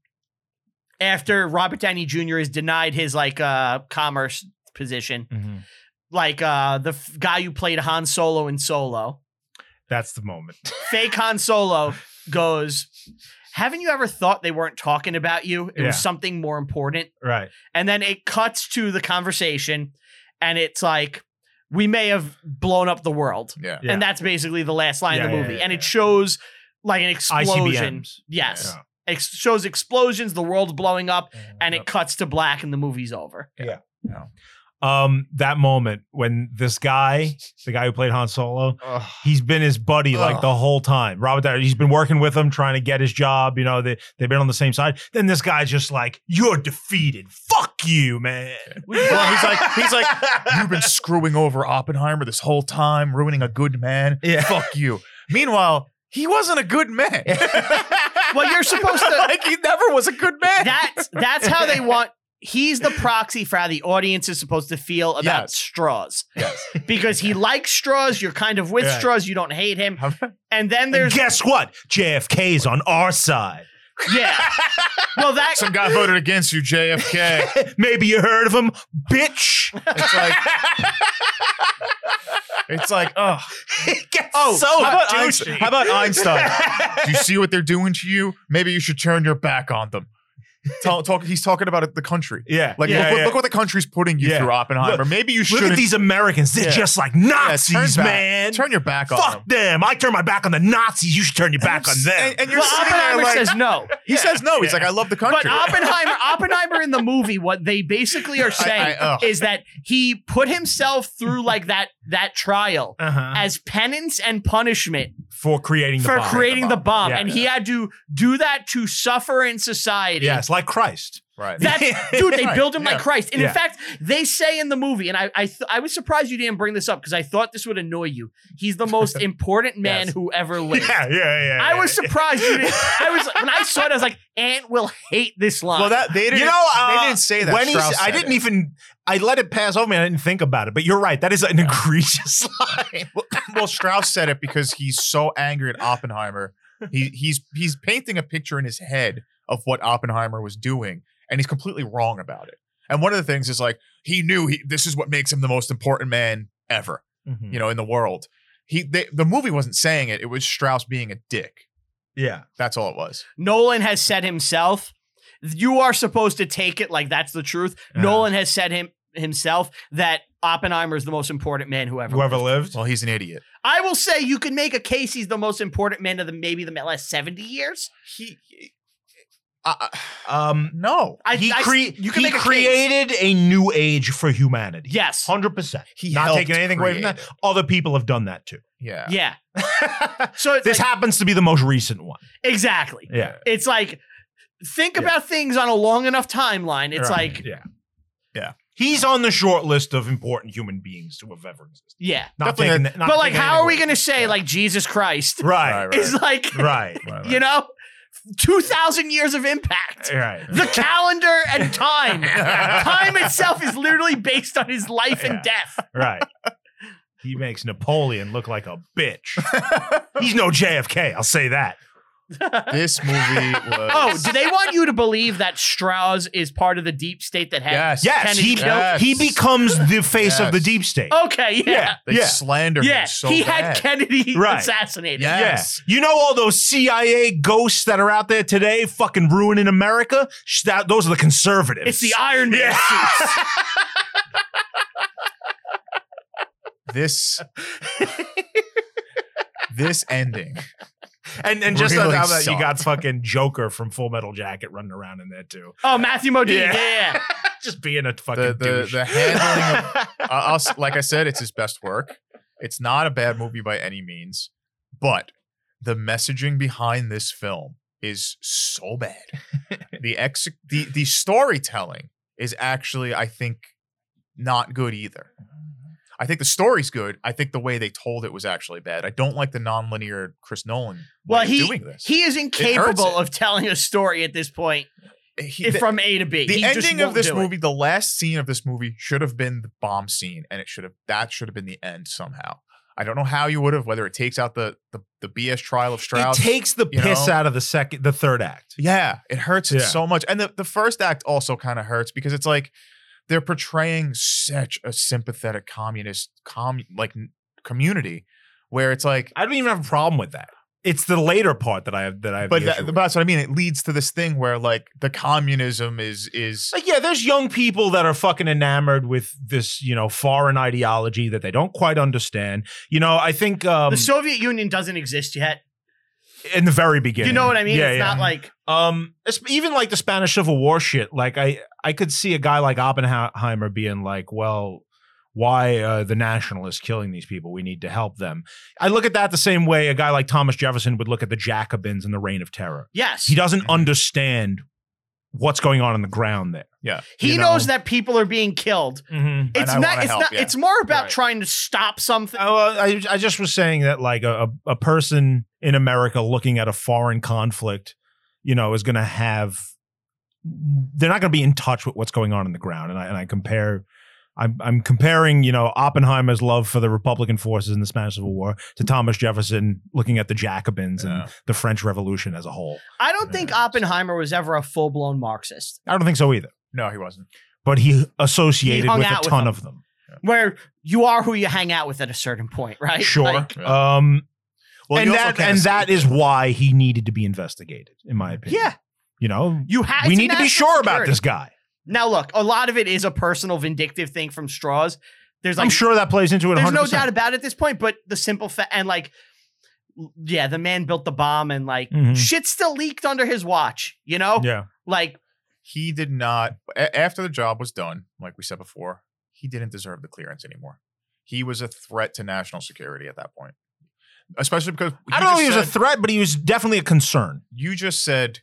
A: after Robert Downey Jr. is denied his like uh commerce position,
C: mm-hmm.
A: like uh the f- guy who played Han Solo in Solo,
C: That's the moment.
A: fake Han Solo goes, "Haven't you ever thought they weren't talking about you? It
C: Yeah.
A: was something more important."
C: Right.
A: And then it cuts to the conversation, and it's like, "We may have blown up the world."
B: Yeah.
C: Yeah.
A: And that's basically the last line of
C: Yeah,
A: the
C: yeah,
A: movie.
C: yeah,
A: and it
C: yeah.
A: shows like an explosion.
C: ICBMs.
A: Yes
C: Yeah.
A: ex- shows explosions, the world blowing up,
B: Oh,
A: and it
C: Yep.
A: cuts to black and the movie's over.
C: um that moment when this guy, the guy who played Han Solo, he's been his buddy like
B: Ugh.
C: the whole time. Robert Downey, he's been working with him, trying to get his job. You know, they they've been on the same side. Then this guy's just like, "You're defeated. Fuck you, man."
B: [LAUGHS] Well, he's
C: [LAUGHS]
B: like, he's like, you've been screwing over Oppenheimer this whole time, ruining a good man.
C: Yeah.
B: Fuck you. Meanwhile, he wasn't a good man. [LAUGHS]
A: Well, you're supposed to
B: like [LAUGHS] he never was a good man.
A: that's that's how they want he's the proxy for how the audience is supposed to feel about
B: Yes.
A: straws.
B: Yes.
A: [LAUGHS] Because he likes straws, you're kind of with
B: Right.
A: straws, you don't hate him.
B: [LAUGHS]
A: And then
C: And
A: there's
C: guess what? JFK's on our side.
A: yeah. Well that
B: Some guy voted against you, JFK.
C: Maybe you heard of him, bitch.
B: It's like, it's like, oh,
C: It gets
B: oh,
C: so
B: how, about
C: douchey.
B: Einstein? how about Einstein? [LAUGHS] Do you see what they're doing to you? Maybe you should turn your back on them. Tell, talk, he's talking about it, the country.
C: yeah,
B: Like,
C: yeah,
B: look,
C: yeah.
B: Look, what the country's putting you
C: Yeah.
B: through, Oppenheimer.
C: Look-
B: Maybe you
C: Look
B: shouldn't
C: at these Americans. They're
B: Yeah.
C: just like
B: Yeah,
C: Nazis,
B: turn back-
C: man.
B: turn your back on them.
C: Fuck them. I turn my back on the Nazis. You should turn your back on
B: And-
C: them.
B: And, and you're
A: well,
B: sitting there
A: Oppenheimer
B: like,
A: says no.
B: he says no. He's
C: Yeah.
B: like, I love the
A: But
B: country.
A: Oppenheimer, Oppenheimer in the movie, what they basically are saying
B: I- ugh.
A: is that he put himself through like that that trial
B: uh,
C: uh-huh.
A: as penance and punishment
C: For creating the
A: for
C: bomb.
A: creating the bomb,
C: Yeah.
A: and he had to do that to suffer in society.
C: Yes, like
B: [LAUGHS]
C: Christ. [LAUGHS]
B: right.
A: That dude, they
B: Right,
A: build him
B: yeah.
A: like Christ, and in
C: Yeah.
A: fact, they say in the movie, and I, I, th- I was surprised you didn't bring this up because I thought this would annoy you. He's the most
C: [LAUGHS]
A: important man
B: Yes.
A: who ever lived.
C: yeah,
A: I was surprised you didn't. I was when I saw it, I was like, Ant will hate this line.
B: well, that they didn't.
C: You know, uh,
B: they didn't say that.
C: when he,
B: Strauss
C: I
B: said
C: didn't
B: it.
C: even, I let it pass over me. I didn't think about it. But you're right. That is an egregious [LAUGHS] line.
B: well, Strauss said it because he's so angry at Oppenheimer. He he's he's painting a picture in his head of what Oppenheimer was doing, and he's completely wrong about it. And one of the things is like he knew he, this is what makes him the most important man ever,
C: Hmm.
A: Mm-hmm.
B: you know, in the world. He they, the movie wasn't saying it; it was Strauss being a dick.
C: [LAUGHS] Yeah.
B: That's all it was.
A: Nolan has said himself, you are supposed to take it like that's the truth.
C: Uh-huh.
A: Nolan has said him himself that Oppenheimer is the most important man who ever.
C: Whoever
A: lived.
C: lived.
B: Well, he's an idiot.
A: I will say you can make a case he's the most important man of the maybe the last seventy years.
B: He, I- I-
C: Um,
B: no,
A: I,
C: he
A: I-
C: cre-
A: you can
C: he
A: make a case.
C: created a new age for humanity.
A: Yes.
C: hundred percent.
B: he
C: Not
B: helped
C: taking anything away from
B: create
C: that.
B: it.
C: Other people have done
A: [LAUGHS]
C: that too.
B: Yeah,
A: Yeah. So it's
C: this
A: like,
C: happens to be the most recent one.
A: exactly.
C: Yeah.
A: It's like think
C: Yeah.
A: about things on a long enough timeline. It's
C: Right.
A: like
C: yeah,
B: Yeah.
C: He's on the short list of important human beings to have ever existed.
A: yeah.
C: Not
B: Definitely
C: taking that, not
A: but like
C: taking
A: how are we
C: anything
A: going to say
B: Yeah.
A: like Jesus Christ
C: away. [LAUGHS] Right,
B: Right,
C: right,
A: is like
C: [LAUGHS] right,
B: Right,
A: you
B: right.
A: know 2000 years of impact.
C: [LAUGHS] right.
A: the calendar and
C: [LAUGHS]
A: time. time itself is literally based on his life and
C: Yeah.
A: death.
C: right. He makes Napoleon look like a bitch. He's no JFK. I'll say that.
B: this movie was.
A: [LAUGHS] Oh, do they want you to believe that Strauss is part of the deep state that had?
B: yes,
C: Yes,
A: Kennedy
C: he
B: killed-
C: he becomes the face of the
B: Yes.
C: deep state.
A: Okay, Oh, yeah.
C: yeah,
B: They
C: yeah.
B: slander
A: Yeah,
B: him so
A: he had
B: bad.
A: Kennedy
C: Right.
A: assassinated.
B: Yeah. Yes.
C: Yes. You know all those CIA ghosts that are out there today fucking ruining America? Sh- that- those are the conservatives.
A: It's the Iron Man
C: Yeah.
A: suits. [LAUGHS]
B: this this ending
C: and and just on
B: Really
C: top of that, you
B: sucked.
C: got fucking Joker from Full Metal Jacket running around in there
B: [LAUGHS]
C: too,
A: Oh, Matthew Modine.
C: Yeah.
A: Yeah. yeah.
C: just being a fucking
B: the the,
C: douche.
B: the
C: [LAUGHS]
B: handling of I- I'll s- like I said, it's his best work. It's not a bad movie by any means, but the messaging behind this film is so
A: [LAUGHS]
B: bad. the ex the the storytelling is actually, I think, not good either.
A: Mm-hmm.
B: I think the story's good. I think the way they told it was actually bad. I don't like the nonlinear Chris Nolan way
A: Well,
B: of
A: he
B: doing this.
A: he is
B: it.
A: incapable of telling a story at this point
B: He-
A: eh,
B: the-
A: from A to B.
B: the
A: He just
B: ending of
A: won't
B: this
A: do it.
B: movie, the last scene of this movie should have been the bomb scene, and it should have that should have been the end somehow. I don't know how you would have, whether it takes out the the, the BS trial of
C: it
B: Strauss.
C: takes the
B: you
C: piss
B: know?
C: out of the second, the third act.
B: yeah, it hurts it
C: Yeah.
B: so much. And the, the first act also kind of hurts because it's like they're portraying such a sympathetic communist com like n- community where it's like
C: I don't even have a problem with that. It's the later part that I have that I have.
B: but,
C: the
B: that,
C: issue with.
B: but that's what I mean. It leads to this thing where like the communism is is
C: Like, yeah, there's young people that are fucking enamored with this, you know, foreign ideology that they don't quite understand. You know, I think um,
A: the Soviet Union doesn't exist yet.
C: in the very beginning,
A: You know what I mean?
C: Yeah,
A: it's
C: yeah.
A: not like
C: um, it's- even like the Spanish Civil War shit. Like, I I could see a guy like Oppenheimer being like, well. Why uh, the nationalists killing these people? We need to help them. I look at that the same way a guy like Thomas Jefferson would look at the Jacobins in the Reign of Terror.
A: yes.
C: He
A: He,
C: doesn't
B: Mhm.
C: understand what's going on on the ground there. you know-
A: knows that people are being killed.
C: Mm-hmm.
B: And
A: It's
B: I
A: not
B: wanna
A: it's
B: help,
A: not
B: yeah.
A: it's more about
B: Right.
A: trying to stop something.
C: Oh, well, I, I just was saying that like a, a a person in America looking at a foreign conflict, you know, is going to have they're not going to be in touch with what's going on in the ground. And I and I compare. I'm, I'm comparing, you know, Oppenheimer's love for the Republican forces in the Spanish Civil War to Thomas Jefferson looking at the Jacobins
B: Yeah.
C: and the French Revolution as a whole.
A: I don't think
B: Yeah.
A: Oppenheimer was ever a full-blown Marxist.
C: I don't think so either,
B: no, he wasn't.
C: but he associated
A: He hung
C: with a
A: out with
C: ton
A: them.
C: of them.
A: Where you are who you hang out with at a certain point, right?
C: Sure.
A: Like,
C: um,
B: Well,
C: and
B: you also
C: that
B: can't
C: and
B: escape
C: that is why he needed to be investigated, in my opinion.
A: yeah.
C: you know,
A: You have
C: we need to be sure about this guy.
A: Now look, a lot of it is a personal vindictive thing from Straws. There's like
C: I'm sure that plays into it. 100%.
A: there's no doubt about it at this point, but the simple fact and like yeah, the man built the bomb and like
C: Mhm.
A: shit still leaked under his watch, you know?
C: Yeah,
A: Like
B: he did not a- after the job was done like we said before he didn't deserve the clearance anymore he was a threat to national security at that point especially because
C: I don't know.
B: just
C: If he was a
B: said-
C: threat, but he was definitely a concern.
B: you just said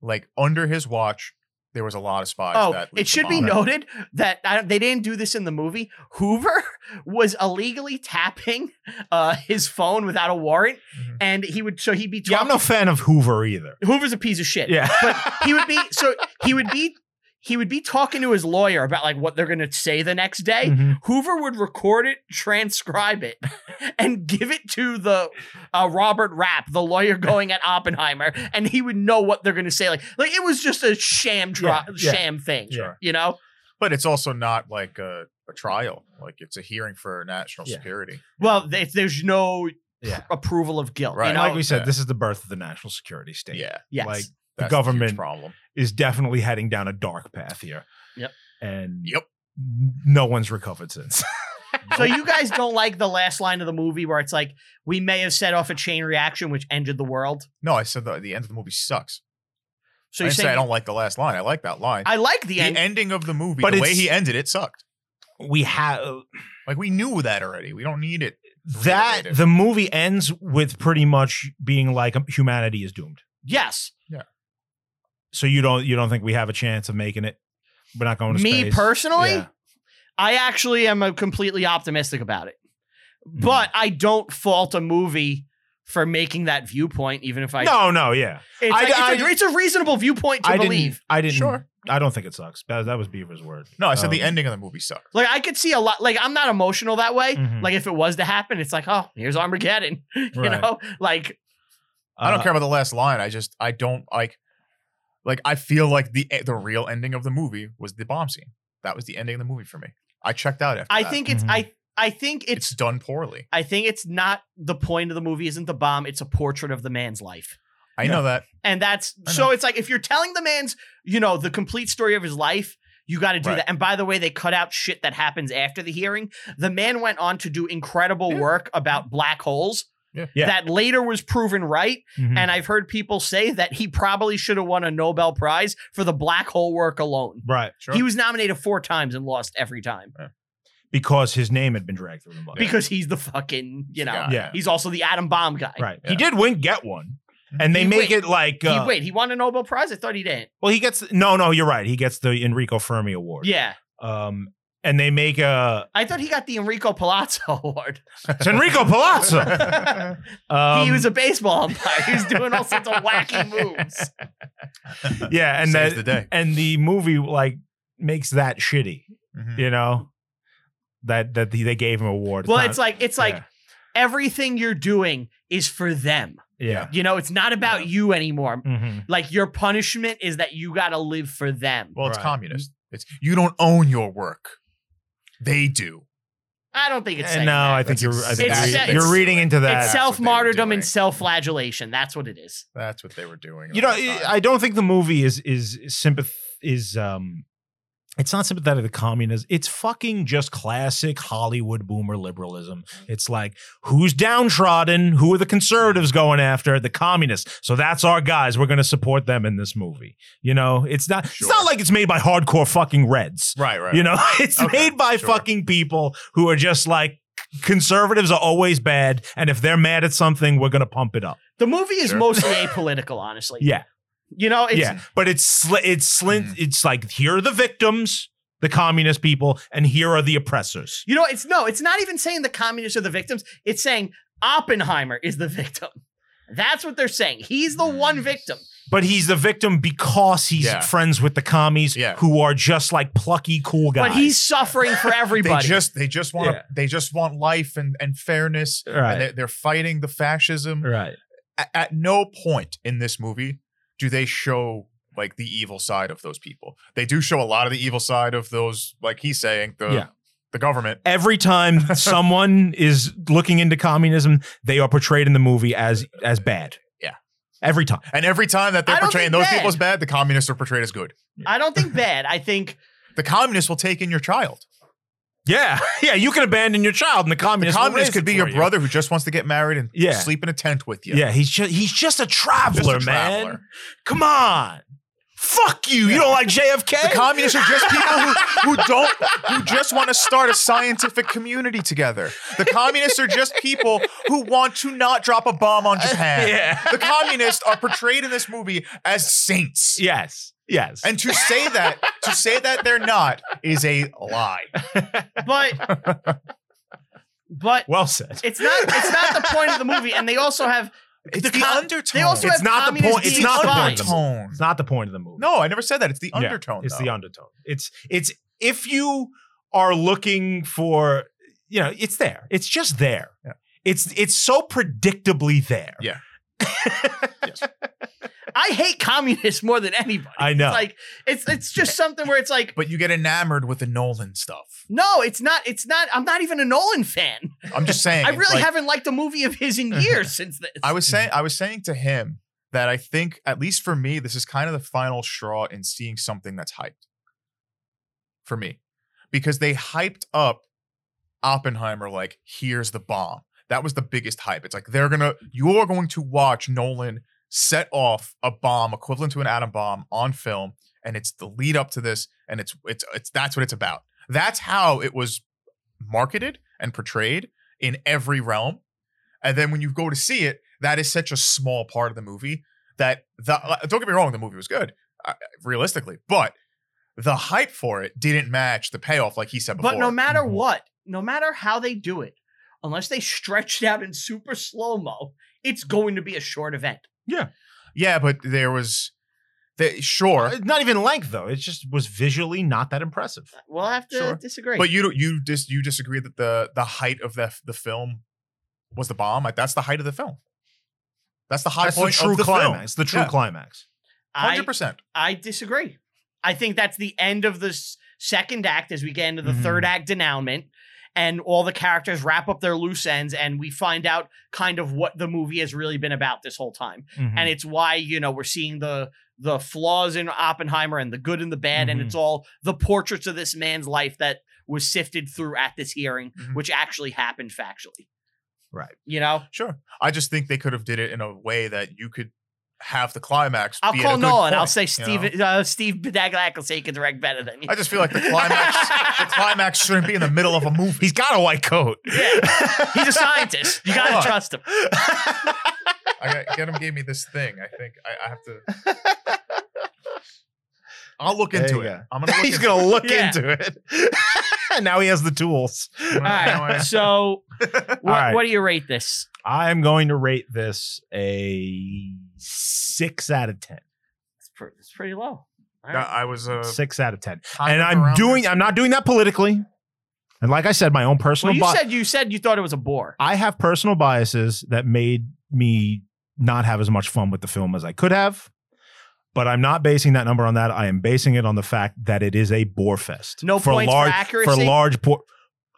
B: like under his watch there was a lot of spies
A: Oh,
B: that
A: it
B: leaked
A: should
B: the
A: be
B: bomb.
A: noted that I, don't- they didn't do this in the movie. Hoover [LAUGHS] was illegally tapping uh, his phone without a warrant,
B: Mhm.
A: and he would so he'd be
C: Mm-hmm. Yeah, I'm
A: talking.
C: no fan of Hoover either.
A: Hoover's a piece of shit.
C: Yeah,
A: but
C: [LAUGHS]
A: he would be so he would be he would be talking to his lawyer about like what they're going to say the next day.
C: Mhm.
A: Hoover would record it, transcribe it, and give it to the uh, Robert Rapp, the lawyer going at Oppenheimer, and he would know what they're going to say. Like, like it was just a sham, tri-
C: Yeah, yeah.
A: sham thing,
C: Sure.
A: you know.
B: but it's also not like a, a trial like it's a hearing for national
C: Yeah.
B: security
A: Well, if there's no
C: Yeah.
A: pr- approval of guilt,
B: Right.
A: you
C: And
A: know?
C: like we said,
B: Yeah.
C: this is the birth of the national security state.
B: yeah
A: yes.
C: like
B: that's a huge
C: government-
B: problem
C: is definitely heading down a dark path here.
A: Yep.
C: and
B: Yep.
C: no one's recovered since. [LAUGHS]
A: so you guys don't like the last line of the movie where it's like we may have set off a chain reaction which ended the world.
B: no i said the, the end of the movie sucks
A: So
B: i
A: you're
B: didn't say i
A: saying
B: don't like the last line i like that line
A: I like the,
B: the
A: end.
B: ending of the movie
C: But
B: the way
C: it's-
B: he ended it sucked
C: we have
B: Like we knew that already. We don't need it.
C: that
B: Related.
C: the movie ends with pretty much being like um, humanity is doomed.
A: Yes,
C: So you don't you don't think we have a chance of making it? We're not going to
A: me
C: space.
A: personally,
C: Yeah.
A: I actually am uh, completely optimistic about it.
C: Mm-hmm.
A: But I don't fault a movie for making that viewpoint, even if I
C: no, no, yeah.
A: It's,
C: I-
A: like- it's a-
C: I-
A: it's a reasonable viewpoint to
C: I
A: believe.
C: didn't. I didn't.
B: Sure.
C: I don't think it sucks. That, that was Beaver's word.
B: No, I said the
C: Um,
B: ending of the movie sucked.
A: Like I could see a lot. Like I'm not emotional that way.
C: Mhm.
A: Like if it was to happen, it's like, oh, here's Armageddon. [LAUGHS] you
C: Right.
A: know, like
B: I don't
C: uh,
B: care about the last line. I just I don't like like I feel like the e, the real ending of the movie was the bomb scene. That was the ending of the movie for me. I checked out after.
A: I
B: that.
A: think it's
C: Mhm.
A: I I think
B: it's,
A: it's,
B: done poorly.
A: I think it's not the point of the movie. Isn't the bomb? It's a portrait of the man's life.
B: I know that.
A: And that's
B: I know.
A: so it's like if you're telling the man's, you know, the complete story of his life, you got to do
B: Right.
A: that. And by the way, they cut out shit that happens after the hearing. The man went on to do incredible
B: Yeah.
A: work about black holes.
B: Yeah. Hmm.
C: Yeah.
A: that later was proven right.
C: Mhm.
A: And I've heard people say that he probably should have won a Nobel Prize for the black hole work alone.
C: right.
B: Sure.
A: He was nominated four times and lost every time
C: Because his name had been dragged through the mud.
A: because he's the fucking, you know,
B: Yeah.
C: yeah.
A: he's also the atom bomb guy.
C: Right.
B: Yeah.
C: He did win get one. And they
A: He
C: make
A: win-
C: it like
A: He,
C: uh,
A: wait, he won a Nobel Prize? I thought he didn't.
C: well he gets no no you're right he gets the Enrico Fermi award
A: Yeah.
C: um and they make a
A: I thought he got the Enrico Palazzo [LAUGHS] Award.
C: it's Enrico
B: [LAUGHS]
C: Palazzo um,
A: he was a baseball umpire. He was doing all
C: [LAUGHS]
A: sorts of wacky moves.
C: yeah and
B: Saves
C: that
B: the day.
C: and the movie like makes that shitty
B: Mhm.
C: you know that that the, they gave him an award
A: Well,
C: not-
A: it's like it's like
C: yeah.
A: everything you're doing is for them.
C: yeah,
A: You know, it's not about you anymore.
C: [LAUGHS] hmm
A: Like your punishment is that you got to live for them.
B: Well, it's
C: Right.
B: communist. It's you don't own your work. They do.
A: I don't think it's
C: and
A: saying
C: eh, no I
A: that.
C: think
B: That's
C: you're I think
A: exactly-
C: you're,
A: It's-
C: you're reading into that
A: it's
B: what they were
A: self martyrdom
B: doing.
A: and self flagellation. That's what it is.
B: That's what they were doing. uh,
C: you know
B: at the time.
C: I don't think the movie is is sympath is um it's not sympathetic to communism. It's fucking just classic Hollywood boomer liberalism.
A: Mm-hmm.
C: It's like, who's downtrodden? Who are the conservatives
A: Mm-hmm.
C: going after? The communists. So that's our guys. We're going to support them in this movie. You know, it's not.
B: Sure.
C: It's not like it's made by hardcore fucking Reds.
B: right, right.
C: You know, [LAUGHS] it's
B: Okay,
C: made by
B: sure.
C: fucking people who are just like conservatives are always bad, and if they're mad at something, we're going to pump it up.
A: The movie is
C: [LAUGHS]
B: Sure.
A: mostly apolitical, honestly.
C: Yeah.
A: You know, it's
C: yeah, but it's sl- it's slint.
B: Mm.
C: It's like here are the victims, the communist people, and here are the oppressors.
A: You know, it's no, it's not even saying the communists are the victims. It's saying Oppenheimer is the [LAUGHS] victim. That's what they're saying. He's the one victim.
C: But he's the victim because he's
B: Yeah.
C: friends with the commies,
B: Yeah.
C: who are just like plucky cool guys.
A: But he's suffering
C: [LAUGHS]
A: for
B: they
A: everybody.
B: just they just want
C: Yeah.
B: to they just want life and and fairness.
C: Right.
B: And they're, they're fighting the fascism.
C: right.
B: at, at no point in this movie do they show like the evil side of those people. They do show a lot of the evil side of those, like he's saying, the
C: Yeah.
B: the government.
C: Every
B: [LAUGHS]
C: time someone is looking into communism, they are portrayed in the movie as as bad.
B: Yeah.
C: Every time.
B: And every time that they're
A: I don't
B: portraying
A: think
B: those
A: bad.
B: people as bad, the communists are portrayed as good.
A: I don't think bad. I think
B: The communists will take in your child.
C: Yeah. [LAUGHS] Yeah. You can abandon your child, and the
B: The
C: communists. will
B: communist
C: raise
B: could
C: it
B: be
C: for
B: your
C: you.
B: brother who just wants to get married and
C: Yeah.
B: sleep in a tent with you.
C: Yeah, he's just he's just a traveler, man.
B: traveler.
C: Come on. Fuck you. You don't like JFK?
B: The communists are just people who,
A: [LAUGHS]
B: who don't who just want to start a scientific community together. The communists are just people who want to not drop a bomb on
C: [LAUGHS] [LAUGHS]
B: Japan.
C: yeah.
B: the communists are portrayed in this movie as saints.
C: Yes. Yes.
B: And to say that, to say that they're not is a lie.
A: but
C: [LAUGHS]
A: but
C: well said.
A: it's not it's not the point of the movie. And they also have
B: It's the,
A: com-
B: undertone.
A: They also
C: Oh. It's
A: have
C: not the
A: communists
C: point- it's
A: being
C: not the point
A: spies.
C: of the movie.
B: undertone.
C: It's not the point of the movie.
B: No, I never said that. It's the
C: Yeah,
B: undertone.
C: It's
B: though.
C: the undertone. It's it's if you are looking for, you know, it's there. It's just there.
B: Yeah.
C: It's it's so predictably there.
B: Yeah.
A: I hate communists more than anybody.
C: I know.
A: It's like it's it's just something where it's like
B: But you get enamored with the Nolan stuff.
A: no, it's not. It's not. I'm not even a Nolan fan. [LAUGHS]
B: I'm just saying.
A: I
B: it's
A: really
B: like-
A: haven't liked a movie of
C: [LAUGHS]
A: his in years since this.
B: I was saying. I was saying to him that I think, at least for me, this is kind of the final straw in seeing something that's hyped. For me, because they hyped up Oppenheimer like here's the bomb. That was the biggest hype. It's like they're gonna you're going to watch Nolan set off a bomb equivalent to an atom bomb on film, and it's the lead up to this, and it's it's it's that's what it's about. That's how it was marketed and portrayed in every realm. And then when you go to see it, that is such a small part of the movie that the uh, don't get me wrong, the movie was good, uh, realistically, but the hype for it didn't match the payoff, like he said before.
A: But no matter
C: Mhm.
A: what, no matter how they do it, unless they stretch it out in super slow mo, it's going to be a short event.
B: Yeah, but there was, they, sure,
C: It's Uh, Not even length though. It just was visually not that impressive.
A: We'll have to
B: Sure.
A: disagree.
B: but you don't- you dis, you disagree that the the height of the the film was the bomb. Like that's the height of the film. That's the high
C: That's the
B: point
C: true
B: of the
C: climax. The true
B: Yeah.
C: climax.
A: I,
B: Hundred percent.
A: I disagree. I think that's the end of the s- second act as we get into the
C: Mhm.
A: third
B: Mm-hmm.
A: act denouement. And all the characters wrap up their loose ends, and we find out kind of what the movie has really been about this whole time.
B: Hmm.
A: and it's why you know we're seeing the the flaws in Oppenheimer and the good and the bad, and
C: Mhm.
B: Mm-hmm.
A: it's all the portraits of this man's life that was sifted through at this hearing,
B: Mhm.
A: which actually happened factually.
C: Right.
A: You know,
B: Sure. I just think they could have did it in a way that you could have the climax.
A: I'll
B: be at a
A: call
B: good
A: Nolan. I'll
B: point,
A: say
B: you know?
A: Steve uh, Steve Bedaglak will say he can direct better than you.
B: I just feel like the
A: [LAUGHS]
B: climax, the climax shouldn't be in the middle of a movie.
C: He's got a
A: [LAUGHS]
C: white coat.
A: Yeah. He's a scientist. You
B: Come on.
A: gotta trust him.
B: I got, Getem gave me this thing. I think I, I have to.
C: [LAUGHS]
B: I'll look
C: There
B: into
C: you
B: it.
C: go.
B: I'm gonna look
C: [LAUGHS] He's
B: into
C: going to look
A: Yeah.
C: into it. [LAUGHS] now he has the tools.
B: it.
A: All right. So,
B: [LAUGHS]
A: what,
C: right.
A: what do you rate this?
C: I'm going to rate this a six out of 10.
A: It's, pre- it's pretty low. All
B: No,
A: right.
B: I was uh,
C: Six out of 10.
B: kind
C: And
B: of
C: I'm
B: around
C: doing,
B: this.
C: I'm not doing that politically. And like I said, my own
A: well,
C: personal
A: you
C: bias.
A: said you said you thought it was a bore.
C: I have personal biases that made me not have as much fun with the film as I could have. But I'm not basing that number on that. I am basing it on the fact that it is a bore fest.
A: No points for
C: large,
A: accuracy?
C: For large, por-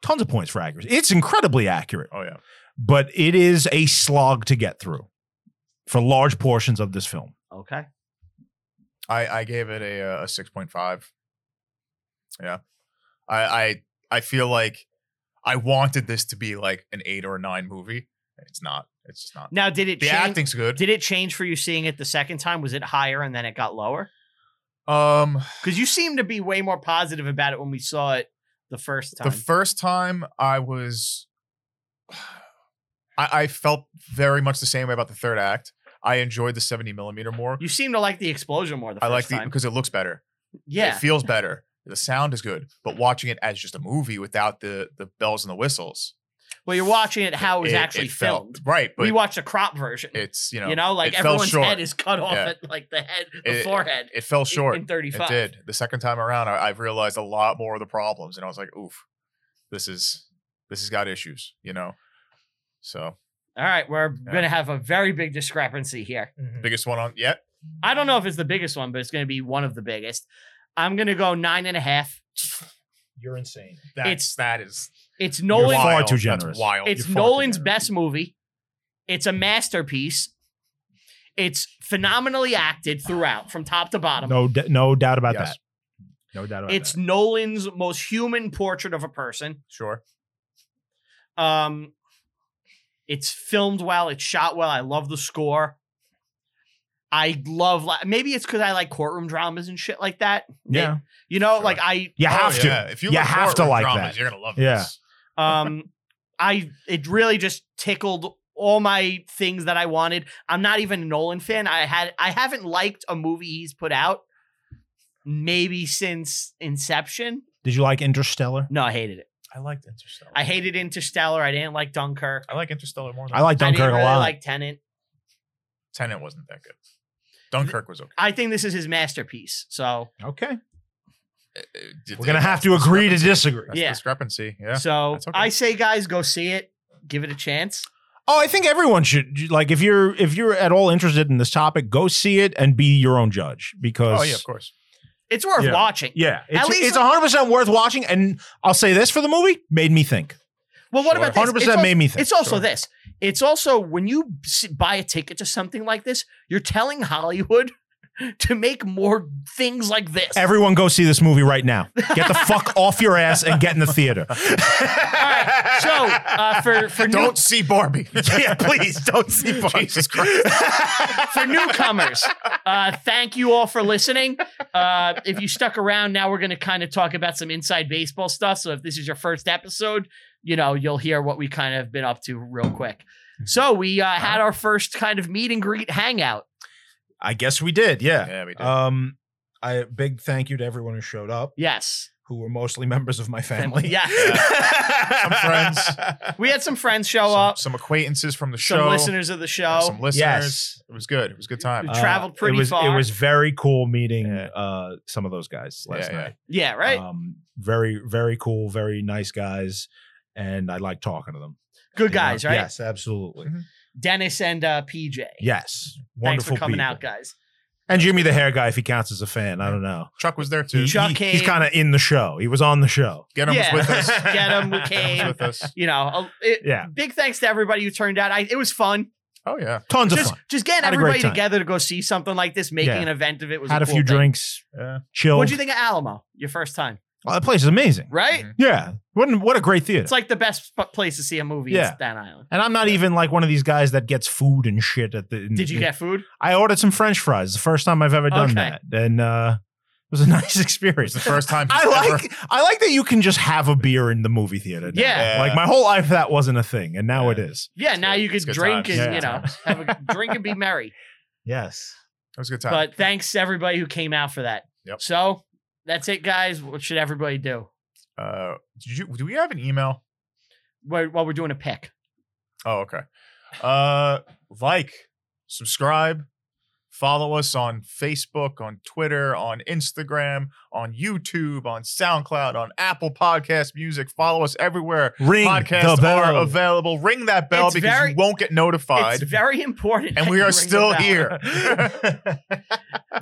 C: tons of points for accuracy. It's incredibly accurate,
B: Oh yeah.
C: but it is a slog to get through for large portions of this film.
A: Okay.
B: I I gave it a uh, a six point five. Yeah. I I I feel like I wanted this to be like an eight or a nine movie. It's not. It's just not.
A: Now, did it
B: The
A: change?
B: acting's good.
A: Did it change for you seeing it the second time? Was it higher and then it got lower?
B: Um,
A: Because you seem to be way more positive about it when we saw it the first time.
B: The first time I was, [SIGHS] I, I felt very much the same way about the third act. I enjoyed the 70 millimeter more.
A: you seem to like the explosion more Mm, the
B: I
A: first
B: like the
A: time.
B: because it looks better.
A: yeah.
B: It feels better. The sound is good, but watching it as just a movie without the the bells and the whistles,
A: well, you're watching it how it was actually
B: felt-
A: filmed.
B: right? But
A: we watched a crop version.
B: it's you
A: you,
B: know,
A: know, like
B: it fell
A: everyone's
B: short.
A: head is cut off
B: Yeah.
A: at like the head, the
B: It-
A: forehead.
B: it fell short.
A: in 35.
B: It did. The second time around, I, I've realized a lot more of the problems, and I was like, oof, this is this has got issues, you know. So
A: All right, we're
B: Yeah.
A: gonna have a very big discrepancy here.
B: biggest one on yet.
A: I don't know if it's the biggest one, but it's gonna be one of the biggest. I'm gonna go nine and a half.
C: You're insane.
B: That's,
A: It's-
B: that is
A: It's
C: You're
A: Nolan.
C: far
B: wild.
C: too
B: That's
C: generous.
B: wild.
A: It's
C: You're far too
A: Nolan's
C: generous.
A: best movie. It's a masterpiece. It's phenomenally acted throughout, from top to bottom.
C: No, d- no doubt about
B: Yes.
C: that. No doubt about
A: it's
C: that.
A: Nolan's most human portrait of a person.
B: sure.
A: Um, it's filmed well. It's shot well. I love the score. I love. li- Maybe it's because I like courtroom dramas and shit like that.
C: Yeah.
A: you know,
B: Sure.
A: like I
C: You have
B: Oh,
C: to.
B: yeah. If you,
C: You
B: love
C: have to
B: courtroom
C: like
B: dramas,
C: that.
B: You're gonna love
C: Yeah.
B: this.
C: [LAUGHS]
A: um i it really just tickled all my things that i wanted i'm not even a nolan fan i had i haven't liked a movie he's put out maybe since inception
C: Did you like Interstellar?
A: no i hated it
B: I liked Interstellar.
A: i hated interstellar i didn't like dunkirk
B: I like Interstellar more. Than
C: I like
A: i didn't
C: Dunkirk
A: really
C: a lot.
A: like tenant
B: Tenet wasn't that good. Dunkirk was okay.
A: i think this is his masterpiece so
C: okay.
B: It-
C: We're going to
B: it-
C: have to agree to
B: discrepancy.
C: disagree.
B: That's
A: Yeah.
B: discrepancy. Yeah.
A: so
B: that's okay.
A: i say guys go see it give it a chance
C: Oh, I think everyone should like if you're if you're at all interested in this topic, go see it and be your own judge because
B: Oh yeah, of course.
A: it's worth
C: Yeah.
A: watching
C: yeah, it's,
A: least-
C: it's 100 percent worth watching. And I'll say this for the movie made me think.
A: well what about this?
C: 100
A: It's
C: percent
A: also-
C: made me think.
A: It's also
C: Sure.
A: this. It's also when you s- buy a ticket to something like this, you're telling Hollywood [LAUGHS] to make more things like this.
C: Everyone go see this movie right now. Get the
A: [LAUGHS]
C: fuck off your ass and get in the theater.
A: right, so, uh, for-
C: [LAUGHS]
A: for
B: don't
A: new-
B: see
A: [LAUGHS]
B: Barbie.
C: yeah, please don't [LAUGHS]
B: [LAUGHS]
C: see Barbie.
B: Jesus Christ.
A: for newcomers, uh, thank you all for listening. Uh, if you stuck around, now we're going to kind of talk about some inside baseball stuff. So if this is your first episode, you know you'll hear what we kind of been up to real quick.
C: Mm-hmm.
A: So we uh, had our first kind of meet and greet hangout.
C: I guess we did. Yeah.
B: yeah, we did.
C: Um, I big thank you to everyone who showed up,
A: Yes,
C: who were mostly members of my family. [LAUGHS]
A: Yeah,
B: some friends,
A: [LAUGHS] we had some friends show
B: some,
A: up,
B: some acquaintances from the
A: some
B: show,
A: listeners of the show.
B: uh, some listeners.
C: Yes.
B: It was good. It was a good time.
A: Uh, traveled pretty
C: it was,
A: far.
C: It was very cool meeting
B: Yeah.
C: uh, some of those guys last
B: Yeah, yeah.
C: night.
A: yeah, right.
C: Um, very, very cool, very nice guys. And I like talking to them.
A: Good
C: you know?
A: guys, right?
C: Yes, absolutely.
B: Mm-hmm.
A: Dennis and uh, PJ.
C: Yes.
A: Thanks
C: Wonderful
A: for coming
C: people.
A: out, guys.
C: And Jimmy the hair guy, if he counts as a fan, I don't know.
B: Chuck was there too.
C: He-
A: Chuck-
C: he-
A: came.
C: he's kind of in the show. He was on the show.
B: Get him
A: Yeah.
B: was with us.
A: [LAUGHS] Get 'em, we
B: Get 'em
A: came.
B: was with us.
A: You know, a- it,
C: Yeah.
A: Big thanks to everybody who turned out. I, it was fun.
B: Oh yeah.
C: Tons
A: Just,
C: of fun.
A: just getting
C: Had a great
A: everybody
C: time.
A: together to go see something like this, making
C: Yeah.
A: an event of it was
C: Had
A: a,
C: a
A: cool
C: few
A: thing.
C: drinks, uh,
B: Yeah.
C: chilled.
A: What'd you think of Alamo? Your first time?
C: Well, that place is amazing.
A: right?
B: Mhm.
C: Yeah. What, an- what a great theater.
A: It's like the best sp- place to see a movie
C: Yeah.
A: in Staten Island.
C: and I'm not even like one of these guys that gets food and shit at the. in-
A: Did you
C: in-
A: get food?
C: I ordered some French fries. The first time I've ever done
A: Okay.
C: that, and uh, it was a [LAUGHS] nice
B: It's
C: experience.
B: the
A: [LAUGHS]
B: first time.
C: [LAUGHS] I
B: he's ever-
C: like I like that you can just have a beer in the movie theater. now.
A: Yeah.
B: Yeah.
C: Like my whole life that wasn't a thing, and now it
B: Yeah.
C: is.
A: Yeah,
B: It's
A: now
B: good.
A: you could
B: It's good
A: drink
B: times.
A: and, you
C: Yeah.
A: know, have a
C: [LAUGHS]
A: drink and be merry.
C: Yes.
B: It was a good time.
A: But thanks to everybody who came out for that.
B: Yep.
A: So that's it, guys. What should everybody do?
B: uh, did you, do we have an email?
A: While while we're doing a pick.
B: Oh, okay. Uh, like, subscribe, follow us on Facebook, on Twitter, on Instagram, on YouTube, on SoundCloud, on Apple Podcast Music. Follow us everywhere.
C: Ring
B: Podcasts
C: the bell.
B: are available. Ring that bell
A: It's
B: because
A: very-
B: you won't get notified.
A: It's very important.
B: and
A: that
B: we
A: you
B: are
A: ring the
B: still
A: bell.
B: here.
C: [LAUGHS]
B: [LAUGHS]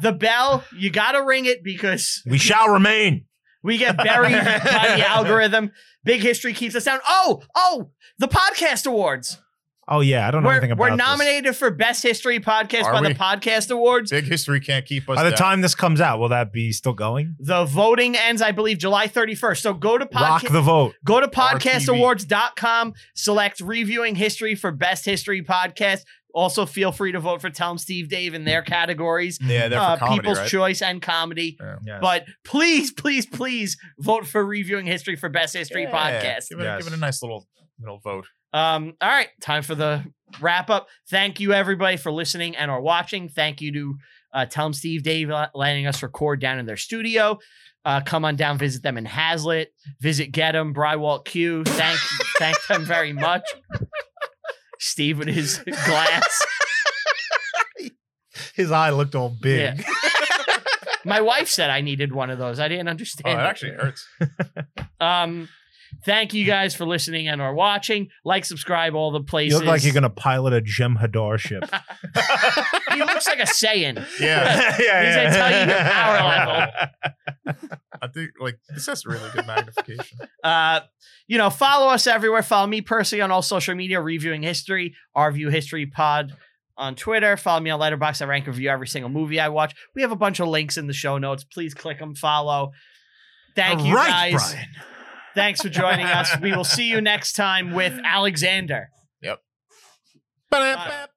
A: The bell, you got to ring it because
C: we shall remain.
A: we get buried by the algorithm. Big history keeps us down. Oh, oh, the podcast awards.
C: Oh yeah, I don't know
A: We're,
C: anything about
A: we're
C: this.
A: nominated for best history podcast
B: Are
A: by
B: we?
A: the podcast awards.
B: Big history can't keep us
C: By the
B: down.
C: time this comes out, will that be still going?
A: The voting ends, I believe, July 31st. So go to
C: Rock
A: podcast
C: the vote.
A: Go to
B: RTV.
A: podcastawards.com, select reviewing history for best history podcast. Also, feel free to vote for Tell 'em Steve Dave in their categories
B: yeah, they're for
A: uh,
B: comedy,
A: People's
B: right?
A: Choice and Comedy.
C: Yes.
A: But please, please, please vote for reviewing history for best history
B: Yeah,
A: podcast.
B: Give it,
C: Yes.
B: give it a nice little little vote.
A: Um, all right, time for the wrap up. Thank you, everybody, for listening and or watching. Thank you to uh, Tell 'em Steve Dave uh, letting us record down in their studio. Uh, come on down, visit them in Hazlitt, visit Gedham, Brywalt Q. Thank thank them very much. Steve with his glass.
C: His eye looked all big.
A: My wife said I needed one of those. I didn't
B: Oh, it
A: understand. it.
B: actually hurts.
A: Um, thank you guys for listening and or watching. Like, subscribe, all the places.
C: You look like you're gonna pilot a Gem Hadar ship. [LAUGHS]
A: he looks like a Saiyan.
B: Yeah,
A: He's gonna tell you your power level.
C: [LAUGHS]
B: I think like this has really good magnification.
A: Uh, you know, follow us everywhere. Follow me personally on all social media, reviewing history, rview history pod on Twitter. Follow me on Letterboxd. I rank and review every single movie I watch. We have a bunch of links in the show notes. Please click them, follow. Thank you
C: right,
A: guys.
C: Brian.
A: Thanks for joining us. We will see you next time with Alexander.
B: Ba-da-ba-ba.